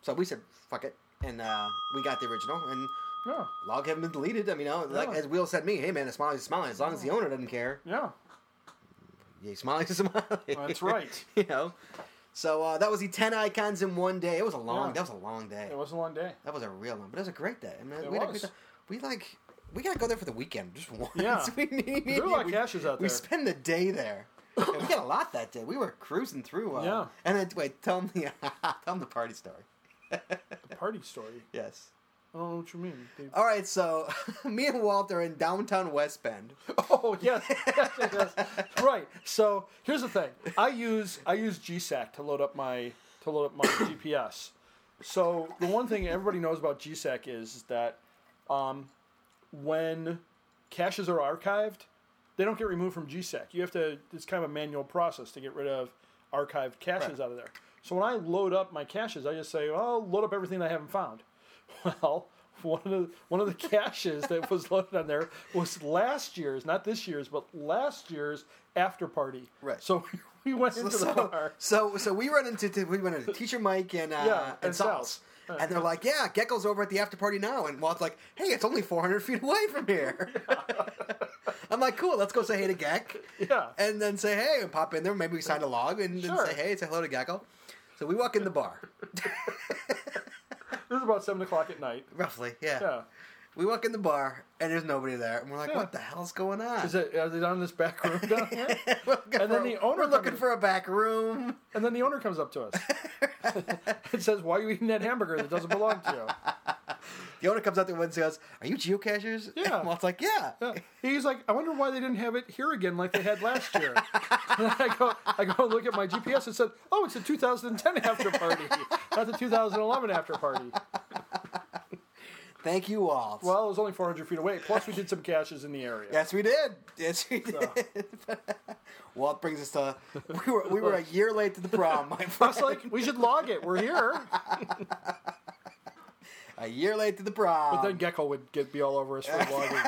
Speaker 1: so we said fuck it, and uh, we got the original and.
Speaker 2: Yeah.
Speaker 1: Log haven't been deleted. I mean, you know, like
Speaker 2: Yeah.
Speaker 1: as Will said to me, hey man, a smiley's a smiley. As long as the owner doesn't care,
Speaker 2: Yeah.
Speaker 1: Yay, smiley, <laughs> smiley.
Speaker 2: That's right.
Speaker 1: <laughs> you know, so uh, that was the ten icons in one day. It was a long.
Speaker 2: Yeah.
Speaker 1: That was a long day.
Speaker 2: It was a long day.
Speaker 1: that was a real long, but it was a great day. I mean,
Speaker 2: It
Speaker 1: we, Had a
Speaker 2: was.
Speaker 1: good time. we like we gotta go there for the weekend just <laughs> once.
Speaker 2: Yeah.
Speaker 1: we need.
Speaker 2: There were a lot of
Speaker 1: we,
Speaker 2: caches out
Speaker 1: We
Speaker 2: there.
Speaker 1: spend the day
Speaker 2: <laughs>
Speaker 1: there. And we got a lot that day. We were cruising through. Uh,
Speaker 2: Yeah.
Speaker 1: And then wait, tell them the <laughs> tell them the party story.
Speaker 2: The party story.
Speaker 1: Yes.
Speaker 2: I don't know what you mean. They-
Speaker 1: All right, so <laughs> me and Walter in downtown West Bend.
Speaker 2: <laughs> Oh yes, yes, yes, yes. Right. So here's the thing. I use I use GSAC to load up my to load up my <coughs> GPS. So the one thing everybody knows about GSAC is that um, when caches are archived, they don't get removed from GSAC. You have to. It's kind of a manual process to get rid of archived caches out of there. So when I load up my caches, I just say, "Oh, load up everything I haven't found." <laughs> Well, one of the one of the <laughs> caches that was loaded on there was last year's, not this year's, but last year's after party.
Speaker 1: Right.
Speaker 2: So <laughs> we
Speaker 1: <laughs>
Speaker 2: went into the
Speaker 1: so,
Speaker 2: bar.
Speaker 1: so so we run into to- we went into teacher Mike and uh,
Speaker 2: Yeah,
Speaker 1: and,
Speaker 2: and
Speaker 1: Sal's. And they're like, "Yeah, Gecko's over at the after party now." And Walt's like, "Hey, it's only 400 feet away from
Speaker 2: <laughs>
Speaker 1: here." <laughs> I'm like, "Cool, let's go say hey to Geck."
Speaker 2: Yeah.
Speaker 1: And then say hey and pop in there. Maybe we sign a log and then
Speaker 2: Sure.
Speaker 1: say hey, say hello to Gecko. So we walk in the
Speaker 2: <laughs>
Speaker 1: bar,
Speaker 2: This is about seven o'clock at night.
Speaker 1: roughly, yeah.
Speaker 2: Yeah.
Speaker 1: We walk in the bar and there's nobody there, and we're like,
Speaker 2: Yeah.
Speaker 1: "What the hell's going on?"
Speaker 2: Is it are they down in this back room <laughs> down here? and then the owner
Speaker 1: <laughs> we're looking
Speaker 2: comes-
Speaker 1: for a back room.
Speaker 2: and then the owner comes up to us. <laughs> it says, Why are you eating that hamburger that doesn't belong to you?
Speaker 1: The owner comes out there and says, "Are you geocachers?" <laughs>
Speaker 2: Yeah.
Speaker 1: And Walt's like, "Yeah."
Speaker 2: Yeah. He's like, I wonder why they didn't have it here again like they had last year. <laughs> and I go, I go look at my GPS and said, Oh, it's a 2010 after party, not the 2011 after party.
Speaker 1: Thank you, Walt.
Speaker 2: Well, it was only 400 feet away. Plus, we did some caches in the area.
Speaker 1: yes, we did. Yes, we did. <laughs> Walt brings us to. We were we were a year late to the prom, my
Speaker 2: I
Speaker 1: friend.
Speaker 2: <laughs> was like, we should log it. We're here.
Speaker 1: A year late to the prom.
Speaker 2: But then Gecko would get be all over us for logging.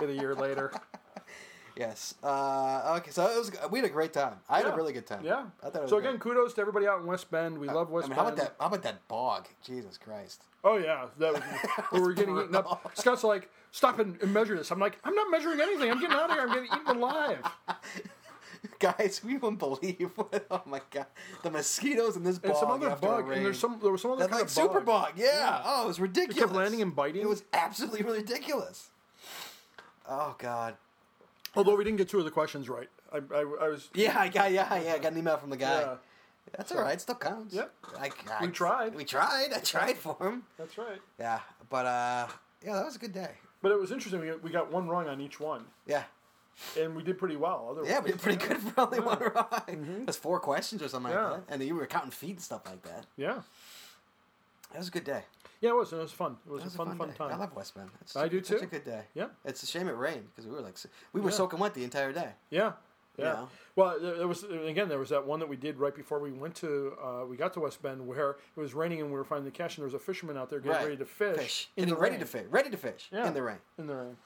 Speaker 2: Get a year later.
Speaker 1: yes. Uh, okay, so it was. We had a great time. I had
Speaker 2: Yeah.
Speaker 1: a really good time.
Speaker 2: Yeah.
Speaker 1: I thought it was
Speaker 2: so
Speaker 1: great.
Speaker 2: again, kudos to everybody out in West Bend. We love West
Speaker 1: I mean, how
Speaker 2: Bend.
Speaker 1: about that? How about that bog? Jesus Christ. <laughs>
Speaker 2: Oh yeah, that <laughs> was, we were getting eaten up. Scott's like, stop and, and measure this. I'm like, I'm not measuring anything. I'm getting out of here. I'm getting eaten alive.
Speaker 1: Guys, we wouldn't believe what. Oh my god, the mosquitoes in this bog.
Speaker 2: And some other
Speaker 1: after a
Speaker 2: bug.
Speaker 1: rain.
Speaker 2: And there's some. There was some other
Speaker 1: That's
Speaker 2: kind
Speaker 1: like
Speaker 2: of
Speaker 1: super
Speaker 2: bug.
Speaker 1: bug. Yeah. Oh, it was ridiculous.
Speaker 2: landing and biting.
Speaker 1: It was absolutely ridiculous. Oh god.
Speaker 2: Although we didn't get two of the questions right. I, I, I was.
Speaker 1: Yeah, I got yeah, yeah. I got an email from the guy.
Speaker 2: Yeah.
Speaker 1: That's all right. Still counts.
Speaker 2: Yep.
Speaker 1: I, I-
Speaker 2: We tried.
Speaker 1: We tried. I tried for him.
Speaker 2: That's right.
Speaker 1: Yeah, but uh, yeah, that was a good day.
Speaker 2: But it was interesting. We, we got one wrong on each one,
Speaker 1: Yeah.
Speaker 2: and we did pretty well. Otherwise.
Speaker 1: Yeah, we did pretty good for only one ride. That's four questions or something
Speaker 2: Mm-hmm. Yeah.
Speaker 1: like that, and then you were counting feet and stuff like that.
Speaker 2: Yeah.
Speaker 1: That was a good day.
Speaker 2: Yeah, it was. It was fun. It was,
Speaker 1: That was
Speaker 2: a fun, fun,
Speaker 1: day.
Speaker 2: time.
Speaker 1: I love West Bend. It's
Speaker 2: I
Speaker 1: such-
Speaker 2: do
Speaker 1: it's Such
Speaker 2: too.
Speaker 1: a good day.
Speaker 2: Yeah.
Speaker 1: It's a shame it rained because we were like s- we were
Speaker 2: Yeah.
Speaker 1: soaking wet the entire day.
Speaker 2: Yeah. Yeah.
Speaker 1: Yeah.
Speaker 2: Well, there there was again. There was that one that we did right before we went to uh, we got to West Bend where it was raining and we were finding the cache and there was a fisherman out there getting
Speaker 1: Right.
Speaker 2: ready to fish, in
Speaker 1: Getting
Speaker 2: the
Speaker 1: ready
Speaker 2: rain.
Speaker 1: to fish. Ready to fish
Speaker 2: Yeah.
Speaker 1: in the rain.
Speaker 2: In the rain.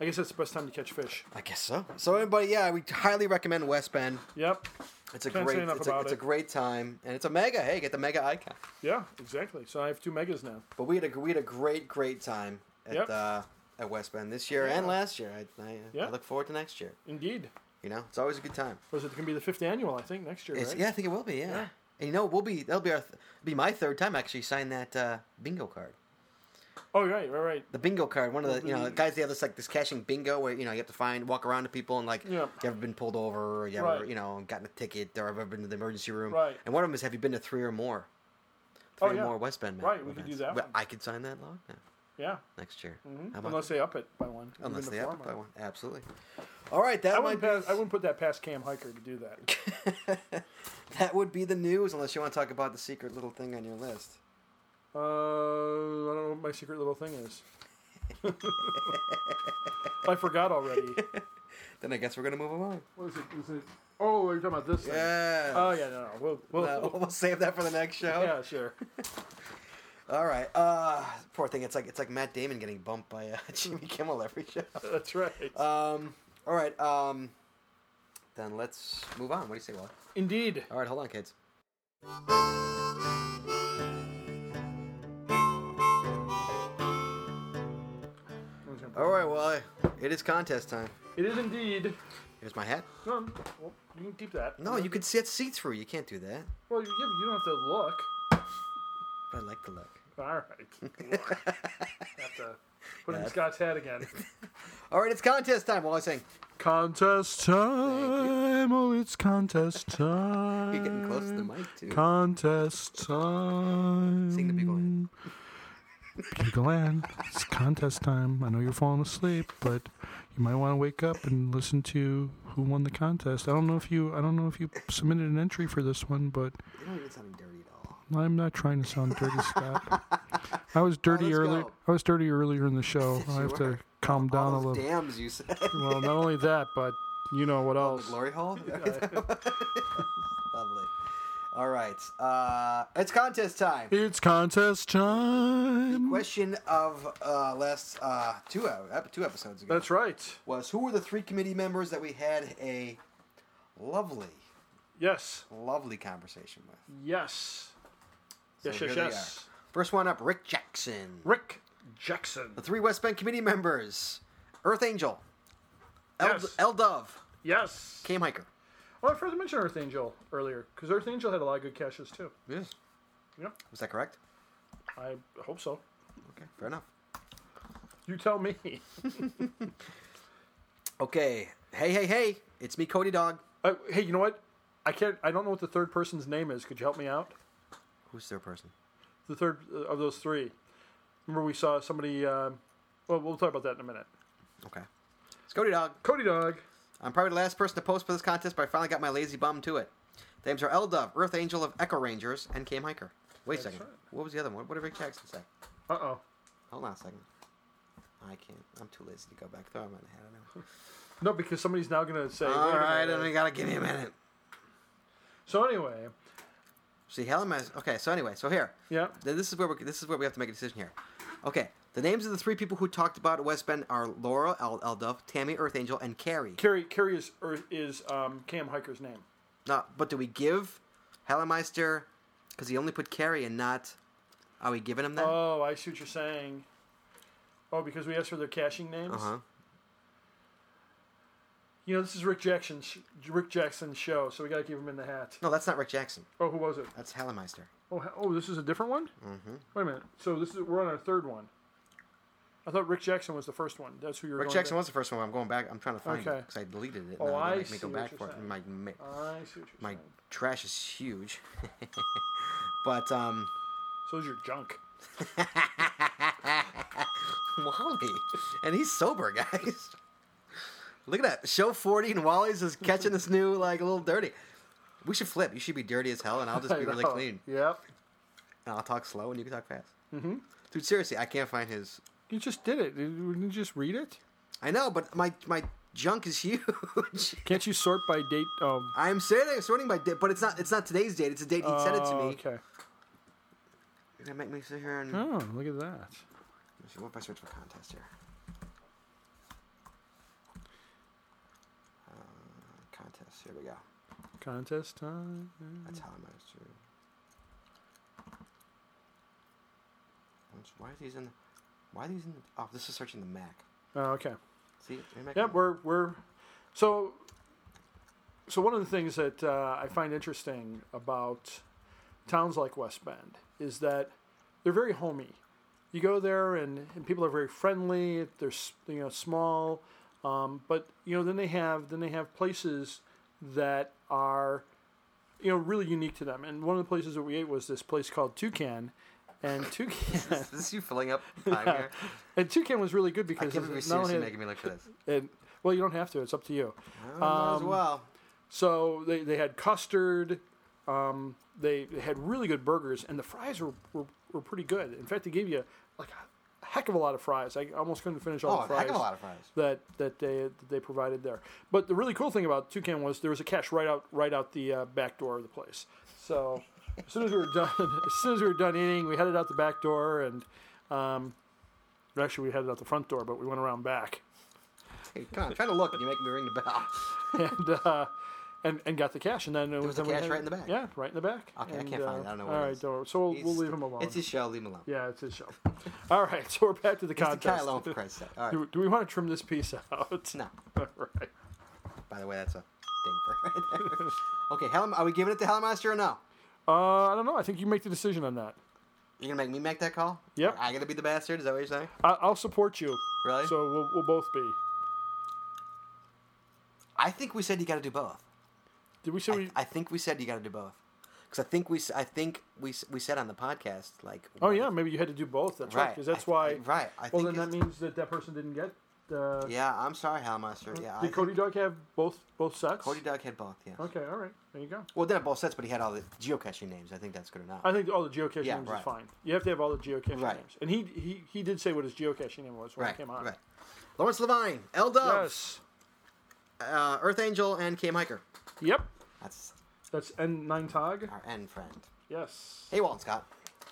Speaker 2: I guess that's the best time to catch fish.
Speaker 1: I guess so. So everybody, yeah, we highly recommend West Bend.
Speaker 2: Yep.
Speaker 1: It's a
Speaker 2: Can't say
Speaker 1: great,
Speaker 2: enough
Speaker 1: it's, a,
Speaker 2: about
Speaker 1: it's a
Speaker 2: it.
Speaker 1: great time, and it's a mega. Hey, get the mega icon.
Speaker 2: Yeah. Exactly. So I have two megas now.
Speaker 1: But we had a we had a great, great time at
Speaker 2: Yep.
Speaker 1: uh, at West Bend this year and last year. I, I,
Speaker 2: Yeah.
Speaker 1: I look forward to next year.
Speaker 2: Indeed.
Speaker 1: You know, it's always a good time.
Speaker 2: Was it going to be the fifth annual? I think next year.
Speaker 1: It's,
Speaker 2: right?
Speaker 1: Yeah, I think it will be. Yeah. And you know, we'll be that'll be our th- be my third time actually signing that uh, bingo card.
Speaker 2: Oh right, right, right.
Speaker 1: The bingo card, one of the you know guys they have this like this cashing bingo where you know you have to find walk around to people and like
Speaker 2: Yeah.
Speaker 1: you ever been pulled over or you ever
Speaker 2: Right.
Speaker 1: you know gotten a ticket or ever been to the emergency room
Speaker 2: Right.
Speaker 1: and one of them is have you been to three or more
Speaker 2: Oh,
Speaker 1: three
Speaker 2: yeah.
Speaker 1: or more West Bend
Speaker 2: Right, we
Speaker 1: events.
Speaker 2: could do that
Speaker 1: Well,
Speaker 2: one.
Speaker 1: I could sign that log now
Speaker 2: Yeah. Mm-hmm.
Speaker 1: next year How about-
Speaker 2: Unless they up it by one.
Speaker 1: unless
Speaker 2: Even
Speaker 1: they
Speaker 2: the
Speaker 1: have
Speaker 2: former.
Speaker 1: it by one absolutely all right that
Speaker 2: I
Speaker 1: might
Speaker 2: wouldn't,
Speaker 1: be,
Speaker 2: pass, I wouldn't put that past Cam Hiker to do that.
Speaker 1: <laughs> that would be the news unless you want to talk about the secret little thing on your list
Speaker 2: Uh, I don't know what my secret little thing
Speaker 1: <laughs>
Speaker 2: is. I forgot already.
Speaker 1: then I guess we're gonna move along
Speaker 2: What is it? Is it? Oh, you're talking about this thing.
Speaker 1: yeah
Speaker 2: Oh yeah, no, no. We'll, we'll,
Speaker 1: No, <laughs> we'll save that for the next show
Speaker 2: yeah, sure. <laughs>
Speaker 1: All right. Uh, poor thing. It's like it's like Matt Damon getting bumped by uh, <laughs> Jimmy Kimmel every show.
Speaker 2: That's right.
Speaker 1: Um. All right. Um. Then let's move on. What do you say, Wally?
Speaker 2: Indeed.
Speaker 1: All right. Hold on, kids. All right, Wally. It is contest time.
Speaker 2: It is indeed.
Speaker 1: Here's my hat.
Speaker 2: No, well, you can keep that.
Speaker 1: No, you can see it see through. You can't do that.
Speaker 2: Well, you, yeah, but you don't have to look.
Speaker 1: But I like the look. <laughs>
Speaker 2: All right. have to put in Scott's hat again.
Speaker 1: All right. It's contest time. Wally's saying
Speaker 2: Contest time. Oh, it's contest
Speaker 1: <laughs>
Speaker 2: time.
Speaker 1: you're getting close to the mic too.
Speaker 2: Contest time.
Speaker 1: Sing the people in.
Speaker 2: Glenn, it's contest time. I know you're falling asleep, but you might want to wake up and listen to who won the contest. I don't know if you I don't know if you submitted an entry for this one, but
Speaker 1: They don't even sound dirty at all.
Speaker 2: I'm not trying to sound dirty,
Speaker 1: <laughs>
Speaker 2: Scott. I was dirty
Speaker 1: let's
Speaker 2: earlier.
Speaker 1: go.
Speaker 2: I was dirty earlier in the show. I have
Speaker 1: were.
Speaker 2: to calm down a
Speaker 1: All
Speaker 2: little.
Speaker 1: those dams you said.
Speaker 2: Well, not only that, but you know what else?
Speaker 1: <laughs> Glory <laughs> hole? Lovely. All right. Uh, it's contest time.
Speaker 2: It's contest time.
Speaker 1: Question of uh, last uh, two ep- ep- two episodes ago
Speaker 2: That's right.
Speaker 1: was who were the three committee members that we had a lovely,
Speaker 2: Yes.
Speaker 1: lovely conversation with?
Speaker 2: Yes. yes,
Speaker 1: So
Speaker 2: yes,
Speaker 1: here they
Speaker 2: yes.
Speaker 1: are. First one up, Rick Jackson.
Speaker 2: Rick Jackson.
Speaker 1: The three West Bend committee members: Earth Angel, El,
Speaker 2: Yes.
Speaker 1: El Dove,
Speaker 2: Yes.
Speaker 1: Cam Hiker.
Speaker 2: Oh, I forgot to mention Earth Angel earlier because Earth Angel had a lot of good caches too.
Speaker 1: Yes.
Speaker 2: Yep.
Speaker 1: Was that correct?
Speaker 2: I hope so.
Speaker 1: Okay, fair enough.
Speaker 2: You tell me.
Speaker 1: Okay. Hey, hey, hey! It's me, Cody Dog.
Speaker 2: <laughs> Uh, hey, you know what? I can't. I don't know what the third person's name is. Could you help me out?
Speaker 1: Who's their person?
Speaker 2: The third uh, of those three. Remember we saw somebody. Uh, well, we'll talk about that in a minute.
Speaker 1: Okay. It's Cody Dog.
Speaker 2: Cody Dog.
Speaker 1: I'm probably the last person to post for this contest, but I finally got my lazy bum to it. The names are L Dove, Earth Angel of Echo Rangers, and Cam Hiker. Wait a second. What was the other one? What did Rick Jackson say?
Speaker 2: Uh oh.
Speaker 1: Hold on a second. I can't. I'm too lazy to go back. Throw him in the head. I know.
Speaker 2: No, because somebody's now going to say. "Wait
Speaker 1: All
Speaker 2: a
Speaker 1: right,
Speaker 2: minute."
Speaker 1: and we gotta give me a minute.
Speaker 2: So anyway,
Speaker 1: See, Helen has. Okay, so anyway, so here.
Speaker 2: yeah.
Speaker 1: Then this is where we this is where we have to make a decision here. Okay, the names of the three people who talked about West Bend are Laura El- Elduff, Tammy Earth Angel, and Carrie.
Speaker 2: Carrie Carrie is or is um, Cam Hiker's name.
Speaker 1: No, but do we give Hellemeister because he only put Carrie and not? Are we giving him that?
Speaker 2: Oh, I see what you're saying. Oh, because we asked for their caching names.
Speaker 1: Uh huh.
Speaker 2: You know, this is Rick Jackson's Rick Jackson's show, so we got to keep him in the hat.
Speaker 1: No, that's not Rick Jackson.
Speaker 2: Oh, who was it?
Speaker 1: That's Hellemeister.
Speaker 2: Oh, ha- oh, this is a different one. Mm-hmm. Wait a minute. So this is we're on our third one. I thought Rick Jackson was the first one. That's who you're.
Speaker 1: Rick
Speaker 2: going
Speaker 1: Jackson
Speaker 2: back-
Speaker 1: was the first one. I'm going back. I'm trying to find it
Speaker 2: Okay.
Speaker 1: because I deleted it.
Speaker 2: Oh,
Speaker 1: now
Speaker 2: I
Speaker 1: it make me
Speaker 2: see
Speaker 1: go
Speaker 2: what
Speaker 1: back
Speaker 2: you're
Speaker 1: for it.
Speaker 2: saying. Uh,
Speaker 1: My mi-
Speaker 2: I see what you're
Speaker 1: my
Speaker 2: saying.
Speaker 1: trash is huge. <laughs> but um, <laughs>
Speaker 2: So is your junk.
Speaker 1: Wally, and he's sober, <laughs> guys. Look at that. Show 40 and Wally's is catching this new like a little dirty. We should flip. You should be dirty as hell, and I'll just be
Speaker 2: <laughs> I
Speaker 1: really
Speaker 2: know.
Speaker 1: clean.
Speaker 2: Yep.
Speaker 1: And I'll talk slow, and you can talk fast. Mm-hmm. Dude, seriously, I can't find his.
Speaker 2: You just did it. Didn't you just read it?
Speaker 1: I know, but my my junk is <laughs> huge.
Speaker 2: Can't you sort by date? Oh,
Speaker 1: I'm sorting, sorting by date, but it's not it's not today's date. It's a date he sent it to me.
Speaker 2: Oh, Okay.
Speaker 1: You're gonna make me sit here and.
Speaker 2: Oh, look at that.
Speaker 1: Let's see, what if I search for contest here? Uh, contest. Here we go.
Speaker 2: Contest time.
Speaker 1: That's how I managed to. What's- Why are these in? The, why are these in? The, oh, this is searching the Mac.
Speaker 2: Oh, okay.
Speaker 1: See, in Mac
Speaker 2: Yep, we're we're so so one of the things that uh, I find interesting about towns like West Bend is that they're very homey. You go there and, and people are very friendly. They're s- you know small, um, but you know then they have then they have places that are you know really unique to them. And one of the places that we ate was this place called Toucan, and
Speaker 1: <laughs>
Speaker 2: Toucan
Speaker 1: is this you filling
Speaker 2: <laughs>
Speaker 1: up time here?
Speaker 2: and Toucan was really good
Speaker 1: I
Speaker 2: because
Speaker 1: can't believe you're
Speaker 2: not
Speaker 1: seriously
Speaker 2: only had-
Speaker 1: making me look for this.
Speaker 2: and- well you don't have to. It's up to you.
Speaker 1: Oh, might
Speaker 2: Um,
Speaker 1: as well.
Speaker 2: So they, they had custard. Um, they, they had really good burgers, and the fries were, were, were pretty good. In fact, they gave you like a heck of a lot of fries. I almost couldn't finish all
Speaker 1: Oh,
Speaker 2: the
Speaker 1: a
Speaker 2: fries
Speaker 1: heck of a lot of fries.
Speaker 2: that that they that they provided there. But the really cool thing about Toucan was there was a cache right out right out the uh, back door of the place. So as soon as we were done, <laughs> as soon as we were done eating, we headed out the back door, and um, actually we headed out the front door, but we went around back.
Speaker 1: Hey, come on, I'm trying to look, and you make me ring the bell.
Speaker 2: and uh, and and got the cash, and then it was
Speaker 1: the
Speaker 2: then we
Speaker 1: cash
Speaker 2: had-
Speaker 1: right in the back?
Speaker 2: Yeah, right in the back.
Speaker 1: Okay, I
Speaker 2: And, uh,
Speaker 1: can't find it. I don't know where
Speaker 2: all
Speaker 1: it
Speaker 2: right,
Speaker 1: is.
Speaker 2: don't worry. So we'll,
Speaker 1: He's-
Speaker 2: we'll leave him alone.
Speaker 1: It's his show. Leave him alone.
Speaker 2: yeah, it's his show. <laughs> all right, so we're back to the
Speaker 1: Leave the guy
Speaker 2: contest.
Speaker 1: alone for Christ's sake. <laughs> All right.
Speaker 2: do, do we want to trim this piece <laughs> out?
Speaker 1: No.
Speaker 2: all right.
Speaker 1: By the way, that's a thing for right
Speaker 2: <laughs>
Speaker 1: there. Okay, Hell, are we giving it to Hellmeister or no?
Speaker 2: Uh, I don't know. I think you make the decision on that.
Speaker 1: You're gonna make me make that call?
Speaker 2: Yep.
Speaker 1: I gotta be the bastard. Is that what you're saying?
Speaker 2: I, I'll support you.
Speaker 1: Really?
Speaker 2: So we'll, we'll both be.
Speaker 1: I think we said you gotta do both.
Speaker 2: Did we say we?
Speaker 1: I, I think we said you got to do both. Because I think we, s- I think we, s- we said on the podcast like.
Speaker 2: oh yeah, maybe you had to do both. That's right.
Speaker 1: Right,
Speaker 2: Because
Speaker 1: I-
Speaker 2: that's why.
Speaker 1: I- right, I
Speaker 2: well,
Speaker 1: think
Speaker 2: then that
Speaker 1: it's-
Speaker 2: means that that person didn't get. Uh,
Speaker 1: Yeah, I'm sorry, Hellmeister. Yeah, I
Speaker 2: Did
Speaker 1: think
Speaker 2: Cody Dog have both both sets?
Speaker 1: Cody Duck had both. Yeah.
Speaker 2: Okay. All right. There you go.
Speaker 1: Well, then both sets, but he had all the geocaching names. I think that's good enough.
Speaker 2: I think all the geocaching
Speaker 1: Yeah,
Speaker 2: names
Speaker 1: right.
Speaker 2: is fine. You have to have all the geocaching
Speaker 1: Right.
Speaker 2: names. And he, he he did say what his geocaching name was when
Speaker 1: right.
Speaker 2: he came on.
Speaker 1: Right. Lawrence Levine, L Dove,
Speaker 2: Yes.
Speaker 1: uh, Earth Angel, and Cam Hiker.
Speaker 2: Yep.
Speaker 1: That's
Speaker 2: That's N9 Tog.
Speaker 1: our end friend.
Speaker 2: Yes.
Speaker 1: Hey, Walton Scott.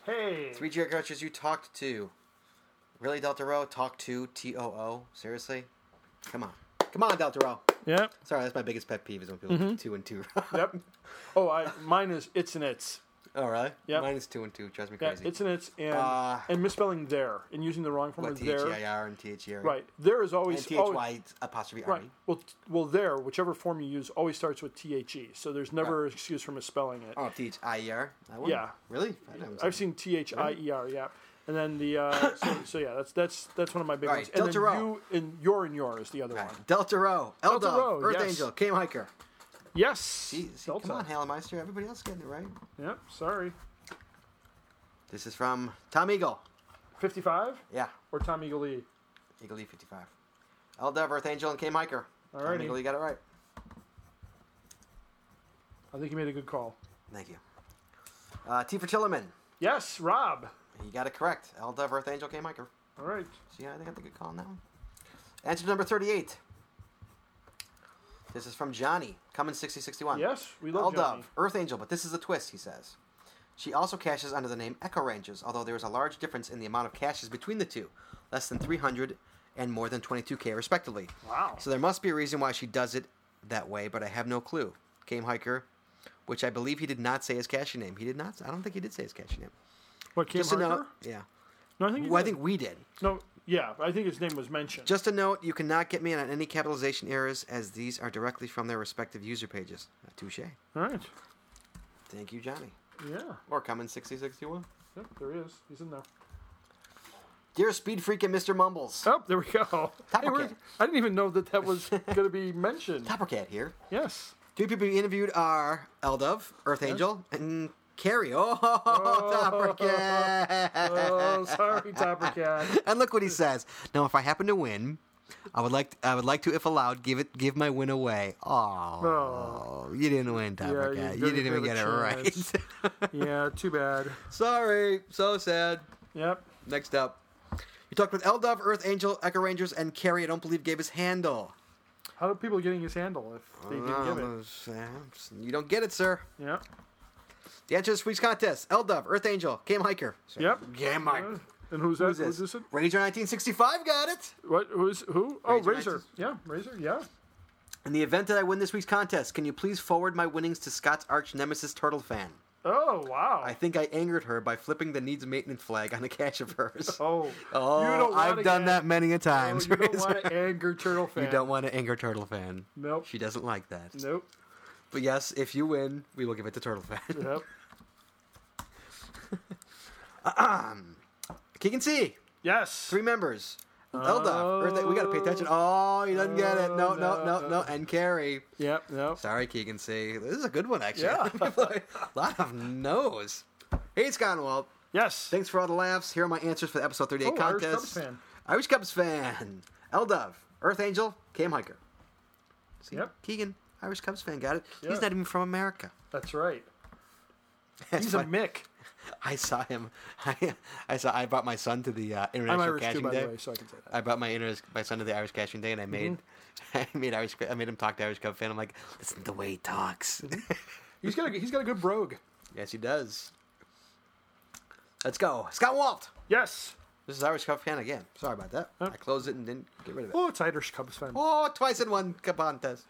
Speaker 2: Hey.
Speaker 1: Three geocachers you talked to. Really, Delta Row? Talk to T O O? Seriously? Come on. Come on, Delta Row.
Speaker 2: Yep.
Speaker 1: Sorry, that's my biggest pet peeve is when people
Speaker 2: Mm-hmm.
Speaker 1: two and two. <laughs>
Speaker 2: Yep. Oh, I mine is it's and it's.
Speaker 1: Oh, really?
Speaker 2: Yep.
Speaker 1: Mine is two and two. Drives me
Speaker 2: Yeah,
Speaker 1: crazy.
Speaker 2: it's and it's and
Speaker 1: Uh,
Speaker 2: and misspelling there and using the wrong form
Speaker 1: what,
Speaker 2: of there.
Speaker 1: T-H-E-I-R and T-H-E-R.
Speaker 2: Right. There is
Speaker 1: And
Speaker 2: always always-
Speaker 1: T-H-Y apostrophe E?
Speaker 2: Right.
Speaker 1: R-E.
Speaker 2: Well, t- well, there, whichever form you use, always starts with THE. So there's never an excuse for misspelling it.
Speaker 1: Oh, T-H-I-E-R. That one?
Speaker 2: Yeah.
Speaker 1: Really? I didn't
Speaker 2: I've seen T H I E R, yeah. And then the uh, so, so yeah, that's that's that's one of my big
Speaker 1: All
Speaker 2: ones.
Speaker 1: right,
Speaker 2: And then
Speaker 1: Deltarune.
Speaker 2: you and your and your is the other one.
Speaker 1: Delta Row. Eldo.
Speaker 2: Delta Row,
Speaker 1: Earth
Speaker 2: yes.
Speaker 1: Angel. Came Hiker.
Speaker 2: Yes.
Speaker 1: Jeez, see, come on, Hallemeister. Everybody else getting it right.
Speaker 2: Yep. Sorry.
Speaker 1: This is from Tom Eagle.
Speaker 2: Fifty-five
Speaker 1: Yeah.
Speaker 2: or Tom Eagle Lee.
Speaker 1: Eagle E55. Eldo, Earth Angel, and Came Hiker. Tom
Speaker 2: Alrighty.
Speaker 1: Eagle, you got it right.
Speaker 2: I think you made a good call.
Speaker 1: Thank you. Uh, T for Tillerman.
Speaker 2: Yes, Rob.
Speaker 1: You got it correct. Elda, Earth Angel, K. Miker.
Speaker 2: All right.
Speaker 1: So yeah, I think I think a good call on that one. Answer number 38. This is from Johnny, coming 6061.
Speaker 2: Yes, we love
Speaker 1: All
Speaker 2: Johnny.
Speaker 1: Dove, Earth Angel, but this is a twist, he says. She also caches under the name Echo Ranges, although there is a large difference in the amount of caches between the two, less than 300 and more than 22k respectively.
Speaker 2: Wow.
Speaker 1: So there must be a reason why she does it that way, but I have no clue. Game Hiker, which I believe he did not say his caching name. He did not. I don't think he did say his caching name.
Speaker 2: What Cam
Speaker 1: Just a note.
Speaker 2: Harker?
Speaker 1: Yeah.
Speaker 2: No, I think. he
Speaker 1: Well, I
Speaker 2: did.
Speaker 1: think we did.
Speaker 2: No, yeah, I think his name was mentioned.
Speaker 1: Just a note, you cannot get me on any capitalization errors as these are directly from their respective user pages. Touche.
Speaker 2: All right.
Speaker 1: Thank you, Johnny.
Speaker 2: Yeah.
Speaker 1: Or Cummins 6061.
Speaker 2: Yep, there he is. He's in there.
Speaker 1: Dear Speed Freak and Mr. Mumbles.
Speaker 2: Oh, there we go. Hey, we're-
Speaker 1: Cat.
Speaker 2: I didn't even know that
Speaker 1: <laughs>
Speaker 2: that was going to be mentioned.
Speaker 1: Toppercat here. <laughs>
Speaker 2: Yes.
Speaker 1: Three people we interviewed are Eldov, Earth Angel, and Carrie. Oh, <laughs> Toppercat.
Speaker 2: Oh, sorry, Topper Cat.
Speaker 1: And look what he says. Now, if I happen to win, I would like I would like to, if allowed, give it give my win away. Oh, you didn't win, Toppercat.
Speaker 2: Yeah, you
Speaker 1: you, didn't
Speaker 2: didn't
Speaker 1: even
Speaker 2: get
Speaker 1: get
Speaker 2: a
Speaker 1: it
Speaker 2: chance. <laughs>
Speaker 1: right.
Speaker 2: Yeah, too bad.
Speaker 1: <laughs> Sorry, so sad.
Speaker 2: Yep.
Speaker 1: Next up, you talked with Eldov, Earth Angel, Echo Rangers, and Carrie. I don't believe gave his handle. Oh,
Speaker 2: How are people getting his handle if they didn't give it?
Speaker 1: You don't get it, sir.
Speaker 2: Yep.
Speaker 1: The answer to this week's contest: Eldov, Earth Angel, Game Hiker.
Speaker 2: Yep. Uh,
Speaker 1: Game Hiker.
Speaker 2: And who's that? Who's
Speaker 1: Who's
Speaker 2: this?
Speaker 1: this? Ranger 1965 got it.
Speaker 2: What? Who's who? Oh,
Speaker 1: Razor
Speaker 2: Razor.
Speaker 1: Knights.
Speaker 2: Yeah, Razor. Yeah.
Speaker 1: In the event that I win this week's contest, can you please forward my winnings to Scott's arch nemesis Turtle Fan?
Speaker 2: Oh, wow.
Speaker 1: I think I angered her by flipping the needs maintenance flag on the cache of hers.
Speaker 2: oh,
Speaker 1: <laughs> Oh,
Speaker 2: <laughs> you don't wanna
Speaker 1: I've done
Speaker 2: get-
Speaker 1: that many a
Speaker 2: Oh,
Speaker 1: times.
Speaker 2: you don't want to anger Turtle fan.
Speaker 1: <laughs> You don't want to anger Turtle Fan.
Speaker 2: Nope.
Speaker 1: She doesn't like that.
Speaker 2: Nope.
Speaker 1: But yes, if you win, we will give it to Turtle Fan.
Speaker 2: Yep.
Speaker 1: <laughs> Keegan C,
Speaker 2: Yes.
Speaker 1: three members. Elda, Earth- we gotta pay attention. Oh, he doesn't get it. No, no, no,
Speaker 2: Oh.
Speaker 1: no. And Carrie.
Speaker 2: Yep. Nope.
Speaker 1: Sorry, Keegan C. This is a good one, actually. <laughs>
Speaker 2: Yeah.
Speaker 1: A lot of no's. Hey, Scott Walt.
Speaker 2: Yes.
Speaker 1: Thanks for all the laughs. Here are my answers for the episode 38
Speaker 2: Oh, Irish
Speaker 1: contest.
Speaker 2: Cubs fan.
Speaker 1: Irish Cubs fan. Eldov, Earth Angel, Cam Hiker. See,
Speaker 2: Yep.
Speaker 1: Keegan, Irish Cubs fan, got it.
Speaker 2: Yeah.
Speaker 1: He's not even from America.
Speaker 2: That's right.
Speaker 1: That's
Speaker 2: He's a
Speaker 1: why
Speaker 2: Mick.
Speaker 1: I saw him. <laughs> I, I saw. I brought my son to the uh,
Speaker 2: I'm
Speaker 1: international
Speaker 2: Irish too,
Speaker 1: caching
Speaker 2: by
Speaker 1: day.
Speaker 2: the way, Mm-hmm. so I can say that.
Speaker 1: I brought my inter- my son to the Irish caching day, and I made <laughs> I made Irish I made him talk to Irish Cub fan. I'm like, listen to the way he talks.
Speaker 2: Mm-hmm.
Speaker 1: <laughs>
Speaker 2: He's got a, he's got a good brogue.
Speaker 1: yes, he does. Let's go, Scott Walt.
Speaker 2: Yes.
Speaker 1: This is Irish Cub fan again. Sorry about that.
Speaker 2: Huh.
Speaker 1: I closed it and didn't get rid of it.
Speaker 2: Oh, it's Irish Cubs fan.
Speaker 1: Oh, twice in one contest.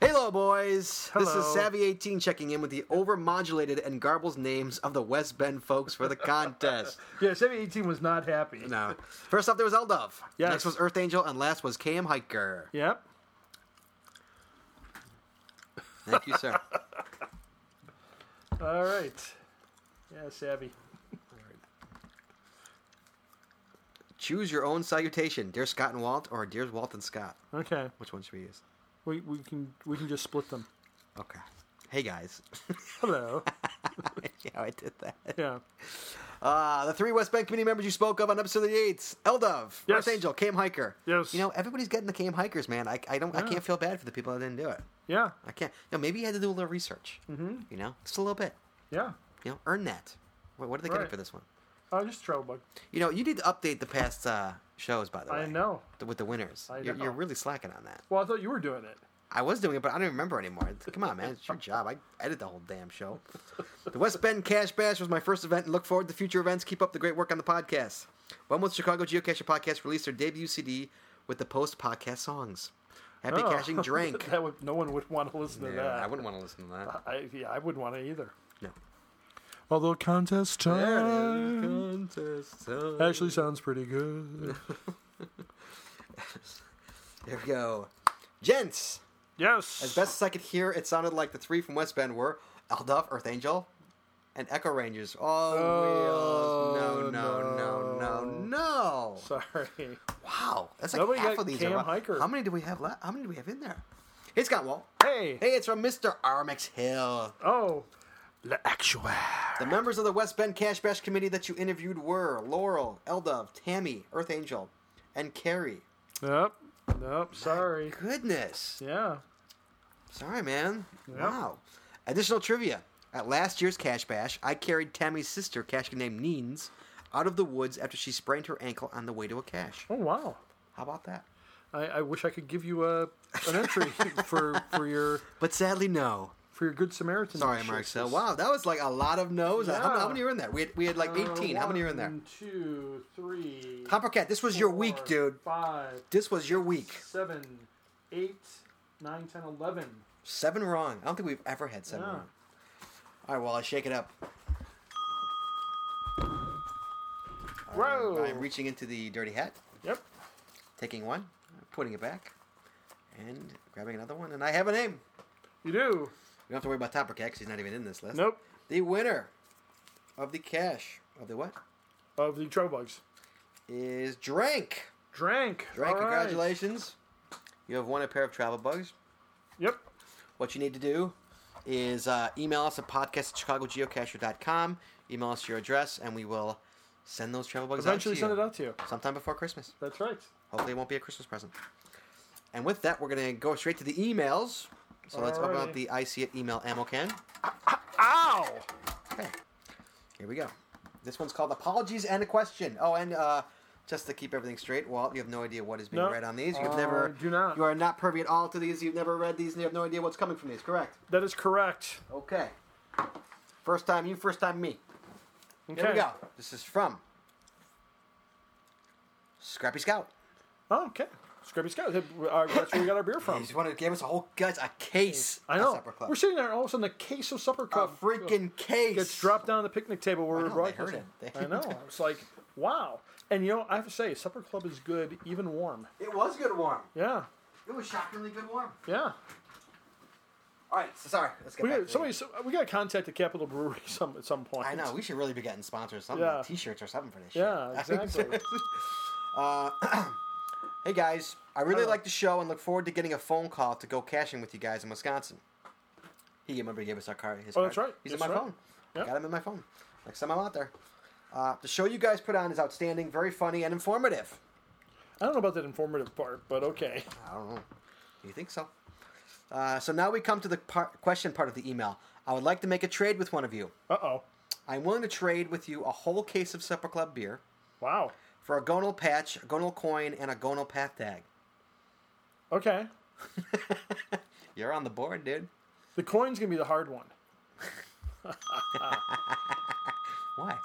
Speaker 1: Hello, boys. This is
Speaker 2: Hello.
Speaker 1: Savvy18 checking in with the overmodulated and garbles names of the West Bend folks for the contest.
Speaker 2: <laughs> Yeah, 718 was not happy.
Speaker 1: No. First up, there was Eldov.
Speaker 2: Yes.
Speaker 1: Next was Earth Angel, and last was KM Hiker.
Speaker 2: Yep.
Speaker 1: Thank you,
Speaker 2: <laughs>
Speaker 1: sir.
Speaker 2: All right. Yeah, savvy.
Speaker 1: Choose your own salutation, dear Scott and Walt, or dear Walt and Scott.
Speaker 2: Okay.
Speaker 1: Which one should we use?
Speaker 2: We, we can we can just split them.
Speaker 1: Okay. Hey guys. <laughs>
Speaker 2: Hello.
Speaker 1: yeah, I did that.
Speaker 2: yeah.
Speaker 1: Uh, the three West Bank committee members you spoke of on episode 38, Eldav,
Speaker 2: Yes.
Speaker 1: Earth Angel, Cam Hiker.
Speaker 2: Yes.
Speaker 1: You know, everybody's getting the Cam Hikers, man. I, I don't I can't feel bad for the people that didn't do it.
Speaker 2: Yeah.
Speaker 1: I can't. You know, maybe you had to do a little research. Mm-hmm. You know, just a little bit.
Speaker 2: Yeah.
Speaker 1: You know, earn that. What, what are they getting
Speaker 2: Right.
Speaker 1: for this one?
Speaker 2: Oh, just travel bug.
Speaker 1: You know, you need to update the past uh, shows, by the way.
Speaker 2: I know.
Speaker 1: th- With the winners.
Speaker 2: I
Speaker 1: you're,
Speaker 2: know.
Speaker 1: you're really slacking on that.
Speaker 2: Well, I thought you were doing it.
Speaker 1: I was doing it, but I don't even remember anymore. Come on, man. It's your job. I edit the whole damn show. The West Bend Cash Bash was my first event and look forward to future events. Keep up the great work on the podcast. When will the Chicago Geocacher Podcast release their debut CD with the post podcast songs? Happy
Speaker 2: Oh.
Speaker 1: Caching Drink.
Speaker 2: <laughs> that would, no one would want to listen to
Speaker 1: Yeah,
Speaker 2: that.
Speaker 1: I wouldn't want to listen to that.
Speaker 2: I, yeah, I wouldn't want to either.
Speaker 1: No.
Speaker 2: Although contest time
Speaker 1: Contest time.
Speaker 2: actually sounds pretty good.
Speaker 1: There we go. Gents,
Speaker 2: yes.
Speaker 1: as best as I could hear, it sounded like the three from West Bend were Alduff, Earth Angel, and Echo Rangers. Oh,
Speaker 2: Oh,
Speaker 1: wheels. No, no, no, no, no.
Speaker 2: Sorry.
Speaker 1: Wow, that's like
Speaker 2: Nobody
Speaker 1: half
Speaker 2: got
Speaker 1: of these.
Speaker 2: Cam
Speaker 1: are-
Speaker 2: Hiker.
Speaker 1: How many do we have left? How many do we have in there? It's got one.
Speaker 2: Hey.
Speaker 1: <laughs> Hey, it's from Mr. Armix Hill.
Speaker 2: Oh. Le actual.
Speaker 1: The members of the West Bend Cash Bash Committee that you interviewed were Laurel, Eldov, Tammy, Earth Angel, and Carrie.
Speaker 2: Nope. Nope. Sorry.
Speaker 1: Goodness.
Speaker 2: Yeah.
Speaker 1: Sorry, man.
Speaker 2: Yeah.
Speaker 1: Wow. Additional trivia. At last year's Cash Bash, I carried Tammy's sister, Cash named Neens, out of the woods after she sprained her ankle on the way to a cache.
Speaker 2: Oh wow!
Speaker 1: How about that?
Speaker 2: I, I wish I could give you a
Speaker 1: <laughs>
Speaker 2: an entry for for your
Speaker 1: But sadly, no.
Speaker 2: for your Good Samaritan.
Speaker 1: Sorry,
Speaker 2: shit.
Speaker 1: Marcel. Wow, that was like a lot of no's. How,
Speaker 2: Yeah. Uh,
Speaker 1: how many are in there? We had, we had like 18. how many are in there?
Speaker 2: One, two, three.
Speaker 1: Hoppercat, this was your week,
Speaker 2: four,
Speaker 1: dude.
Speaker 2: Five,
Speaker 1: This was your week.
Speaker 2: seven, eight, nine, ten, eleven.
Speaker 1: Seven wrong. I don't think we've ever had seven
Speaker 2: Yeah.
Speaker 1: wrong. All right, well, I shake it up.
Speaker 2: Whoa!
Speaker 1: I'm reaching into the dirty hat,
Speaker 2: yep.
Speaker 1: taking one, putting it back, and grabbing another one. And I have a name.
Speaker 2: You do.
Speaker 1: We don't have to worry about Topper Cat because he's not even in this list.
Speaker 2: Nope.
Speaker 1: The winner of the cash of the what
Speaker 2: Of the travel bugs.
Speaker 1: is Drank.
Speaker 2: Drank.
Speaker 1: Drank,
Speaker 2: All right.
Speaker 1: congratulations. You have won a pair of travel bugs.
Speaker 2: Yep.
Speaker 1: What you need to do is uh, email us at podcast at chicagogeocacher.com. Email us your address, and we will send those travel bugs
Speaker 2: Eventually
Speaker 1: out to
Speaker 2: send
Speaker 1: you
Speaker 2: it out to you.
Speaker 1: sometime before Christmas.
Speaker 2: That's right.
Speaker 1: Hopefully, it won't be a Christmas present. And with that, we're going to go straight to the emails. So let's open up
Speaker 2: Alrighty.
Speaker 1: the I see it email ammo can.
Speaker 2: Ow!
Speaker 1: Okay, here we go. This one's called Apologies and a Question. Oh, and uh, just to keep everything straight, Walt, you have no idea what is being
Speaker 2: No.
Speaker 1: read on these. You've
Speaker 2: I
Speaker 1: never,
Speaker 2: Uh, do not.
Speaker 1: You are not privy at all to these. You've never read these, and you have no idea what's coming from these. Correct.
Speaker 2: That is correct.
Speaker 1: Okay. First time you, first time me.
Speaker 2: Okay.
Speaker 1: Here we go. This is from Scrappy Scout.
Speaker 2: Oh, okay. Scrappy Scott. uh, That's where we got our beer from.
Speaker 1: He's one that gave us a whole guys a case.
Speaker 2: I
Speaker 1: of
Speaker 2: know.
Speaker 1: Supper Club.
Speaker 2: We're sitting there, and all of a sudden, the case of supper
Speaker 1: a
Speaker 2: cup
Speaker 1: freaking case.
Speaker 2: gets dropped down on the picnic table where
Speaker 1: know,
Speaker 2: we're
Speaker 1: they heard
Speaker 2: broadcasting.
Speaker 1: it. They-
Speaker 2: I know. I was like, wow. And you know, I have to say, supper club is good, even warm.
Speaker 1: It was good warm.
Speaker 2: Yeah.
Speaker 1: It was shockingly good warm.
Speaker 2: Yeah.
Speaker 1: All right, so sorry. Let's get
Speaker 2: We
Speaker 1: back. to
Speaker 2: got,
Speaker 1: the-
Speaker 2: somebody, so, we got to contact the Capitol Brewery <laughs> some at some point.
Speaker 1: I know. We should really be getting sponsors, something
Speaker 2: Yeah.
Speaker 1: like t-shirts or something for this.
Speaker 2: Yeah,
Speaker 1: shit. <laughs>
Speaker 2: exactly.
Speaker 1: uh, <clears throat> hey guys, I really
Speaker 2: Hello.
Speaker 1: like the show and look forward to getting a phone call to go cashing with you guys in Wisconsin. He remember he gave us our card. His
Speaker 2: Oh,
Speaker 1: card.
Speaker 2: that's right.
Speaker 1: He's in
Speaker 2: That's
Speaker 1: my
Speaker 2: right.
Speaker 1: phone.
Speaker 2: Yeah.
Speaker 1: I got him in my phone. Next time I'm out there. Uh, the show you guys put on is outstanding, very funny, and informative.
Speaker 2: I don't know about that informative part, but okay.
Speaker 1: I don't know. Do you think so? Uh, so now we come to the part, question part of the email. I would like to make a trade with one of you.
Speaker 2: Uh oh.
Speaker 1: I'm willing to trade with you a whole case of Supper Club beer
Speaker 2: Wow.
Speaker 1: for a gonal patch, a gonal coin, and a gonal path
Speaker 2: <laughs>
Speaker 1: tag.
Speaker 2: Okay.
Speaker 1: You're on the board, dude.
Speaker 2: The coin's going to be the hard one.
Speaker 1: Why?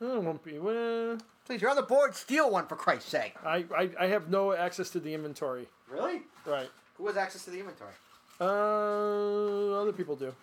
Speaker 2: Oh, It won't be. Well,
Speaker 1: Please, you're on the board. Steal one for Christ's sake.
Speaker 2: I, I, I have no access to the inventory.
Speaker 1: Really?
Speaker 2: Right.
Speaker 1: Who has access to the inventory?
Speaker 2: Uh, other people do.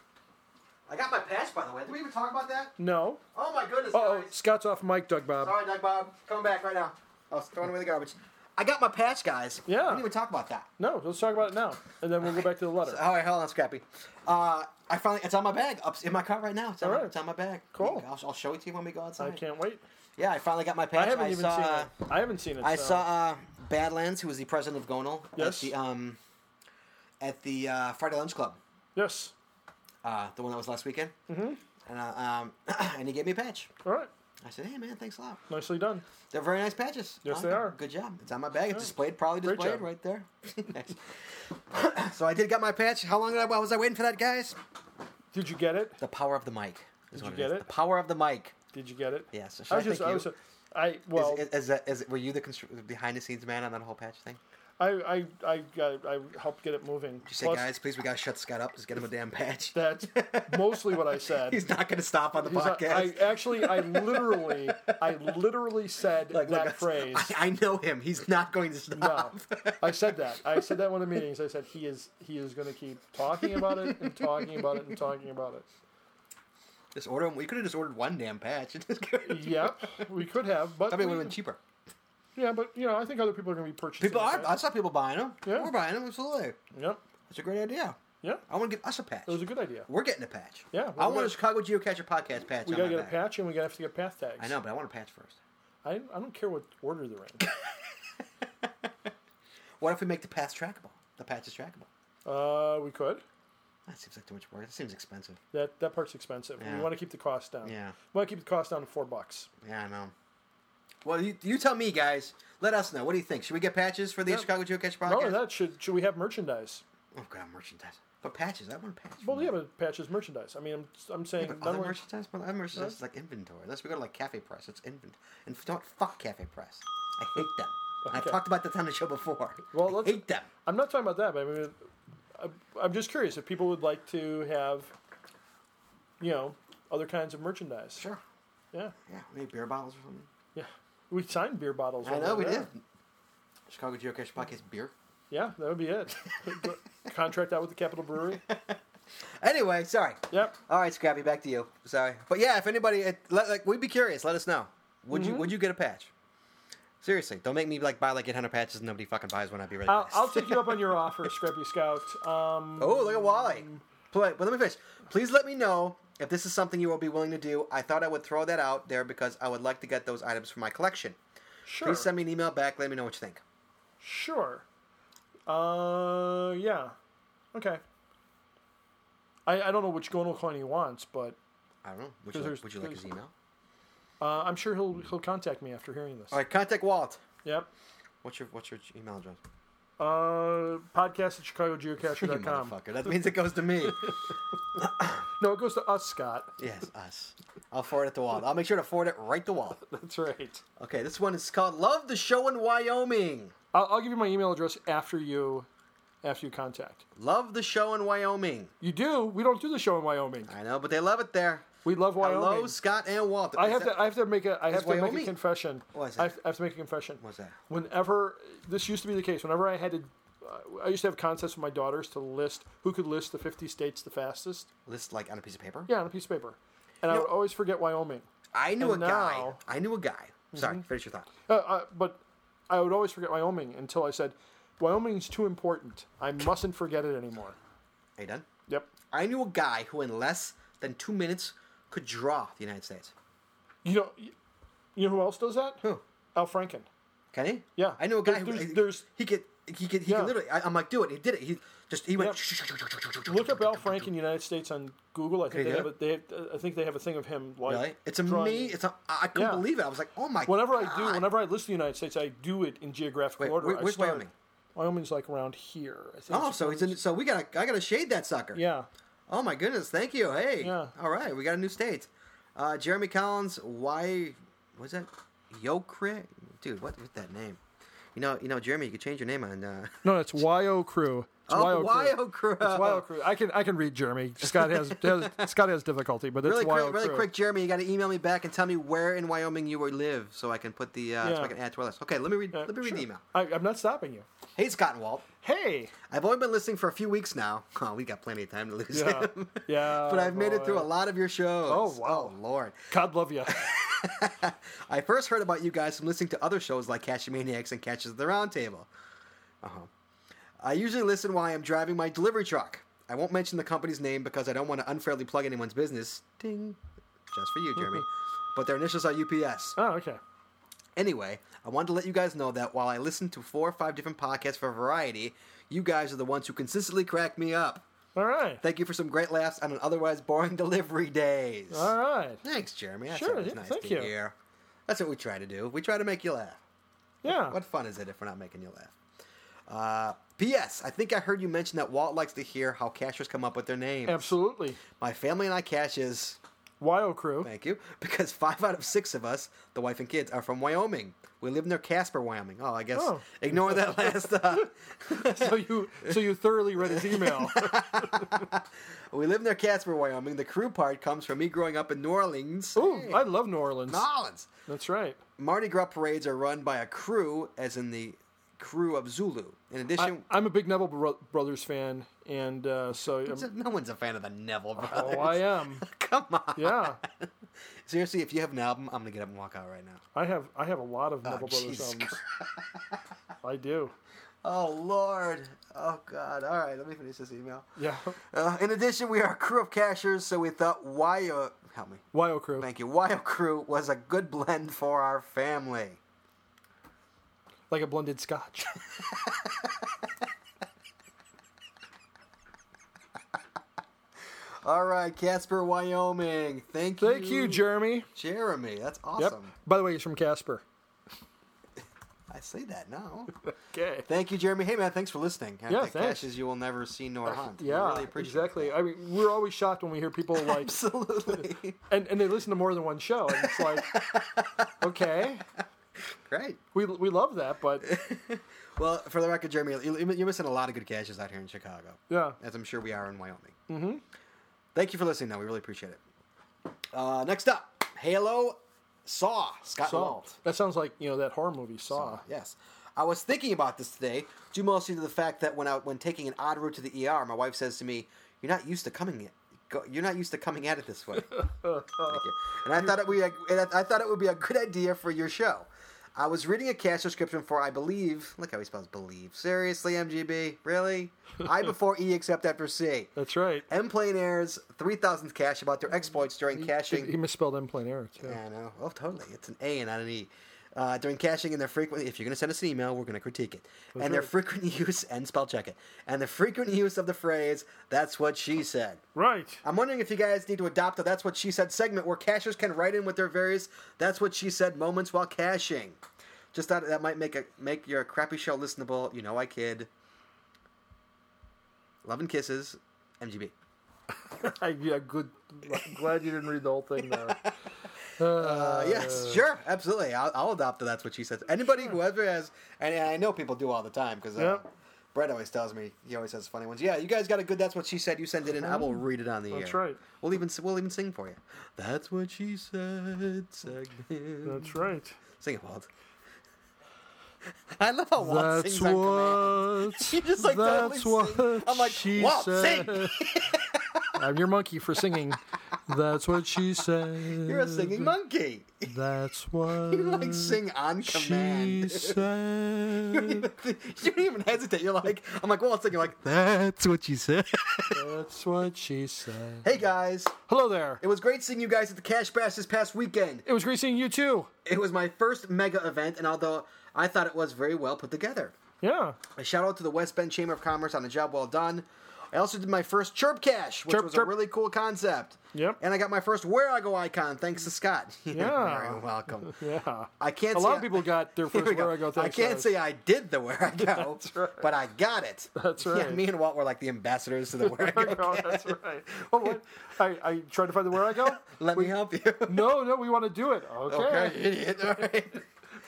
Speaker 1: I got my patch, by the way. Did we even talk about that?
Speaker 2: No.
Speaker 1: Oh my goodness,
Speaker 2: Uh oh.
Speaker 1: guys.
Speaker 2: Scott's off mic, Doug Bob.
Speaker 1: Sorry, Doug Bob. Coming back right now. I was throwing away the garbage. I got my patch, guys.
Speaker 2: Yeah.
Speaker 1: We didn't even talk about that.
Speaker 2: No, let's talk about it now, and then we'll go back to the letter.
Speaker 1: All right, hold on, Scrappy. Uh, I finally, it's on my bag, up in my car right now. It's on,
Speaker 2: All
Speaker 1: my-
Speaker 2: right.
Speaker 1: it's on my bag.
Speaker 2: Cool.
Speaker 1: I'll, I'll show it to you when we go outside.
Speaker 2: I can't wait.
Speaker 1: Yeah, I finally got my patch.
Speaker 2: I haven't even
Speaker 1: saw,
Speaker 2: seen it. I haven't seen it.
Speaker 1: I
Speaker 2: so-
Speaker 1: saw uh, Badlands, who was the president of Gonal,
Speaker 2: Yes.
Speaker 1: at the um, at the uh, Friday Lunch Club,
Speaker 2: Yes.
Speaker 1: uh, the one that was last weekend, mm-hmm. and uh, um, <clears throat> and he gave me a patch.
Speaker 2: All right.
Speaker 1: I said, "Hey, man, thanks a lot.
Speaker 2: Nicely done.
Speaker 1: They're very nice patches. I
Speaker 2: Yes,
Speaker 1: like
Speaker 2: they
Speaker 1: them.
Speaker 2: are.
Speaker 1: Good job. It's on my bag. It's displayed, probably
Speaker 2: Great
Speaker 1: displayed
Speaker 2: job.
Speaker 1: right there. <laughs> Thanks. <clears throat> so I did get my patch. How long did I, was I waiting for that, guys?
Speaker 2: Did you get it?
Speaker 1: The power of the mic. Is
Speaker 2: Did
Speaker 1: what
Speaker 2: you get
Speaker 1: is.
Speaker 2: it?
Speaker 1: The power of the mic.
Speaker 2: Did you get it?
Speaker 1: Yes. So should
Speaker 2: I
Speaker 1: I,
Speaker 2: was just.
Speaker 1: thank
Speaker 2: I
Speaker 1: you?
Speaker 2: was. I well.
Speaker 1: is, is, that- is- were you the constr- behind the scenes man on that whole patch thing?
Speaker 2: I I I got. I helped get it moving.
Speaker 1: You say, guys, please, we gotta shut Scott up. Just get him a damn
Speaker 2: <laughs>
Speaker 1: patch.
Speaker 2: That's
Speaker 1: <laughs>
Speaker 2: mostly what I said.
Speaker 1: He's not gonna stop on the
Speaker 2: He's not-
Speaker 1: podcast.
Speaker 2: I actually, I literally, I literally said
Speaker 1: Like,
Speaker 2: that
Speaker 1: look, I-
Speaker 2: phrase.
Speaker 1: I, I know him. He's not going to
Speaker 2: No,
Speaker 1: stop. <laughs>
Speaker 2: I said that. I said that in one of the meetings. I said he is he is going to keep talking about it and talking about it and talking about it.
Speaker 1: Just order him. We could have just ordered one damn patch. <laughs> Just go-
Speaker 2: Yep, we could have, but
Speaker 1: I mean, it would
Speaker 2: we-
Speaker 1: have been
Speaker 2: <laughs>
Speaker 1: cheaper.
Speaker 2: yeah, but you know, I think other people are going to be purchasing.
Speaker 1: People are.
Speaker 2: it.
Speaker 1: I saw people buying them.
Speaker 2: Yeah.
Speaker 1: We're buying them. Absolutely.
Speaker 2: Yep,
Speaker 1: That's a great idea.
Speaker 2: yeah,
Speaker 1: I want to give us a patch.
Speaker 2: that was a good idea.
Speaker 1: We're getting a patch.
Speaker 2: Yeah,
Speaker 1: I
Speaker 2: we're
Speaker 1: want
Speaker 2: gonna-
Speaker 1: a Chicago Geocacher podcast patch.
Speaker 2: We
Speaker 1: on
Speaker 2: got to
Speaker 1: my
Speaker 2: get a
Speaker 1: back.
Speaker 2: patch, and we got to have to get path tags.
Speaker 1: I know, but I want a patch first.
Speaker 2: I, I don't care what order they're in.
Speaker 1: What if we make the patch trackable? The patch is trackable.
Speaker 2: uh, we could.
Speaker 1: That seems like too much work. That seems expensive.
Speaker 2: That that part's expensive.
Speaker 1: Yeah.
Speaker 2: We want to keep the cost down.
Speaker 1: Yeah.
Speaker 2: We want to keep the cost down to four bucks.
Speaker 1: Yeah, I know. Well, you, you tell me, guys. Let us know. What do you think? Should we get patches for the Chicago Geocache podcast?
Speaker 2: No, that should should we have merchandise?
Speaker 1: Oh god, merchandise. But patches, I want patches.
Speaker 2: Well, yeah, but patches merchandise. I mean, I'm, I'm saying
Speaker 1: But
Speaker 2: none
Speaker 1: other
Speaker 2: of our-
Speaker 1: merchandise, but other merchandise is like inventory. Unless we go to like Cafe Press, it's inventory. And f- don't fuck Cafe Press. I hate them. And I've
Speaker 2: Okay.
Speaker 1: talked about that on the show before.
Speaker 2: Well,
Speaker 1: I
Speaker 2: let's-
Speaker 1: hate them.
Speaker 2: I'm not talking about that, but I mean, I- I'm just curious if people would like to have, you know, other kinds of merchandise.
Speaker 1: Sure.
Speaker 2: Yeah,
Speaker 1: Yeah, maybe beer bottles or something.
Speaker 2: yeah. We signed beer bottles.
Speaker 1: I
Speaker 2: over
Speaker 1: know we
Speaker 2: there.
Speaker 1: did. Chicago Geocache Podcast beer.
Speaker 2: Yeah, that would
Speaker 1: <laughs>
Speaker 2: be it. Contract out with the Capital Brewery.
Speaker 1: Anyway, sorry.
Speaker 2: Yep.
Speaker 1: All right, Scrappy, back to you. Sorry, but yeah, if anybody, it, let, like, we'd be curious. Let us know. Would
Speaker 2: Mm-hmm.
Speaker 1: you Would you get a patch? Seriously, don't make me like buy like 800 patches and nobody fucking buys one. I'd be really
Speaker 2: I'll,
Speaker 1: pissed.
Speaker 2: I'll take you up on your offer, Scrappy Scout. Um,
Speaker 1: Oh, look at Wally. Play. But let me finish. Please let me know if this is something you will be willing to do. I thought I would throw that out there because I would like to get those items for my collection.
Speaker 2: sure.
Speaker 1: Please send me an email back. Let me know what you think.
Speaker 2: Sure. Uh, yeah. Okay. I, I don't know which Gonal coin he wants, but
Speaker 1: I don't know. Would you,
Speaker 2: Because
Speaker 1: like,
Speaker 2: there's-
Speaker 1: would you like his
Speaker 2: there's-
Speaker 1: email?
Speaker 2: uh, I'm sure he'll he'll contact me after hearing this.
Speaker 1: All right, contact Walt.
Speaker 2: Yep.
Speaker 1: What's your What's your email address?
Speaker 2: Uh, podcast at
Speaker 1: You
Speaker 2: chicagogeocacher.com.
Speaker 1: motherfucker. That means it goes to
Speaker 2: <laughs>
Speaker 1: me.
Speaker 2: No, it goes to us, Scott.
Speaker 1: yes, us. I'll forward it to Walt. I'll make sure to forward it right to Walt.
Speaker 2: That's right.
Speaker 1: Okay, this one is called "Love the Show in Wyoming."
Speaker 2: I'll, I'll give you my email address after you, after you contact.
Speaker 1: Love the show in Wyoming.
Speaker 2: You do. We don't do the show in Wyoming.
Speaker 1: I know, but they love it there.
Speaker 2: We love Wyoming.
Speaker 1: Hello, Scott and Walt.
Speaker 2: I
Speaker 1: Is
Speaker 2: have
Speaker 1: that-
Speaker 2: to. I have to make a. I have to make
Speaker 1: Wyoming?
Speaker 2: a confession.
Speaker 1: What is
Speaker 2: I
Speaker 1: that?
Speaker 2: have, I have to make a confession.
Speaker 1: What's that?
Speaker 2: Whenever this used to be the case, whenever I had to, uh, I used to have contests with my daughters to list who could list the 50 states the fastest.
Speaker 1: list like on a piece of paper.
Speaker 2: Yeah, on a piece of paper, and I would always forget Wyoming.
Speaker 1: I knew
Speaker 2: And
Speaker 1: a
Speaker 2: now-
Speaker 1: guy. I knew a guy.
Speaker 2: Mm-hmm.
Speaker 1: Sorry, finish your thought.
Speaker 2: Uh, uh, but I would always forget Wyoming until I said, "Wyoming's too important. I mustn't forget it anymore."
Speaker 1: Are you done?
Speaker 2: Yep.
Speaker 1: I knew a guy who, in less than two minutes, could draw the United States.
Speaker 2: You know, you know who else does that?
Speaker 1: Who?
Speaker 2: Al Franken.
Speaker 1: Can he?
Speaker 2: Yeah.
Speaker 1: I knew a guy
Speaker 2: There-
Speaker 1: who.
Speaker 2: there's-
Speaker 1: he-
Speaker 2: there's-
Speaker 1: he could. He could. He
Speaker 2: Yeah.
Speaker 1: could literally. I, am like, do it. He did it. He just. He went. <laughs>
Speaker 2: Look up Al Franken, United States, on Google. I think
Speaker 1: you
Speaker 2: they
Speaker 1: do
Speaker 2: have. A, they have, I think they have a thing of him. Like
Speaker 1: Really? It's
Speaker 2: drawing-
Speaker 1: amazing. It's. A, I I couldn't
Speaker 2: Yeah.
Speaker 1: believe it. I was like, oh my.
Speaker 2: Whenever I
Speaker 1: God.
Speaker 2: do, whenever I list the United States, I do it in geographic
Speaker 1: Wait,
Speaker 2: order.
Speaker 1: where-
Speaker 2: I
Speaker 1: where's
Speaker 2: start-
Speaker 1: Wyoming?
Speaker 2: Wyoming's like around here. I think
Speaker 1: Oh, so he's in. So we gotta. I gotta shade that sucker.
Speaker 2: yeah.
Speaker 1: Oh my goodness! Thank you. Hey.
Speaker 2: Yeah.
Speaker 1: All right, we got a new state. Uh, Jeremy Collins. Why was that? Yokri? Dude, what with that name? You know, you know, Jeremy, you could change your name on. Uh...
Speaker 2: <laughs> No, it's YO Crew.
Speaker 1: <laughs>
Speaker 2: It's
Speaker 1: Oh,
Speaker 2: Crew.
Speaker 1: Wyo Crew.
Speaker 2: It's YO Crew. I can I can read Jeremy. Scott has, <laughs> has Scott has difficulty, but it's
Speaker 1: Really
Speaker 2: YO
Speaker 1: quick, really
Speaker 2: Crew.
Speaker 1: quick, Jeremy, you got to email me back and tell me where in Wyoming you live, so I can put the uh, so
Speaker 2: Yeah.
Speaker 1: I can add to our list. Okay, let me read. let me read
Speaker 2: Sure.
Speaker 1: the email.
Speaker 2: I, I'm not stopping you.
Speaker 1: Hey, Scott and Walt.
Speaker 2: Hey.
Speaker 1: I've only been listening for a few weeks now. <laughs> Oh, we got plenty of time to lose.
Speaker 2: Yeah.
Speaker 1: him. <laughs>
Speaker 2: Yeah,
Speaker 1: but I've made it through a
Speaker 2: boy.
Speaker 1: lot of your shows.
Speaker 2: Oh, wow.
Speaker 1: Oh, Lord.
Speaker 2: God
Speaker 1: <laughs>
Speaker 2: love you.
Speaker 1: I first heard about you guys from listening to other shows like Cash Maniacs and Catches at the Round Table. Uh-huh. I usually listen while I'm driving my delivery truck. I won't mention the company's name because I don't want to unfairly plug anyone's business. Ding. Just for you, Jeremy. but their initials are UPS.
Speaker 2: Oh, okay.
Speaker 1: Anyway, I wanted to let you guys know that while I listen to four or five different podcasts for variety, you guys are the ones who consistently crack me up.
Speaker 2: All right.
Speaker 1: Thank you for some great laughs on an otherwise boring <laughs> delivery days.
Speaker 2: All right.
Speaker 1: Thanks, Jeremy. That's
Speaker 2: Sure,
Speaker 1: always
Speaker 2: yeah,
Speaker 1: nice
Speaker 2: thank
Speaker 1: to
Speaker 2: you.
Speaker 1: hear. That's what we try to do. We try to make you laugh.
Speaker 2: Yeah.
Speaker 1: What fun is it if we're not making you laugh? Uh, P.S. I think I heard you mention that Walt likes to hear how cashers come up with their names.
Speaker 2: Absolutely.
Speaker 1: My family and I cashes,
Speaker 2: YO Crew.
Speaker 1: thank you, <laughs> because five out of six of us, the wife and kids, are from Wyoming. We live near Casper, Wyoming. Oh, I guess
Speaker 2: Oh.
Speaker 1: ignore
Speaker 2: <laughs>
Speaker 1: that last. Uh, <laughs>
Speaker 2: So you so you thoroughly read his email.
Speaker 1: we live near Casper, Wyoming. The crew part comes from me growing up in New Orleans.
Speaker 2: Ooh, I love New Orleans.
Speaker 1: New Orleans.
Speaker 2: That's right.
Speaker 1: Mardi Gras parades are run by a crew, as in the crew of Zulu. In
Speaker 2: I,
Speaker 1: addition, <laughs>
Speaker 2: I'm a big Neville Bro- Brothers fan, and uh, so I'm,
Speaker 1: no one's a fan of the Neville Brothers.
Speaker 2: oh, I am.
Speaker 1: <laughs> Come on.
Speaker 2: Yeah,
Speaker 1: Seriously, if you have an album, I'm gonna get up and walk out right now.
Speaker 2: I have. I have a lot
Speaker 1: Oh,
Speaker 2: of Neville Brothers
Speaker 1: Jesus
Speaker 2: albums. I do. <laughs>
Speaker 1: Oh Lord. Oh God. All right, let me finish this email.
Speaker 2: Yeah.
Speaker 1: Uh, in addition, we are a crew of cashers, so we thought why uh, help me.
Speaker 2: Wyo Crew.
Speaker 1: Thank you. Wyo crew was a good blend for our family.
Speaker 2: Like a
Speaker 1: <laughs>
Speaker 2: blended Scotch.
Speaker 1: All right, Casper, Wyoming. Thank you.
Speaker 2: Thank you, Jeremy.
Speaker 1: Jeremy. That's
Speaker 2: Yep.
Speaker 1: awesome.
Speaker 2: By the way, he's from Casper.
Speaker 1: I say that now.
Speaker 2: Okay.
Speaker 1: Thank you, Jeremy. Hey, man, thanks for listening.
Speaker 2: Yeah,
Speaker 1: Hashtag
Speaker 2: thanks. Uh-huh.
Speaker 1: Caches you will never see nor hunt. We
Speaker 2: Yeah,
Speaker 1: really appreciate
Speaker 2: exactly.
Speaker 1: that.
Speaker 2: I mean, we're always shocked when we hear people
Speaker 1: <laughs>
Speaker 2: like, <laughs>
Speaker 1: Absolutely.
Speaker 2: and, and they listen to more than one show. And
Speaker 1: <laughs>
Speaker 2: it's like, okay,
Speaker 1: Great.
Speaker 2: we, we love that, but
Speaker 1: Well, for the record, Jeremy, you- you're missing a lot of good caches out here in Chicago,
Speaker 2: yeah,
Speaker 1: as I'm sure we are in Wyoming. Mm-hmm. Thank you for listening, though. We really appreciate it. Uh, next up, Halo Saw, Scott
Speaker 2: Saw.
Speaker 1: Walt.
Speaker 2: That sounds like you know that horror movie Saw.
Speaker 1: Yes. I was thinking about this today, due mostly to the fact that when I, when taking an odd route to the ER, my wife says to me, "You're not used to coming it. go- You're not used to coming at it this way." Thank you. And I thought it would be a, and I, I thought it would be a good idea for your show. I was reading a cast description for I believe. Look how he spells believe. Seriously, MGB, really? I before E except after C.
Speaker 2: That's right.
Speaker 1: M Plane Air's 3000th cache about their exploits during caching.
Speaker 2: He, he misspelled in plain air too.
Speaker 1: Yeah, I know. Oh, totally. It's an A and not an E. Uh, during caching and their frequent, if you're going to send us an email, we're going to critique it. and their frequent <laughs> use and spell check it. And the frequent use of the phrase "That's what she said."
Speaker 2: Right.
Speaker 1: I'm wondering if you guys need to adopt a "That's what she said" segment where cashers can write in with their various "That's what she said" moments while caching. Just thought that might make a make your crappy show listenable. You know, I kid. Love and kisses, MGB.
Speaker 2: I, yeah, good. Glad you didn't read the whole thing there.
Speaker 1: Uh, yes, sure, absolutely. I'll, I'll adopt that. That's what she says. Anybody who ever has, and I know people do all the time because uh,
Speaker 2: Yep.
Speaker 1: Brett always tells me he always has funny ones. Yeah, you guys got a good. That's what she said. You send it in. I will read it on the
Speaker 2: That's
Speaker 1: air.
Speaker 2: right.
Speaker 1: We'll even s- we'll even sing for you. That's what she said. Segment.
Speaker 2: That's right.
Speaker 1: Sing it, Walt. I love how Walt
Speaker 2: That's
Speaker 1: sings on command. <laughs>
Speaker 2: what.
Speaker 1: He just like
Speaker 2: that's
Speaker 1: totally sings.
Speaker 2: what
Speaker 1: I'm like
Speaker 2: she
Speaker 1: Walt,
Speaker 2: said.
Speaker 1: sing.
Speaker 2: I'm your monkey for singing. That's what she
Speaker 1: <laughs>
Speaker 2: said.
Speaker 1: <laughs> You're a singing monkey. <laughs>
Speaker 2: That's what
Speaker 1: You like sing on
Speaker 2: she
Speaker 1: command. <laughs>
Speaker 2: said.
Speaker 1: you don't even hesitate. You're like, I'm like, Walt, sing. You're like, that's what she said.
Speaker 2: That's what she said.
Speaker 1: Hey guys,
Speaker 2: Hello there.
Speaker 1: it was great seeing you guys at the Cash Bash this past weekend.
Speaker 2: It was great seeing you too.
Speaker 1: It was my first mega event, and although I thought it was very well put together,
Speaker 2: Yeah.
Speaker 1: a shout out to the West Bend Chamber of Commerce on a job well done. I also did my first Chirp Cash, which
Speaker 2: Chirp,
Speaker 1: was
Speaker 2: chirp.
Speaker 1: a really cool concept.
Speaker 2: Yep.
Speaker 1: And I got my first Where I Go icon thanks to Scott. <laughs> You're
Speaker 2: Yeah.
Speaker 1: very welcome.
Speaker 2: Yeah.
Speaker 1: I can't.
Speaker 2: A
Speaker 1: say
Speaker 2: lot
Speaker 1: I-
Speaker 2: of people got
Speaker 1: <laughs>
Speaker 2: their
Speaker 1: Here
Speaker 2: first
Speaker 1: we go.
Speaker 2: where I go.
Speaker 1: I
Speaker 2: Thanks,
Speaker 1: can't
Speaker 2: guys.
Speaker 1: say I did the
Speaker 2: <laughs>
Speaker 1: where I go, but I got it. <laughs>
Speaker 2: That's
Speaker 1: Yeah,
Speaker 2: right.
Speaker 1: me and Walt were like the ambassadors
Speaker 2: <laughs>
Speaker 1: to the where I go.
Speaker 2: No,
Speaker 1: <laughs>
Speaker 2: that's right. Oh, what? I, I tried to find the where I go.
Speaker 1: Let me help you.
Speaker 2: No, no, we want to do it. <laughs> Okay.
Speaker 1: Okay, idiot. All right.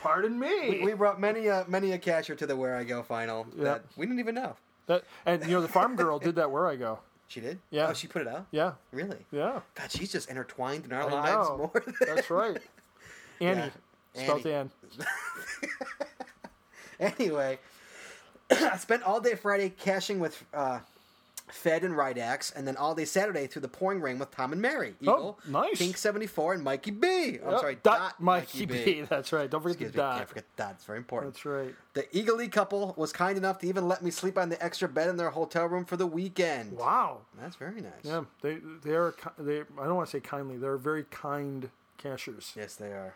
Speaker 2: Pardon me.
Speaker 1: We brought many a many a cashier to the where I go final that
Speaker 2: Yep.
Speaker 1: we didn't even know.
Speaker 2: That- and you know the farm girl did that where I go.
Speaker 1: She did.
Speaker 2: Yeah.
Speaker 1: Oh, she put it out.
Speaker 2: Yeah.
Speaker 1: Really.
Speaker 2: Yeah.
Speaker 1: God, she's just intertwined in our
Speaker 2: I
Speaker 1: lives
Speaker 2: know.
Speaker 1: more. Than...
Speaker 2: That's right. Annie.
Speaker 1: Yeah.
Speaker 2: Spelled
Speaker 1: Annie.
Speaker 2: Ann.
Speaker 1: <laughs> Anyway, <clears throat> I spent all day Friday caching with uh, Fed and Rydax, and then all day Saturday through the pouring rain with Tom and Mary. Eagle,
Speaker 2: Oh, nice.
Speaker 1: Pink seventy four and Mikey B. I'm
Speaker 2: Yep,
Speaker 1: sorry,
Speaker 2: Oh, Dot, Mikey, B. <laughs> That's right. Don't forget
Speaker 1: Excuse
Speaker 2: the
Speaker 1: me, can't
Speaker 2: dot.
Speaker 1: forget that. It's very important.
Speaker 2: That's right.
Speaker 1: The Eagley couple was kind enough to even let me sleep on the extra bed in their hotel room for the weekend.
Speaker 2: Wow.
Speaker 1: That's very nice.
Speaker 2: Yeah. They they are ki- they. I don't want to say kindly. They're very kind cashers.
Speaker 1: Yes, they are.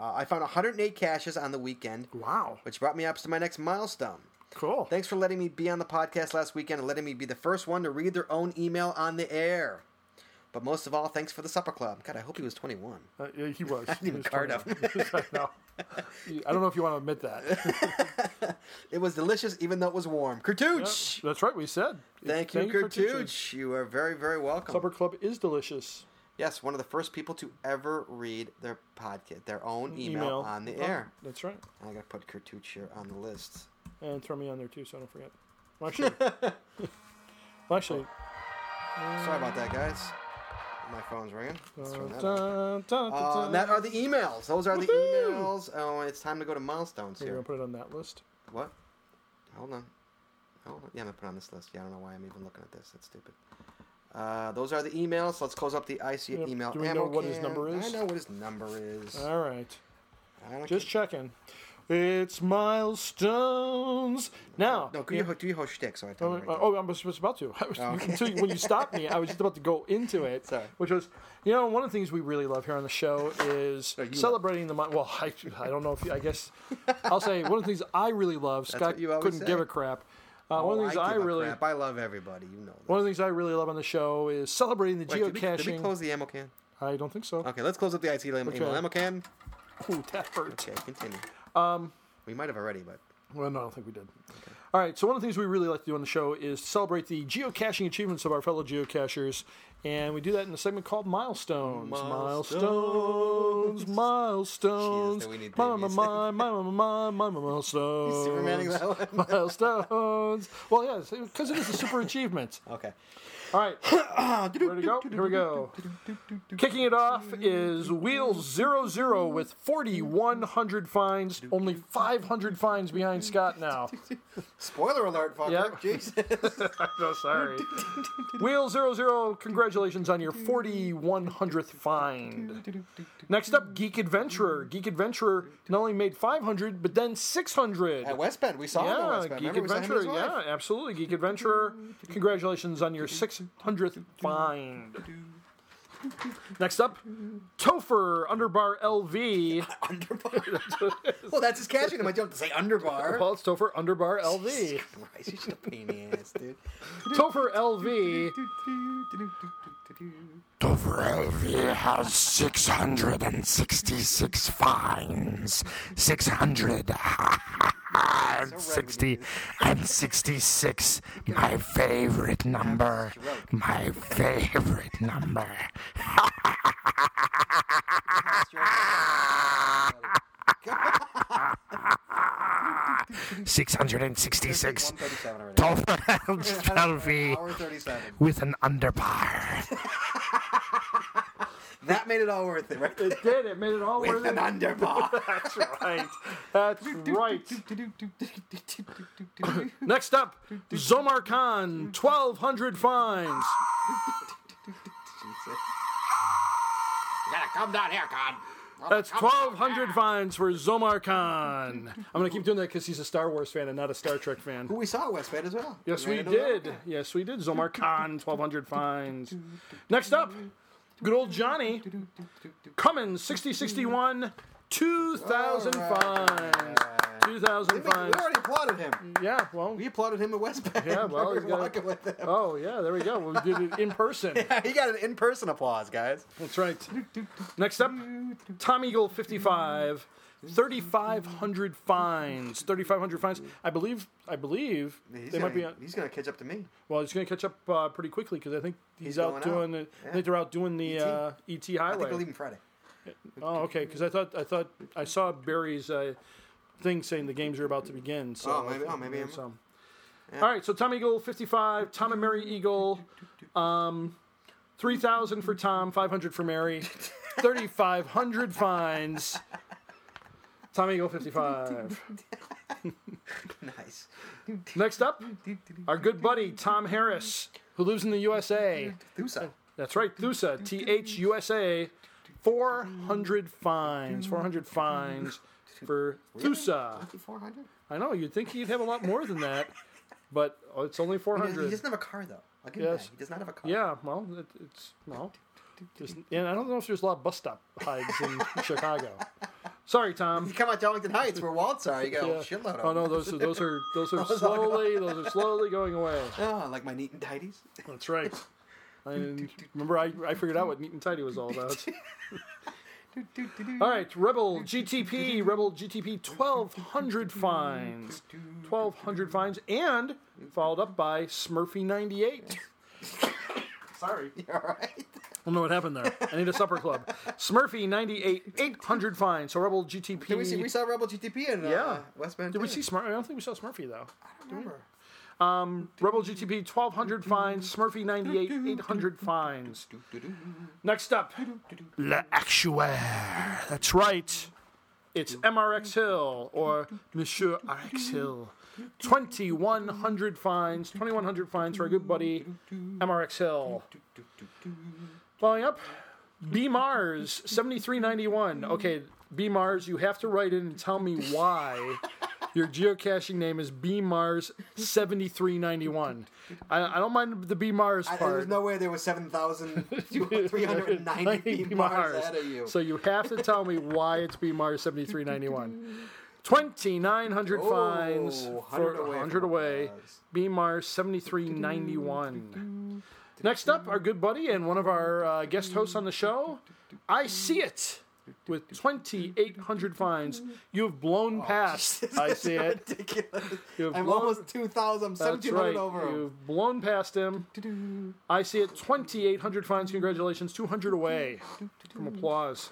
Speaker 1: Uh, I found 108 caches on the weekend,
Speaker 2: Wow.
Speaker 1: which brought me up to my next milestone.
Speaker 2: Cool.
Speaker 1: Thanks for letting me be on the podcast last weekend and letting me be the first one to read their own email on the air. But most of all, thanks for the supper club. God, I hope he was 21.
Speaker 2: Uh, yeah, he was.
Speaker 1: didn't even card him.
Speaker 2: I know. You- I don't know if you want to admit that.
Speaker 1: It was delicious, even though it was warm. Kurtuch!
Speaker 2: That's right. We said.
Speaker 1: Thank you,
Speaker 2: for teaching.
Speaker 1: Kurtuch. You are very, very welcome.
Speaker 2: Supper Club is delicious.
Speaker 1: Yes, one of the first people to ever read their podcast, their own email, on the
Speaker 2: Oh,
Speaker 1: air.
Speaker 2: That's right.
Speaker 1: I gotta put Kurtuch here on the list.
Speaker 2: And throw me on there too, so I don't forget. Well, actually, well, actually.
Speaker 1: Sorry about that, guys. My phone's ringing. Let's turn that off.
Speaker 2: dun, dun, dun,
Speaker 1: Uh,
Speaker 2: dun.
Speaker 1: that are the emails. Those are the
Speaker 2: Woohoo!
Speaker 1: emails. Oh, it's time to go to milestones
Speaker 2: You're
Speaker 1: here.
Speaker 2: gonna put it on that list.
Speaker 1: What? Hold on. Hold on. Yeah, I'm gonna put it on this list. Yeah, I don't know why I'm even looking at this. That's stupid. Uh, those are the emails. Let's close up the IC
Speaker 2: Yep.
Speaker 1: email.
Speaker 2: Do we know
Speaker 1: ammo
Speaker 2: what his
Speaker 1: can.
Speaker 2: number is?
Speaker 1: I know what his number is.
Speaker 2: All right.
Speaker 1: I don't
Speaker 2: Just checking. It's milestones now.
Speaker 1: no, do your, do your whole shtick so I tell
Speaker 2: Oh,
Speaker 1: you.
Speaker 2: uh,
Speaker 1: Right
Speaker 2: oh, I was, was about to. I was, <laughs> until you- when you stopped me, I was just about to go into it,
Speaker 1: Oh. Sorry.
Speaker 2: which was, you know, one of the things we really love here on the show is
Speaker 1: you
Speaker 2: celebrating the month. Well, I, I don't know if you,
Speaker 1: <laughs>
Speaker 2: I guess I'll say one of the things I really love. Scott
Speaker 1: what you always
Speaker 2: couldn't
Speaker 1: say.
Speaker 2: give a crap. Uh,
Speaker 1: there.
Speaker 2: one of the things
Speaker 1: Oh,
Speaker 2: I,
Speaker 1: give a
Speaker 2: really,
Speaker 1: crap. I love everybody. You know. That.
Speaker 2: one of the things I really love on the show is celebrating the
Speaker 1: Wait, did, we,
Speaker 2: geocaching.
Speaker 1: did we close the ammo can?
Speaker 2: I don't think so.
Speaker 1: Okay, let's close up the IC email
Speaker 2: Okay.
Speaker 1: ammo can.
Speaker 2: Ooh, that hurt. Um,
Speaker 1: Okay, continue. We might have already, but
Speaker 2: Well, no, I don't think we did. All right, so one of the things we really like to do on the show is celebrate the geocaching achievements of our fellow geocachers, and we do that in a segment called Milestones. Milestones, milestones,
Speaker 1: Jeez, we need
Speaker 2: my, my,
Speaker 1: babies.
Speaker 2: my, my, my, my, my, my, milestones.
Speaker 1: Supermaning that one?
Speaker 2: <laughs> milestones. Well, yes, because it is a super achievement.
Speaker 1: <laughs> okay.
Speaker 2: All right, here we go. Here we go. Kicking it off is Wheel Zero Zero with forty one hundred fines. Only five hundred fines behind Scott now.
Speaker 1: Spoiler alert, fucker.
Speaker 2: Yep. so sorry. Wheel Zero Zero, congratulations on your 4100th find. Next up, Geek Adventurer. Geek Adventurer not only made 500, but then 600.
Speaker 1: At West Bend, we saw him at
Speaker 2: Yeah,
Speaker 1: West Bend.
Speaker 2: Geek
Speaker 1: Remember, we saw him and
Speaker 2: Adventurer.
Speaker 1: his wife.
Speaker 2: Yeah, absolutely. Geek Adventurer, congratulations on your 600th find. Next up, Topher Underbar
Speaker 1: <laughs>
Speaker 2: LV.
Speaker 1: Underbar. well, that's his cash in my joke to say underbar. <laughs>
Speaker 2: Well, it's Topher Underbar LV.
Speaker 1: Christ, you're just a pain in the ass, dude.
Speaker 2: Topher LV
Speaker 6: Dovrelvi has 666 fines. 600 and 60 and 66. My favorite number. My favorite number. Six hundred and sixty-six.
Speaker 1: 137 already. <laughs>
Speaker 6: Dovrelvi
Speaker 1: Hour 37.
Speaker 6: with an underbar.
Speaker 1: <laughs> That made it all worth it, right? With
Speaker 2: did it. Made it all worth
Speaker 1: <laughs> an
Speaker 2: it. <laughs>
Speaker 1: underbar.
Speaker 2: That's right. That's right. Next up, Zomar Khan, 1,200 fines.
Speaker 6: Come down here, God.
Speaker 2: That's 1,200 fines for Zomar Khan. I'm going to keep doing that because he's a Star Wars fan and not a Star Trek fan.
Speaker 1: Who we saw at West Bend as well.
Speaker 2: Yes,
Speaker 1: ran
Speaker 2: we
Speaker 1: into him.
Speaker 2: did. Yes, we did. Zomar Khan, 1,200 fines. Next up, good old Johnny, Cummins, 6061, 2,000 fines. 2,000
Speaker 1: We
Speaker 2: fines.
Speaker 1: already applauded him.
Speaker 2: Yeah, well,
Speaker 1: We applauded him at West Bend.
Speaker 2: Mm. Yeah, well,
Speaker 1: we
Speaker 2: he's
Speaker 1: were
Speaker 2: got a-
Speaker 1: walking with him.
Speaker 2: oh, yeah, there we go. We did it in person.
Speaker 1: <laughs> He got an in-person applause, guys.
Speaker 2: That's right. Next up, Tom Eagle 55, 3,500 fines. 3,500 fines. I believe. I believe
Speaker 1: He's
Speaker 2: they
Speaker 1: gonna,
Speaker 2: might be. On,
Speaker 1: He's gonna catch up to me.
Speaker 2: well, he's going to catch up uh, pretty quickly because I think he's, out
Speaker 1: going out.
Speaker 2: doing. The, I think they're out doing the
Speaker 1: ET.
Speaker 2: uh, ET
Speaker 1: I think we're
Speaker 2: highway.
Speaker 1: leaving Friday. <laughs>
Speaker 2: Oh, okay. Because I thought I thought I saw Barry's uh, thing saying the games are about to begin. So
Speaker 1: Oh, maybe- oh, maybe I'm-
Speaker 2: so. All right. So Tom Eagle 55, Tom and Mary Eagle. um, Three thousand for Tom, five hundred
Speaker 1: <laughs>
Speaker 2: for Mary, thirty-five hundred fines. Tommy go fifty-five.
Speaker 1: Nice.
Speaker 2: Next up, our good buddy Tom Harris, who lives in the USA.
Speaker 1: Thusa.
Speaker 2: That's right, Thusa, T H U S A. Four hundred fines, four hundred fines for Thusa.
Speaker 1: 400?
Speaker 2: I know you'd think he'd have a lot more than that, but it's only four
Speaker 1: He doesn't- he
Speaker 2: hundred.
Speaker 1: doesn't have a car though. I'll give him
Speaker 2: Yes.
Speaker 1: that. He does not have a car.
Speaker 2: Yeah, well, it, it's well. There's, and I don't know if there's a lot of bus stop hides <laughs> in Chicago. Sorry, Tom.
Speaker 1: You come out to Arlington Heights where Walt's are, you got
Speaker 2: Yeah.
Speaker 1: a shitload of
Speaker 2: Oh no,
Speaker 1: them.
Speaker 2: those are those are <laughs> those are slowly those are slowly going away.
Speaker 1: Oh, like my neat and tidies.
Speaker 2: That's <laughs> right. And remember, I, I figured out what neat and tidy was all about. all right, Rebel GTP, Rebel GTP, twelve hundred fines, twelve hundred fines, and followed up by Smurfy ninety eight.
Speaker 1: <laughs>
Speaker 2: Sorry.
Speaker 1: All right.
Speaker 2: I don't know what happened there. I need a supper club. Smurfy, 98, 800 fine. So Rebel GTP.
Speaker 1: Did we see we saw Rebel GTP in uh,
Speaker 2: Yeah.
Speaker 1: West Bend?
Speaker 2: Did we see
Speaker 1: too.
Speaker 2: Smurfy? I don't think we saw Smurfy, though. Um,
Speaker 1: I don't remember.
Speaker 2: Rebel GTP, 1,200 fines. Smurfy, 98, 800 fines. Next up,
Speaker 6: Le Actuaire.
Speaker 2: that's right. It's MRX Hill or Monsieur RX Hill. 2,100 fines. 2,100 fines for our good buddy MRX Hill. Following up, B Mars 7391. Okay, B Mars, you have to write in and tell me why your geocaching name is B Mars 7391. I, I don't mind the B Mars
Speaker 1: I,
Speaker 2: part.
Speaker 1: there's no way there was
Speaker 2: <laughs>
Speaker 1: 7,390 <laughs>
Speaker 2: B
Speaker 1: Mars ahead of you.
Speaker 2: So you have to tell me why it's B Mars 7391. 2,900
Speaker 1: Oh,
Speaker 2: fines
Speaker 1: 100
Speaker 2: for
Speaker 1: away
Speaker 2: 100
Speaker 1: from
Speaker 2: away.
Speaker 1: applause.
Speaker 2: B Mars 7391. Next up, our good buddy and one of our uh, guest hosts on the show, I See It. With 2,800 fines, you have blown past. I see it.
Speaker 1: Ridiculous.
Speaker 2: <laughs> You've
Speaker 1: Oh, I'm
Speaker 2: blown-
Speaker 1: almost 2,000. I'm
Speaker 2: That's
Speaker 1: 1,700
Speaker 2: right.
Speaker 1: over him.
Speaker 2: You've blown past him. I see it. 2,800 fines. Congratulations. 200 away from applause.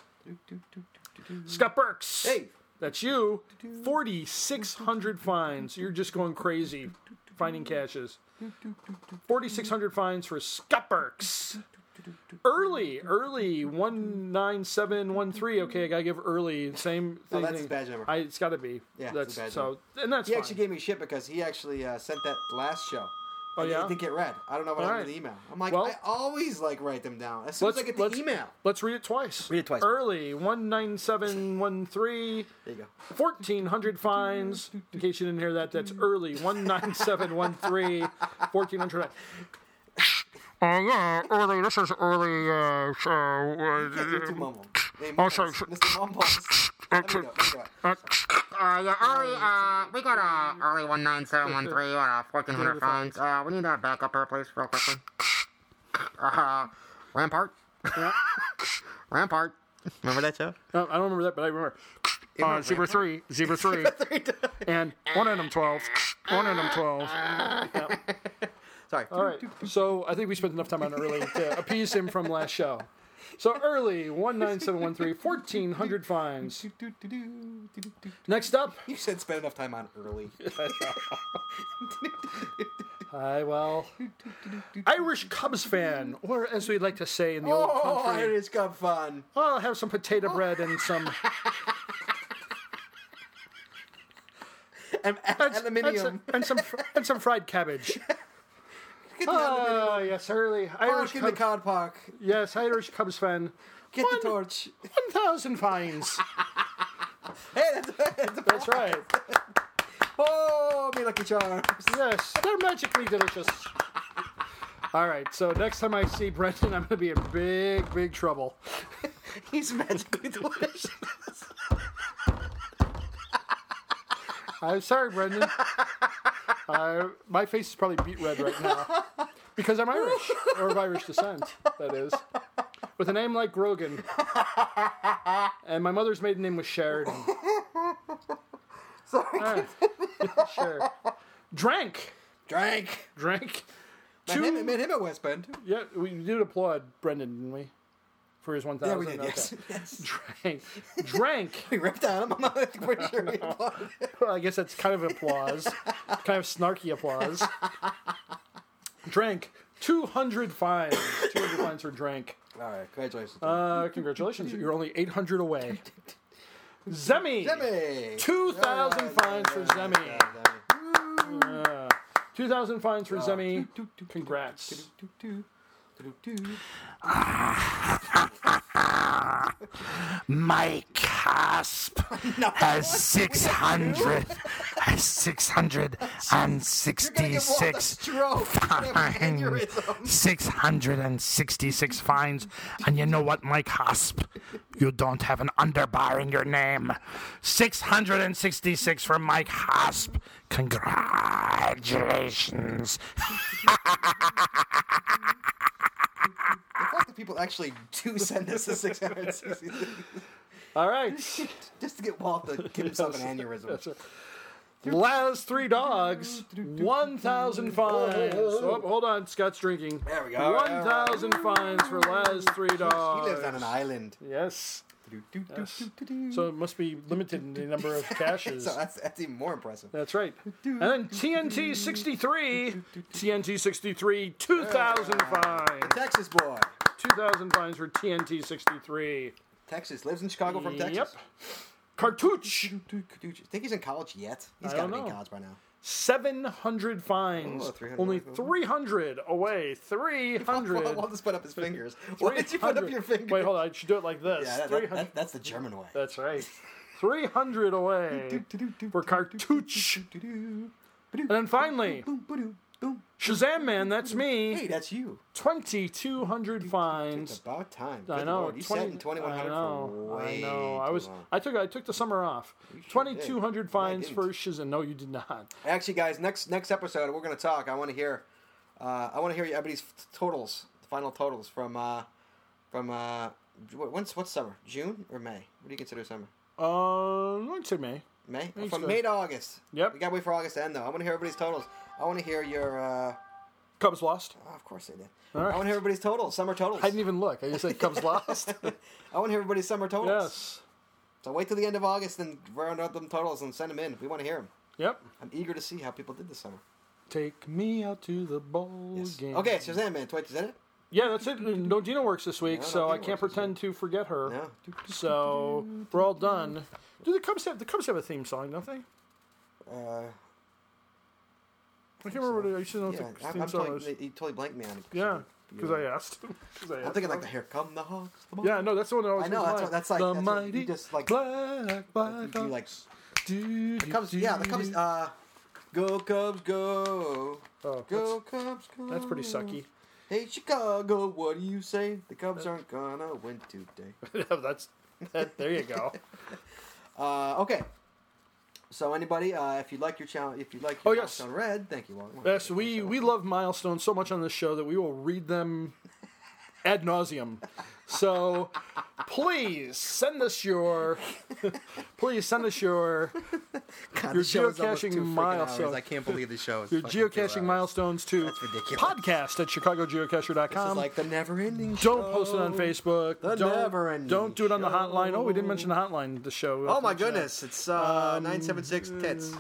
Speaker 2: Scott Burks.
Speaker 1: Hey.
Speaker 2: That's you. 4,600 fines. You're just going crazy finding caches. 4,600 fines for Scott Burks. Early, early, 19713. Okay, I gotta give early. Same
Speaker 1: No,
Speaker 2: thing.
Speaker 1: that's his badge number.
Speaker 2: I, it's gotta be.
Speaker 1: Yeah, it's his
Speaker 2: that's
Speaker 1: badge
Speaker 2: so. And that's
Speaker 1: He
Speaker 2: fine.
Speaker 1: actually gave me shit because he actually uh, sent that last show.
Speaker 2: Oh,
Speaker 1: And
Speaker 2: yeah?
Speaker 1: It didn't get read. I don't know what
Speaker 2: All
Speaker 1: happened to
Speaker 2: right.
Speaker 1: the email. I'm like,
Speaker 2: Well-
Speaker 1: I always like write them down. As soon as I get the email.
Speaker 2: Let's read it twice.
Speaker 1: Read it twice.
Speaker 2: Early, 19713,
Speaker 1: There you go.
Speaker 7: <laughs>
Speaker 2: 1400 fines. In case you didn't hear that, that's early, 19713, 1400. fines.
Speaker 6: Oh, yeah, early. This is early. Uh, so, uh,
Speaker 1: You're too mumble.
Speaker 7: Oh,
Speaker 1: Hey, Mumbles.
Speaker 6: sorry.
Speaker 1: Mr. Mumbles. Let me go, let me go.
Speaker 7: Uh, yeah, early, uh, we got, uh, early 19713 on, uh, 1400 phones. Uh, we need a backup here, please, real quickly. Uh, Rampart? <laughs> Rampart. Remember that show?
Speaker 2: No, I don't remember that, but I remember.
Speaker 6: uh, zebra 3. Zebra 3.
Speaker 2: And
Speaker 6: One of them 12. One of them 12.
Speaker 1: Sorry.
Speaker 2: all right, so I think we spent enough time on early to appease him from last show. So early, 19713, 1400 fines. Next up,
Speaker 1: You said spend enough time on
Speaker 2: <laughs>
Speaker 1: early.
Speaker 2: I well,
Speaker 1: <laughs>
Speaker 2: Irish Cubs fan, or as we like to say in the old
Speaker 1: Oh,
Speaker 2: country.
Speaker 1: Irish Cup fun.
Speaker 2: I'll have some potato bread and some.
Speaker 1: And <laughs>
Speaker 2: and,
Speaker 1: aluminium.
Speaker 2: some and some fr- and some fried cabbage.
Speaker 1: <laughs> Get the aluminium.
Speaker 2: Oh yes, early Irish
Speaker 1: Park in the
Speaker 2: Cubs.
Speaker 1: cod park.
Speaker 2: Yes, Irish Cubs fan.
Speaker 1: Get
Speaker 2: One-
Speaker 1: the torch. <laughs>
Speaker 2: One thousand fines.
Speaker 1: Hey, that's, that's a
Speaker 2: <laughs> That's right.
Speaker 1: Oh, me lucky charms. <laughs>
Speaker 2: Yes, they're magically delicious. All right, so next time I see Brendan, I'm going to be in big, big trouble.
Speaker 1: He's magically delicious. <laughs>
Speaker 2: I'm sorry,
Speaker 1: <laughs>
Speaker 2: Brendan. I, my face is probably beet red right now because I'm Irish or of Irish descent. That is, with a name like Grogan, and my mother's maiden name was Sheridan.
Speaker 1: Sorry.
Speaker 2: eh, <laughs> Sure, drank,
Speaker 1: Drank.
Speaker 2: drank.
Speaker 1: Met him, met him at West Bend.
Speaker 2: Yeah, we did applaud Brendan, didn't we? For his one
Speaker 1: Yeah,
Speaker 2: thousand.
Speaker 1: we did. Yes. yes. <laughs>
Speaker 2: Drank, drank.
Speaker 1: We ripped on him. I'm not <laughs> pretty sure we applauded.
Speaker 2: Well, I guess that's kind of applause,
Speaker 1: <laughs>
Speaker 2: kind of snarky applause. Drank two hundred fines. Two hundred fines for drank.
Speaker 1: All right. Congratulations.
Speaker 2: Uh, congratulations, you're only eight hundred away. Zemi,
Speaker 1: Zemi.
Speaker 2: two thousand
Speaker 1: Yeah,
Speaker 2: fines for
Speaker 1: yeah,
Speaker 2: Zemi. Uh,
Speaker 1: yeah, Zemi.
Speaker 2: Two thousand fines
Speaker 1: Oh.
Speaker 2: for Zemi. Congrats.
Speaker 6: My cusp has 600, has 666
Speaker 1: <laughs>
Speaker 6: fines, 666 fines, and you know what, my cusp? You don't have an underbar in your name. 666 for Mike Hasp. Congratulations.
Speaker 1: The fact that people actually do send us the 666
Speaker 2: All right,
Speaker 1: <laughs> just to get Walt to give himself <laughs> an aneurysm.
Speaker 2: Laz three dogs, one thousand fines. Oh, hold on, Scott's drinking.
Speaker 1: There we go.
Speaker 2: One thousand fines for Laz three
Speaker 1: He
Speaker 2: dogs.
Speaker 1: lives on an island.
Speaker 2: Yes. So it must be limited in the number of caches.
Speaker 1: <laughs> So that's, that's even more impressive.
Speaker 2: That's right. And then TNT 63. TNT 63, 2,000 fines.
Speaker 1: Texas boy.
Speaker 2: 2,000 fines for TNT 63.
Speaker 1: Texas lives in Chicago from Texas.
Speaker 2: Yep. Cartouche,
Speaker 1: Dude, think he's in college yet? He's
Speaker 2: I
Speaker 1: got to
Speaker 2: don't
Speaker 1: be in
Speaker 2: know.
Speaker 1: college by now.
Speaker 2: 700 fines.
Speaker 1: Oh, 300.
Speaker 2: Only 300
Speaker 1: <laughs>
Speaker 2: away. 300.
Speaker 1: Walt just put up his fingers. Why did you put up your
Speaker 2: 300.
Speaker 1: fingers?
Speaker 2: Wait, hold on. I should do it like this.
Speaker 1: Yeah, that- that,
Speaker 2: 300.
Speaker 1: that- that's the German way.
Speaker 2: That's right.
Speaker 1: <laughs>
Speaker 2: 300 away for Cartouche. And then finally, Shazam Man, that's me.
Speaker 1: Hey, that's you.
Speaker 2: 2,200
Speaker 1: It's
Speaker 2: fines.
Speaker 1: about time.
Speaker 2: I
Speaker 1: Good
Speaker 2: know.
Speaker 1: Lord, You sat in 2100
Speaker 2: I know.
Speaker 1: for way
Speaker 2: I know. I
Speaker 1: too
Speaker 2: was.
Speaker 1: long.
Speaker 2: I took. I took the summer off. Twenty-two hundred fines
Speaker 1: didn't.
Speaker 2: for Shazam. No, you did not.
Speaker 1: Actually, guys, next next episode we're gonna talk. I want to hear, uh, I want to hear everybody's f- totals, the final totals from uh, from uh, wh- When's what's summer? June or May? What do you consider summer?
Speaker 2: Um, I'd say May.
Speaker 1: May?
Speaker 2: think
Speaker 1: From
Speaker 2: so.
Speaker 1: May to August.
Speaker 2: Yep.
Speaker 1: We gotta wait for August to end though. I want to hear everybody's totals. I want to hear your. Uh,
Speaker 2: Cubs lost.
Speaker 1: oh, of course they did.
Speaker 2: right.
Speaker 1: I want to hear everybody's totals. Summer totals.
Speaker 2: I didn't even look. I just said Cubs lost.
Speaker 1: <laughs> I want to hear everybody's summer totals.
Speaker 2: yes.
Speaker 1: So wait till the end of August and round out them totals and send them in. We want to hear them.
Speaker 2: Yep.
Speaker 1: I'm eager to see how people did this summer.
Speaker 2: Take me out to the bowl game.
Speaker 1: Okay, Shazam Man, Twitch, is that it?
Speaker 2: Yeah, that's it. No Dina works this week,
Speaker 1: No, no
Speaker 2: so I
Speaker 1: Dina
Speaker 2: can't
Speaker 1: works this
Speaker 2: pretend to forget her.
Speaker 1: No. Uh,
Speaker 2: So we're all done. Do the Cubs have the Cubs have a theme song? Don't they? I
Speaker 1: Uh,
Speaker 2: can't remember. What it, I used to know
Speaker 1: yeah,
Speaker 2: what the
Speaker 1: I'm,
Speaker 2: theme
Speaker 1: I'm
Speaker 2: song
Speaker 1: totally,
Speaker 2: was.
Speaker 1: you totally blanked me on it.
Speaker 2: yeah, because I
Speaker 1: Yeah.
Speaker 2: asked. <laughs> 'Cause I
Speaker 1: I'm
Speaker 2: asked.
Speaker 1: thinking like the Here Come the Hawks. the
Speaker 2: Yeah, no, that's the one that always.
Speaker 1: I know,
Speaker 2: comes
Speaker 1: that's
Speaker 2: to
Speaker 1: what- that's like-
Speaker 2: mind. the
Speaker 1: that's what you
Speaker 2: mighty
Speaker 1: just, like-
Speaker 2: black Blackhawks.
Speaker 1: you like-
Speaker 2: Do, do,
Speaker 1: Cubs,
Speaker 2: do,
Speaker 1: yeah, the Cubs.
Speaker 2: do.
Speaker 1: Uh, go Cubs, go.
Speaker 2: Oh,
Speaker 1: Go Cubs, go.
Speaker 2: That's pretty sucky.
Speaker 1: Hey Chicago, what do you say? The Cubs aren't gonna win today.
Speaker 2: <laughs> that's that, there you go.
Speaker 1: Uh, okay. So anybody, uh, if you like your channel, if you like
Speaker 2: Oh,
Speaker 1: your
Speaker 2: yes.
Speaker 1: on red, thank you. Wally.
Speaker 2: Yes, we we love milestones so much on this show that we will read them ad nauseum. So please send us your <laughs> please send us your
Speaker 1: God,
Speaker 2: your
Speaker 1: this show is almost
Speaker 2: geocaching
Speaker 1: two freaking
Speaker 2: milestone-
Speaker 1: hours. I can't believe this show is
Speaker 2: your
Speaker 1: fucking two
Speaker 2: geocaching
Speaker 1: hours.
Speaker 2: milestones to
Speaker 1: That's ridiculous.
Speaker 2: podcast at
Speaker 1: This is
Speaker 2: chicagogeocacher.com.
Speaker 1: like the never-ending. show.
Speaker 2: don't post
Speaker 1: Oh,
Speaker 2: it on Facebook.
Speaker 1: The
Speaker 2: don't,
Speaker 1: never-ending
Speaker 2: don't do it on the
Speaker 1: show.
Speaker 2: hotline. Oh, we didn't mention the hotline. The show.
Speaker 1: Oh my goodness! It's uh, nine seven six <laughs> tits.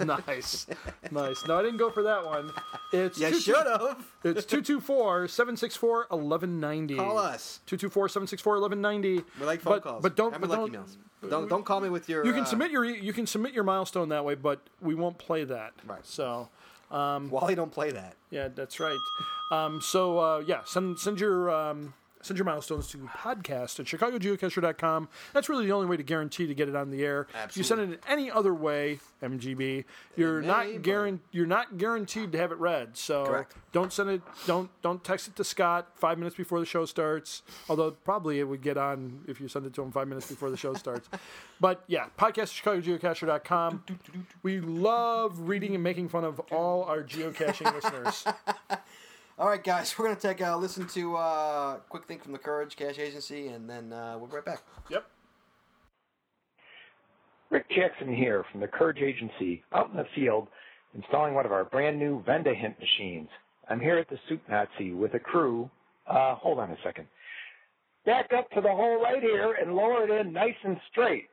Speaker 1: <laughs>
Speaker 2: nice, nice. No, I didn't go for that one. It's
Speaker 1: You
Speaker 2: two-
Speaker 1: should have.
Speaker 2: It's 224 764 1190.
Speaker 1: Call us.
Speaker 2: 224 764 1190.
Speaker 1: We like phone
Speaker 2: but,
Speaker 1: calls.
Speaker 2: But don't.
Speaker 1: I
Speaker 2: But
Speaker 1: like
Speaker 2: don't
Speaker 1: emails. Don't don't call me with your.
Speaker 2: you can
Speaker 1: uh,
Speaker 2: submit your you can submit your milestone that way, but we won't play that.
Speaker 1: Right.
Speaker 2: So
Speaker 1: Wally, don't play that.
Speaker 2: yeah, that's right. Um, so uh, yeah, send send your um, send your milestones to podcast at chicagogeocacher.com. That's really the only way to guarantee to get it on the air. If you send it in any other way, MGB, you're
Speaker 1: may,
Speaker 2: not
Speaker 1: but-
Speaker 2: guaran- you're not guaranteed to have it read. So
Speaker 1: Correct.
Speaker 2: don't send it don't don't text it to Scott 5 minutes before the show starts. Although probably it would get on if you send it to him 5 minutes before the show starts. <laughs> But yeah, podcast at chicagogeocacher.com. We love reading and making fun of all
Speaker 1: <laughs>
Speaker 2: our geocaching listeners.
Speaker 1: All right, guys, we're gonna take a listen to uh, quick thing from the Courage Cash Agency, and then uh, we'll be right back.
Speaker 2: Yep.
Speaker 8: Rick Jackson here from the Courage Agency, out in the field, installing one of our brand new Venda Hint machines. I'm here at the Soup Nazi with a crew. Uh, hold on a second. Back up to the hole right here and lower it in nice and straight.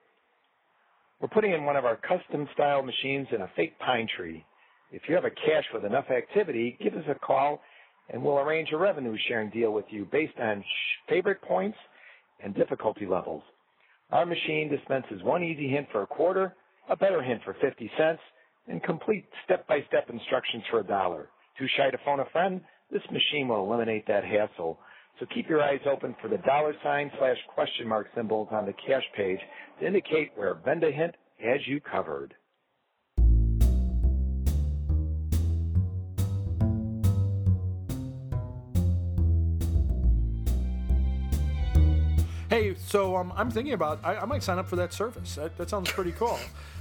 Speaker 8: We're putting in one of our custom style machines in a fake pine tree. If you have a cache with enough activity, give us a call and we'll arrange a revenue sharing deal with you based on sh- favorite points and difficulty levels. Our machine dispenses one easy hint for a quarter, a better hint for 50 cents, and complete step-by-step instructions for a dollar. Too shy to phone a friend? This machine will eliminate that hassle. So keep your eyes open for the dollar sign slash question mark symbols on the cash page to indicate where Venda Hint has you covered.
Speaker 2: Hey, so um, I'm thinking about I, I might sign up for that service. That, that sounds pretty cool.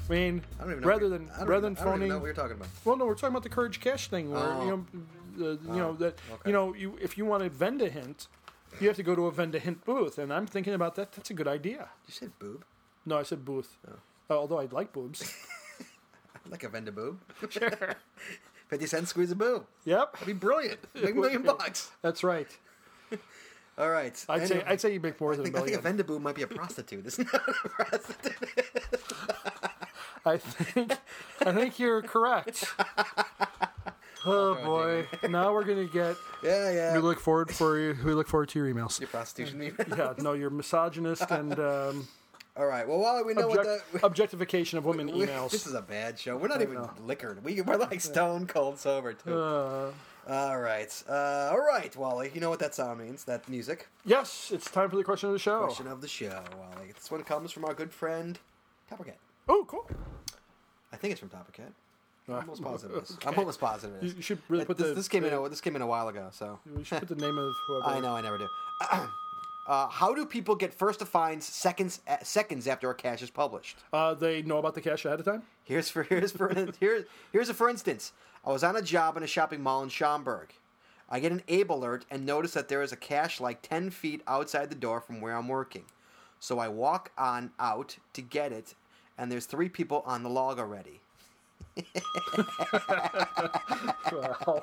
Speaker 2: I mean,
Speaker 1: I don't even know
Speaker 2: rather
Speaker 1: what
Speaker 2: than
Speaker 1: you're- I don't
Speaker 2: rather
Speaker 1: even- I
Speaker 2: than
Speaker 1: don't even
Speaker 2: phoning.
Speaker 1: know what you're talking about.
Speaker 2: Well, no, we're talking about the courage cash thing. Where
Speaker 1: Oh.
Speaker 2: you know, the, you know that you know you if you want to vend a hint, you have to go to a vend a hint booth. And I'm thinking about that. That's a good idea.
Speaker 1: You said boob,
Speaker 2: No, I said booth. Uh, although I'd like boobs.
Speaker 1: like a vendor boob. Sure. <laughs> Fifty cents, squeeze a boob.
Speaker 2: yep,
Speaker 1: That'd be brilliant. Make a million bucks.
Speaker 2: that's right.
Speaker 1: All right.
Speaker 2: I'd say
Speaker 1: Anyway,
Speaker 2: I'd say you make more
Speaker 1: I
Speaker 2: than
Speaker 1: think,
Speaker 2: a
Speaker 1: I think a
Speaker 2: million.
Speaker 1: vendor boob might be a prostitute. It's
Speaker 2: <laughs>
Speaker 1: not a prostitute.
Speaker 2: I think I think you're correct. <laughs> Oh boy! <laughs> Now we're gonna get.
Speaker 1: Yeah, yeah.
Speaker 2: We look forward for you. We look forward to your emails.
Speaker 1: Your prostitution. <laughs>
Speaker 2: yeah, no, you're misogynist <laughs> and um,
Speaker 1: All right. Well, Wally, we know
Speaker 2: object-
Speaker 1: what the.
Speaker 2: objectification of women
Speaker 1: <laughs> we-
Speaker 2: emails.
Speaker 1: This is a bad show. We're not even liquored. We, we're
Speaker 2: <laughs>
Speaker 1: like stone cold sober, too.
Speaker 2: Uh.
Speaker 1: all right. Uh, all right, Wally. You know what that sound means, that music.
Speaker 2: yes, it's time for the question of the show.
Speaker 1: Question of the show, Wally. This one comes from our good friend, Toppercat.
Speaker 2: Oh, cool.
Speaker 1: I think it's from Toppercat. I'm almost positive. it is. I'm almost positive. it is.
Speaker 2: You- you should really
Speaker 1: It-
Speaker 2: put
Speaker 1: this,
Speaker 2: the-
Speaker 1: this came in.
Speaker 2: the-
Speaker 1: A, this came in a while ago. So
Speaker 2: We should put the name of whoever.
Speaker 1: I know, I never do. <clears throat> Uh, how do people get first to finds seconds uh, seconds after a cache is published?
Speaker 2: Uh, they know about the cash ahead of time.
Speaker 1: Here's <laughs>
Speaker 2: <laughs>
Speaker 1: for here's for here's here's a for instance. I was on a job in a shopping mall in Schaumburg. I get an Abe alert and notice that there is a cache like 10 feet outside the door from where I'm working. So I walk on out to get it, and there's three people on the log already. <laughs>
Speaker 2: Well,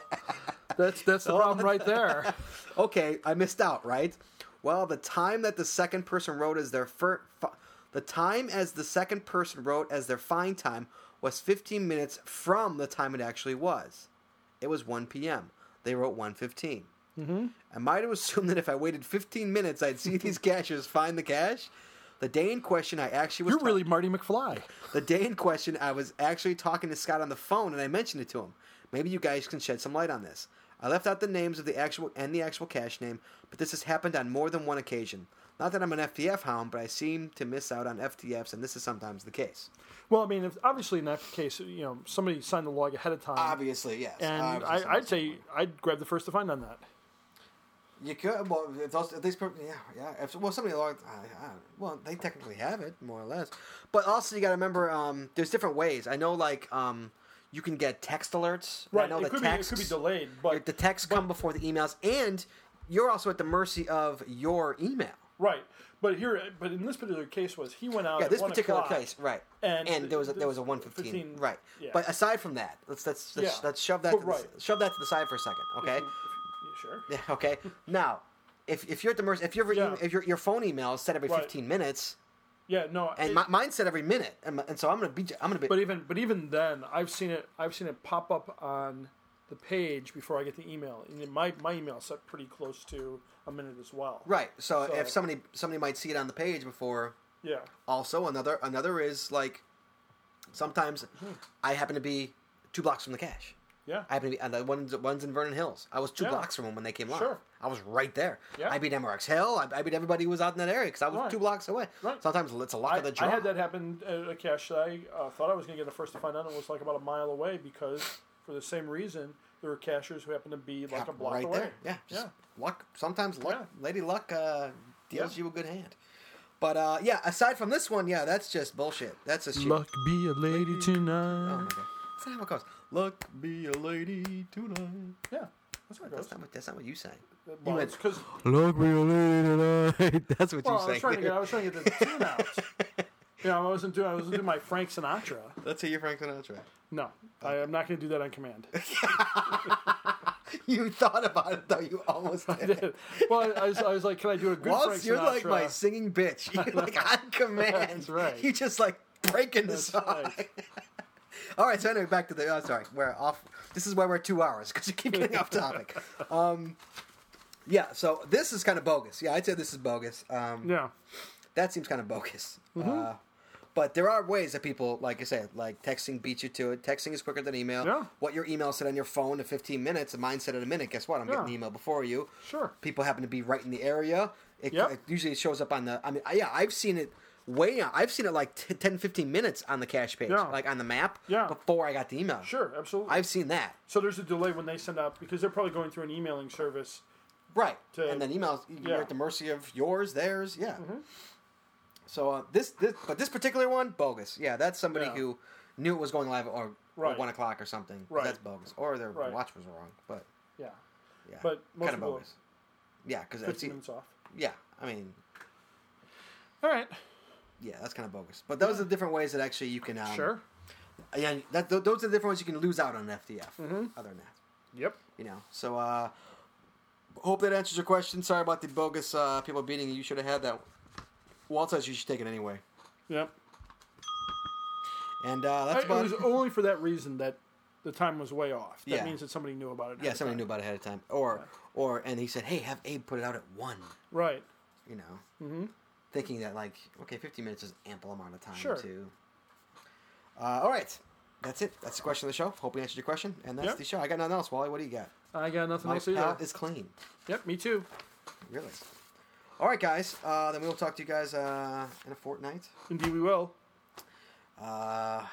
Speaker 2: that's that's the problem right there.
Speaker 1: okay, I missed out, right? Well, the time that the second person wrote as their fir- fi- the time as the second person wrote as their fine time was 15 minutes from the time it actually was. It was 1 p.m. They wrote 1:15. Mm-hmm. I might have <laughs> assumed that if I waited 15 minutes, I'd see
Speaker 2: <laughs>
Speaker 1: these cashers find the cash. The day in question, I actually was
Speaker 2: You're
Speaker 1: ta-
Speaker 2: really Marty McFly.
Speaker 1: the day in question, I was actually talking to Scott on the phone, and I mentioned it to him. Maybe you guys can shed some light on this. I left out the names of the actual and the actual cash name, but this has happened on more than one occasion. Not that I'm an FTF hound, but I seem to miss out on FTFs, and this is sometimes the case.
Speaker 2: Well, I mean, if, obviously in that case, you know, somebody signed the log ahead of time,
Speaker 1: Obviously, yes.
Speaker 2: and
Speaker 1: Obviously,
Speaker 2: I, I'd say I'd grab the first to find on that.
Speaker 1: you could. Well, if those, if these, per- yeah, yeah. If, well, somebody along, I, I, well, they technically have it more or less. But also, you got to remember, um, there's different ways. I know, like, um, you can get text alerts. I know
Speaker 2: it
Speaker 1: the
Speaker 2: could,
Speaker 1: texts,
Speaker 2: be, it could be delayed, but
Speaker 1: the texts come before the emails, and you're also at the mercy of your email.
Speaker 2: right. But here, but in this particular case, was he went out?
Speaker 1: Yeah,
Speaker 2: at
Speaker 1: this
Speaker 2: one
Speaker 1: particular
Speaker 2: o'clock.
Speaker 1: case, right? And,
Speaker 2: And
Speaker 1: there was a, there was a
Speaker 2: this-
Speaker 1: one fifteen,
Speaker 2: 15,
Speaker 1: right?
Speaker 2: yeah.
Speaker 1: But aside from that, let's let's let's,
Speaker 2: Yeah.
Speaker 1: let's shove that
Speaker 2: But
Speaker 1: to the s-
Speaker 2: right. Mm-hmm.
Speaker 1: shove that to the side for a second, okay?
Speaker 2: Yeah, sure.
Speaker 1: Yeah, <laughs> okay. Now, if, if you're at the mercy, if your
Speaker 2: Yeah.
Speaker 1: if your your phone email is set every
Speaker 2: Right.
Speaker 1: fifteen minutes,
Speaker 2: Yeah, no.
Speaker 1: and
Speaker 2: it-
Speaker 1: my, mine's set every minute, and, my, and so I'm gonna be j- I'm gonna be.
Speaker 2: but even but even then, I've seen it. I've seen it pop up on the page before I get the email, and my my email set pretty close to a minute as well.
Speaker 1: Right, so,
Speaker 2: So-
Speaker 1: if somebody somebody might see it on the page before,
Speaker 2: Yeah.
Speaker 1: also another another is like, sometimes I happen to be two blocks from the cache.
Speaker 2: Yeah.
Speaker 1: I happen to be and the ones ones in Vernon Hills. I was two
Speaker 2: Yeah.
Speaker 1: blocks from them when they came live.
Speaker 2: Sure.
Speaker 1: I was right there.
Speaker 2: Yeah.
Speaker 1: I beat MRX Hill. I, I beat everybody who was out in that area because I was
Speaker 2: Right.
Speaker 1: two blocks away.
Speaker 2: Right.
Speaker 1: Sometimes it's a lock
Speaker 2: I,
Speaker 1: of the
Speaker 2: I
Speaker 1: draw.
Speaker 2: had that happen at a cache that I uh, thought I was going to get a first to find out. It was like about a mile away because, for the same reason, there were cashers who happened to be like a
Speaker 1: Happened
Speaker 2: block
Speaker 1: right
Speaker 2: away.
Speaker 1: there. Yeah. Just
Speaker 2: yeah.
Speaker 1: Luck. Sometimes luck.
Speaker 2: Yeah.
Speaker 1: Lady Luck uh, deals
Speaker 2: Yeah.
Speaker 1: you a good hand. But uh, yeah, aside from this one, yeah, that's just bullshit. That's just shit.
Speaker 2: be a lady
Speaker 1: Oh
Speaker 2: tonight.
Speaker 1: my god. That's not how it goes. Luck be a lady tonight.
Speaker 2: Yeah, that's how it goes.
Speaker 1: That's not what, that's not what you sang.
Speaker 2: Well,
Speaker 1: went-
Speaker 2: it's 'cause-
Speaker 5: Look real late tonight. <laughs> That's what
Speaker 2: well, I
Speaker 5: you
Speaker 2: was
Speaker 5: say.
Speaker 1: <laughs>
Speaker 2: trying to get, I was trying to get the tune out. You know, I wasn't doing, I wasn't doing my Frank Sinatra.
Speaker 1: Let's hear your Frank Sinatra.
Speaker 2: No,
Speaker 1: Oh.
Speaker 2: I, I'm not going to do that on command.
Speaker 1: <laughs>
Speaker 2: <laughs>
Speaker 1: You thought about it though. You almost
Speaker 5: <laughs>
Speaker 1: did. it.
Speaker 2: well, I, I, was, I was like, can I do a good Frank
Speaker 1: Waltz,
Speaker 2: Sinatra?
Speaker 1: you're like my singing bitch. <laughs> You're like on command.
Speaker 2: <laughs> That's right.
Speaker 1: You just like breaking the
Speaker 2: That's
Speaker 1: song. <laughs>
Speaker 2: right.
Speaker 1: All right, so anyway, back to the. Oh, sorry, we're off. This is why we're two hours because you keep getting off
Speaker 2: <laughs>
Speaker 1: topic. Um, yeah, so this is kind of bogus. Yeah, I'd say this is bogus. Um,
Speaker 2: Yeah,
Speaker 1: that seems kind of bogus.
Speaker 2: Mm-hmm.
Speaker 1: Uh, but there are ways that people, like I said, like texting beats you to it. Texting is quicker than email.
Speaker 2: Yeah.
Speaker 1: What your email said on your phone to 15 minutes, and mine said in a minute. Guess what? I'm getting
Speaker 2: Yeah.
Speaker 1: the email before you.
Speaker 2: Sure.
Speaker 1: People happen to be right in the area. It,
Speaker 2: Yep.
Speaker 1: it usually shows up on the. I mean, yeah, I've seen it way. I've seen it like t- 10, 15 minutes on the cache page,
Speaker 2: Yeah.
Speaker 1: like on the map,
Speaker 2: Yeah.
Speaker 1: before I got the email.
Speaker 2: sure, absolutely.
Speaker 1: I've seen that.
Speaker 2: so there's a delay when they send out because they're probably going through an emailing service.
Speaker 1: Right.
Speaker 2: to-
Speaker 1: and then emails, you're
Speaker 2: yeah. Mm-hmm.
Speaker 1: at the mercy of yours, theirs, yeah. So uh, this, this, but this particular one, bogus. Yeah, that's somebody
Speaker 2: Yeah.
Speaker 1: who knew it was going live or, or
Speaker 2: Right.
Speaker 1: one o'clock or something.
Speaker 2: Right.
Speaker 1: That's bogus. Or their
Speaker 2: Right.
Speaker 1: watch was wrong, but
Speaker 2: Yeah,
Speaker 1: yeah,
Speaker 2: But most
Speaker 1: kind of
Speaker 2: people-
Speaker 1: bogus. Yeah, because
Speaker 2: 15 minutes off.
Speaker 1: yeah, I mean,
Speaker 2: All right,
Speaker 1: yeah, that's kind of bogus. But those are the different ways that actually you can. Um,
Speaker 2: sure.
Speaker 1: Yeah, that, th- those are the different ways you can lose out on an FDF.
Speaker 2: Mm-hmm.
Speaker 1: Other than that.
Speaker 2: Yep.
Speaker 1: you know. So uh hope that answers your question. Sorry about the bogus uh people beating you. You should have had that. Walt says you should take it anyway.
Speaker 2: Yep.
Speaker 1: And uh
Speaker 2: I,
Speaker 1: that's
Speaker 2: it
Speaker 1: about
Speaker 2: was only for that reason that the time was way off. That
Speaker 1: Yeah.
Speaker 2: means that somebody knew about it.
Speaker 1: Yeah, somebody knew about it ahead of time. Or or and he said, "Hey, have Abe put it out at 1."
Speaker 2: Right.
Speaker 1: You know. Mhm.
Speaker 2: Mm-hmm.
Speaker 1: Thinking that like, okay, 15 minutes is ample amount of time
Speaker 2: Sure.
Speaker 1: to Uh all right. That's it. That's the question of the show. Hope we answered your question. And that's
Speaker 2: Yep.
Speaker 1: the show. I got nothing else. Wally, what do you got?
Speaker 2: I got nothing
Speaker 1: My
Speaker 2: else either.
Speaker 1: palate is clean.
Speaker 2: Yep, me too.
Speaker 1: Really. All right, guys. Uh, then we'll talk to you guys uh, in a fortnight.
Speaker 2: Indeed, we will.
Speaker 1: Uh,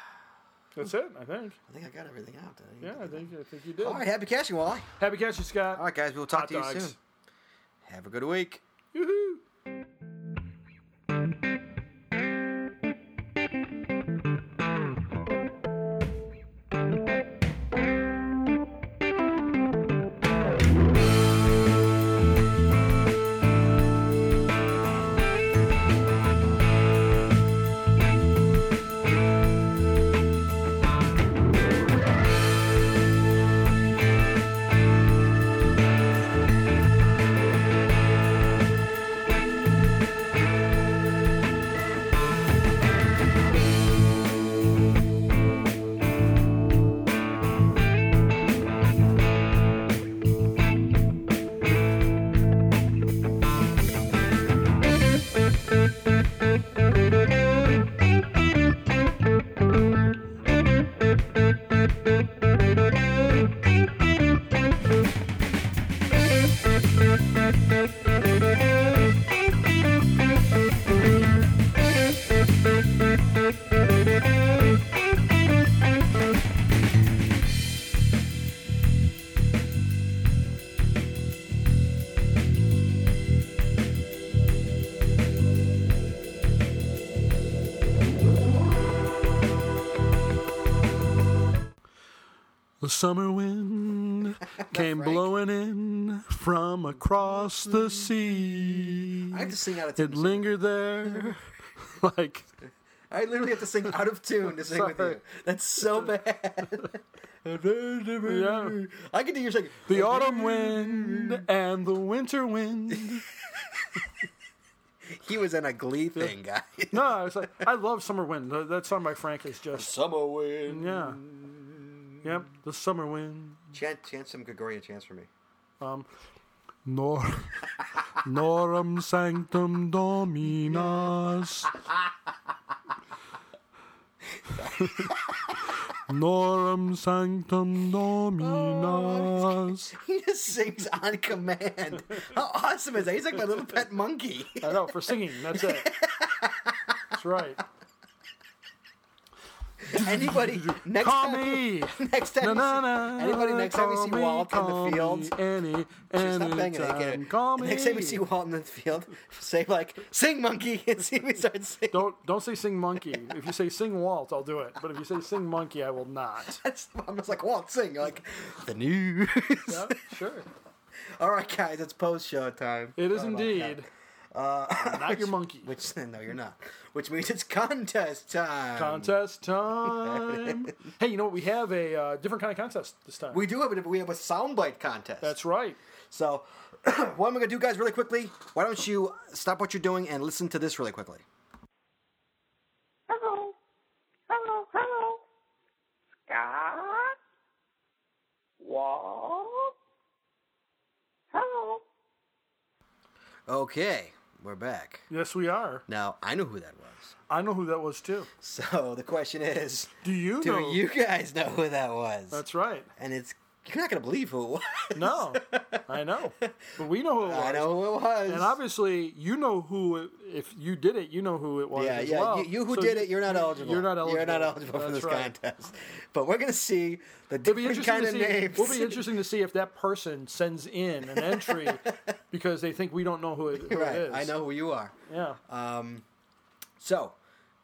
Speaker 2: That's it, I think.
Speaker 1: I think I got everything out. didn't
Speaker 2: Yeah, I think I think you did.
Speaker 1: All right, happy cashing, Wally.
Speaker 2: Happy catching, Scott.
Speaker 1: All right, guys, we will talk
Speaker 2: Hot
Speaker 1: to you
Speaker 2: dogs.
Speaker 1: soon. Have a good week.
Speaker 2: Yoo-hoo. The summer wind came blowing in from across the sea.
Speaker 1: Mm. I have to sing out of
Speaker 2: It
Speaker 1: tune. <laughs>
Speaker 2: lingered there <laughs> like
Speaker 1: I literally have to sing out of tune to sing with you.
Speaker 2: <laughs> Sorry.
Speaker 1: That's so bad. I can do your second.
Speaker 2: the autumn wind and the winter wind.
Speaker 1: He was in a Glee thing, guy.
Speaker 2: <laughs> No, I was like, I love summer wind. Th- That song by Frank is just
Speaker 1: Summer wind.
Speaker 2: yeah, yep. The summer wind.
Speaker 1: Chant, chant some Gregorian chants for me.
Speaker 2: Nor Norum Sanctum Dominus. Norum Sanctum Dominus.
Speaker 1: He just sings on command. How awesome is that? He's like my little pet monkey.
Speaker 2: <laughs> I know, for singing, that's it.
Speaker 1: <laughs>
Speaker 2: That's right.
Speaker 1: Anybody next
Speaker 2: Call
Speaker 1: time?
Speaker 2: me!
Speaker 1: Next time, <laughs> you
Speaker 2: Na-na-na,
Speaker 1: see, anybody next time you see
Speaker 2: call me,
Speaker 1: Walt
Speaker 2: call
Speaker 1: in the
Speaker 2: me
Speaker 1: field, <laughs> Stop
Speaker 2: Any,
Speaker 1: banging it,
Speaker 2: anytime,
Speaker 1: okay.
Speaker 2: <laughs> call me.
Speaker 1: Next time you see Walt in the field, <laughs> say like "Sing monkey" <laughs> and see if he starts singing.
Speaker 2: Don't don't say sing monkey. If you say sing Walt, I'll do it. But if you say sing monkey, I will not.
Speaker 1: That's- I'm just like Walt, sing You're like the news.
Speaker 2: <laughs> Yeah, sure.
Speaker 1: <laughs> All right, guys, it's post show time.
Speaker 2: It is indeed.
Speaker 1: Uh,
Speaker 2: not
Speaker 1: <laughs>
Speaker 2: your monkey.
Speaker 1: Which no, you're not. Which means it's contest time.
Speaker 2: Contest
Speaker 1: <laughs>
Speaker 2: time. hey, you know what? We have a uh, different kind of contest this time.
Speaker 1: We do have a we have a soundbite contest.
Speaker 2: That's right.
Speaker 1: So, <clears throat> what am I gonna do, guys? Really quickly, why don't you stop what you're doing and listen to this really quickly?
Speaker 9: Hello. Hello, hello. Scott? Walt? Hello.
Speaker 1: Okay, we're back.
Speaker 2: Yes, we are.
Speaker 1: Now I know who that was.
Speaker 2: I know who that was too.
Speaker 1: So the question is,
Speaker 2: Do you
Speaker 1: do
Speaker 2: know?
Speaker 1: you guys know who that was?
Speaker 2: That's right.
Speaker 1: and it's you're not gonna believe who it was. <laughs>
Speaker 2: No, I know, but we know who it was.
Speaker 1: I know who it was.
Speaker 2: And obviously, you know who. it- If you did it, you know who it was.
Speaker 1: yeah,
Speaker 2: as
Speaker 1: yeah.
Speaker 2: well.
Speaker 1: You, you who
Speaker 2: So
Speaker 1: did it, you're not eligible.
Speaker 2: You're not eligible.
Speaker 1: You're not eligible for
Speaker 2: That's
Speaker 1: this
Speaker 2: right.
Speaker 1: contest. But we're gonna see the <laughs>
Speaker 2: It'll be
Speaker 1: different
Speaker 2: interesting
Speaker 1: kind
Speaker 2: to
Speaker 1: of
Speaker 2: see.
Speaker 1: names. <laughs>
Speaker 2: It'll be interesting to see if that person sends in an entry because they think we don't know who it, who it
Speaker 1: right,
Speaker 2: is.
Speaker 1: I know Uh, who you are.
Speaker 2: Yeah.
Speaker 1: So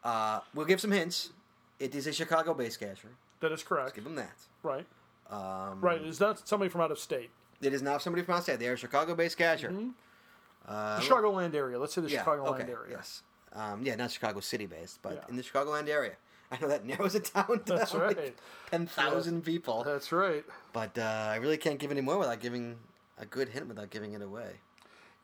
Speaker 1: uh, we'll give some hints. It is a Chicago-based cashier.
Speaker 2: that is correct.
Speaker 1: Give them that.
Speaker 2: Right.
Speaker 1: Um,
Speaker 2: right. It's not somebody from out of state.
Speaker 1: It is not somebody from outside. They are a Chicago-based cashier.
Speaker 2: The Chicagoland area. Let's say the
Speaker 1: Uh, Yeah.
Speaker 2: Mm-hmm. Chicagoland
Speaker 1: okay.
Speaker 2: area.
Speaker 1: Yes. Um, yeah, not Chicago City based, but
Speaker 2: Yeah.
Speaker 1: in the Chicagoland area. I know that <laughs> narrows it down to
Speaker 2: That's
Speaker 1: like
Speaker 2: right.
Speaker 1: ten thousand people.
Speaker 2: That's right.
Speaker 1: But uh, I really can't give any more without giving a good hint without giving it away.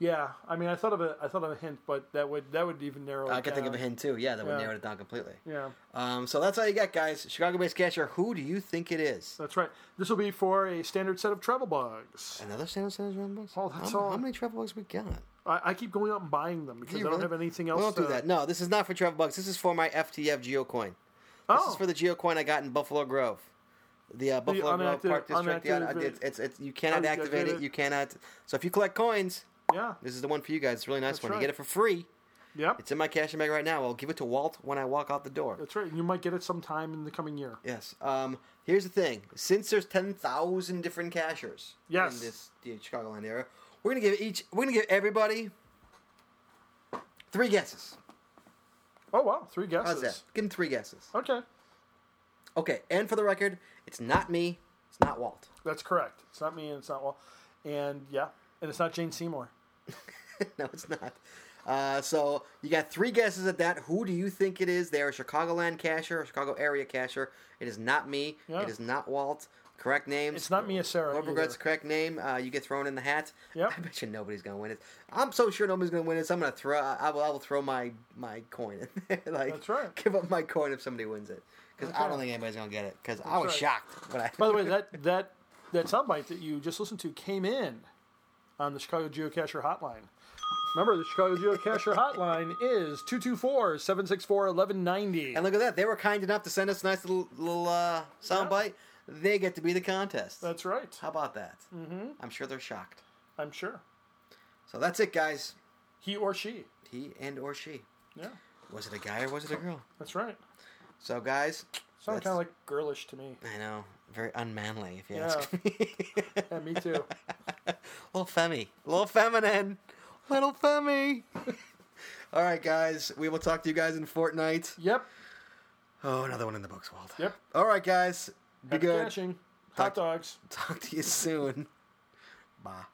Speaker 2: Yeah. I mean, I thought of a I thought of a hint, but that would that would even narrow.
Speaker 1: I
Speaker 2: it
Speaker 1: can think of a
Speaker 2: down.
Speaker 1: hint too. Yeah, that would
Speaker 2: Yeah.
Speaker 1: narrow it down completely.
Speaker 2: Yeah.
Speaker 1: Um, so that's all you got, guys. Chicago-based cashier. Who do you think it is?
Speaker 2: That's right. This will be for a standard set of travel bugs.
Speaker 1: Another San Antonio travel bugs?
Speaker 2: Oh, that's
Speaker 1: how,
Speaker 2: all.
Speaker 1: How many travel bugs we got?
Speaker 2: I, I keep going out and buying them because
Speaker 1: Do you
Speaker 2: I don't
Speaker 1: really?
Speaker 2: have anything else.
Speaker 1: We don't do
Speaker 2: to-
Speaker 1: that. No, this is not for travel bugs. This is for my FTF geocoin. This
Speaker 2: Oh,
Speaker 1: is for the geocoin I got in Buffalo Grove. The uh, Buffalo Grove
Speaker 2: unactive-
Speaker 1: Park District. The, un-
Speaker 2: unactive-
Speaker 1: it's, it's, it's, you cannot
Speaker 2: Unactivated.
Speaker 1: activate it. You cannot. So if you collect coins,
Speaker 2: yeah.
Speaker 1: this is the one for you guys. It's a really nice
Speaker 2: That's
Speaker 1: one. You
Speaker 2: right.
Speaker 1: get it for free.
Speaker 2: Yep.
Speaker 1: It's in my cash bag right now. I'll give it to Walt when I walk out the door.
Speaker 2: That's right. And you might get it sometime in the coming year.
Speaker 1: Yes. Um, here's the thing. Since there's ten thousand different cashers
Speaker 2: Yes.
Speaker 1: in this the Chicagoland area, we're gonna give each we're gonna give everybody three guesses.
Speaker 2: Oh wow, three
Speaker 1: How's
Speaker 2: guesses.
Speaker 1: that? Give them three guesses.
Speaker 2: Okay,
Speaker 1: Okay, and for the record, it's not me, it's not Walt. <laughs>
Speaker 2: that's correct. It's not me, and it's not well, and yeah, and it's not Jane Seymour.
Speaker 1: no, it's not. Uh, so you got three guesses at that. Who do you think it is? They're a Chicagoland cashier, a Chicago area cashier. It is not me.
Speaker 2: Yeah.
Speaker 1: It is not Walt. Correct names.
Speaker 2: It's not Mia Sarah
Speaker 1: Whoever gets
Speaker 2: either.
Speaker 1: the correct name, uh, you get thrown in the hat.
Speaker 2: Yep.
Speaker 1: <laughs> I bet you nobody's gonna win it. I'm so sure nobody's gonna win this. I'm gonna throw. I I will. I will throw my my coin in there. <laughs> like,
Speaker 2: That's right.
Speaker 1: Give up my coin if somebody wins it. Because I don't think anybody's gonna get it. Because I was
Speaker 2: right.
Speaker 1: shocked when I.
Speaker 2: By
Speaker 1: <laughs>
Speaker 2: the way, that that that soundbite that you just listened to came in on the Chicago Geocacher Hotline. Remember, the Chicago Geocacher Hotline is 224-764-1190.
Speaker 1: And look at that. They were kind enough to send us a nice little, little uh, soundbite. They get to be the contest.
Speaker 2: That's right.
Speaker 1: How about that? Mm-hmm. I'm sure they're shocked.
Speaker 2: I'm sure.
Speaker 1: So that's it, guys.
Speaker 2: He or she.
Speaker 1: He and or she.
Speaker 2: Yeah,
Speaker 1: Was it a guy or was it a girl?
Speaker 2: that's right.
Speaker 1: So, guys,
Speaker 2: Sounds
Speaker 1: That's-
Speaker 2: kind of like girlish to me.
Speaker 1: I know. Very unmanly, if you
Speaker 2: Yeah.
Speaker 1: ask me. <laughs>
Speaker 2: Yeah, me too.
Speaker 1: little femmy. Little feminine. Little femmy. <laughs> All right, guys. We will talk to you guys in Fortnite.
Speaker 2: Yep.
Speaker 1: Oh, another one in the books, Walt.
Speaker 2: Yep.
Speaker 1: All right, guys. Be
Speaker 2: Happy
Speaker 1: good.
Speaker 2: catching. Hot dogs.
Speaker 1: Talk to you soon. Bye.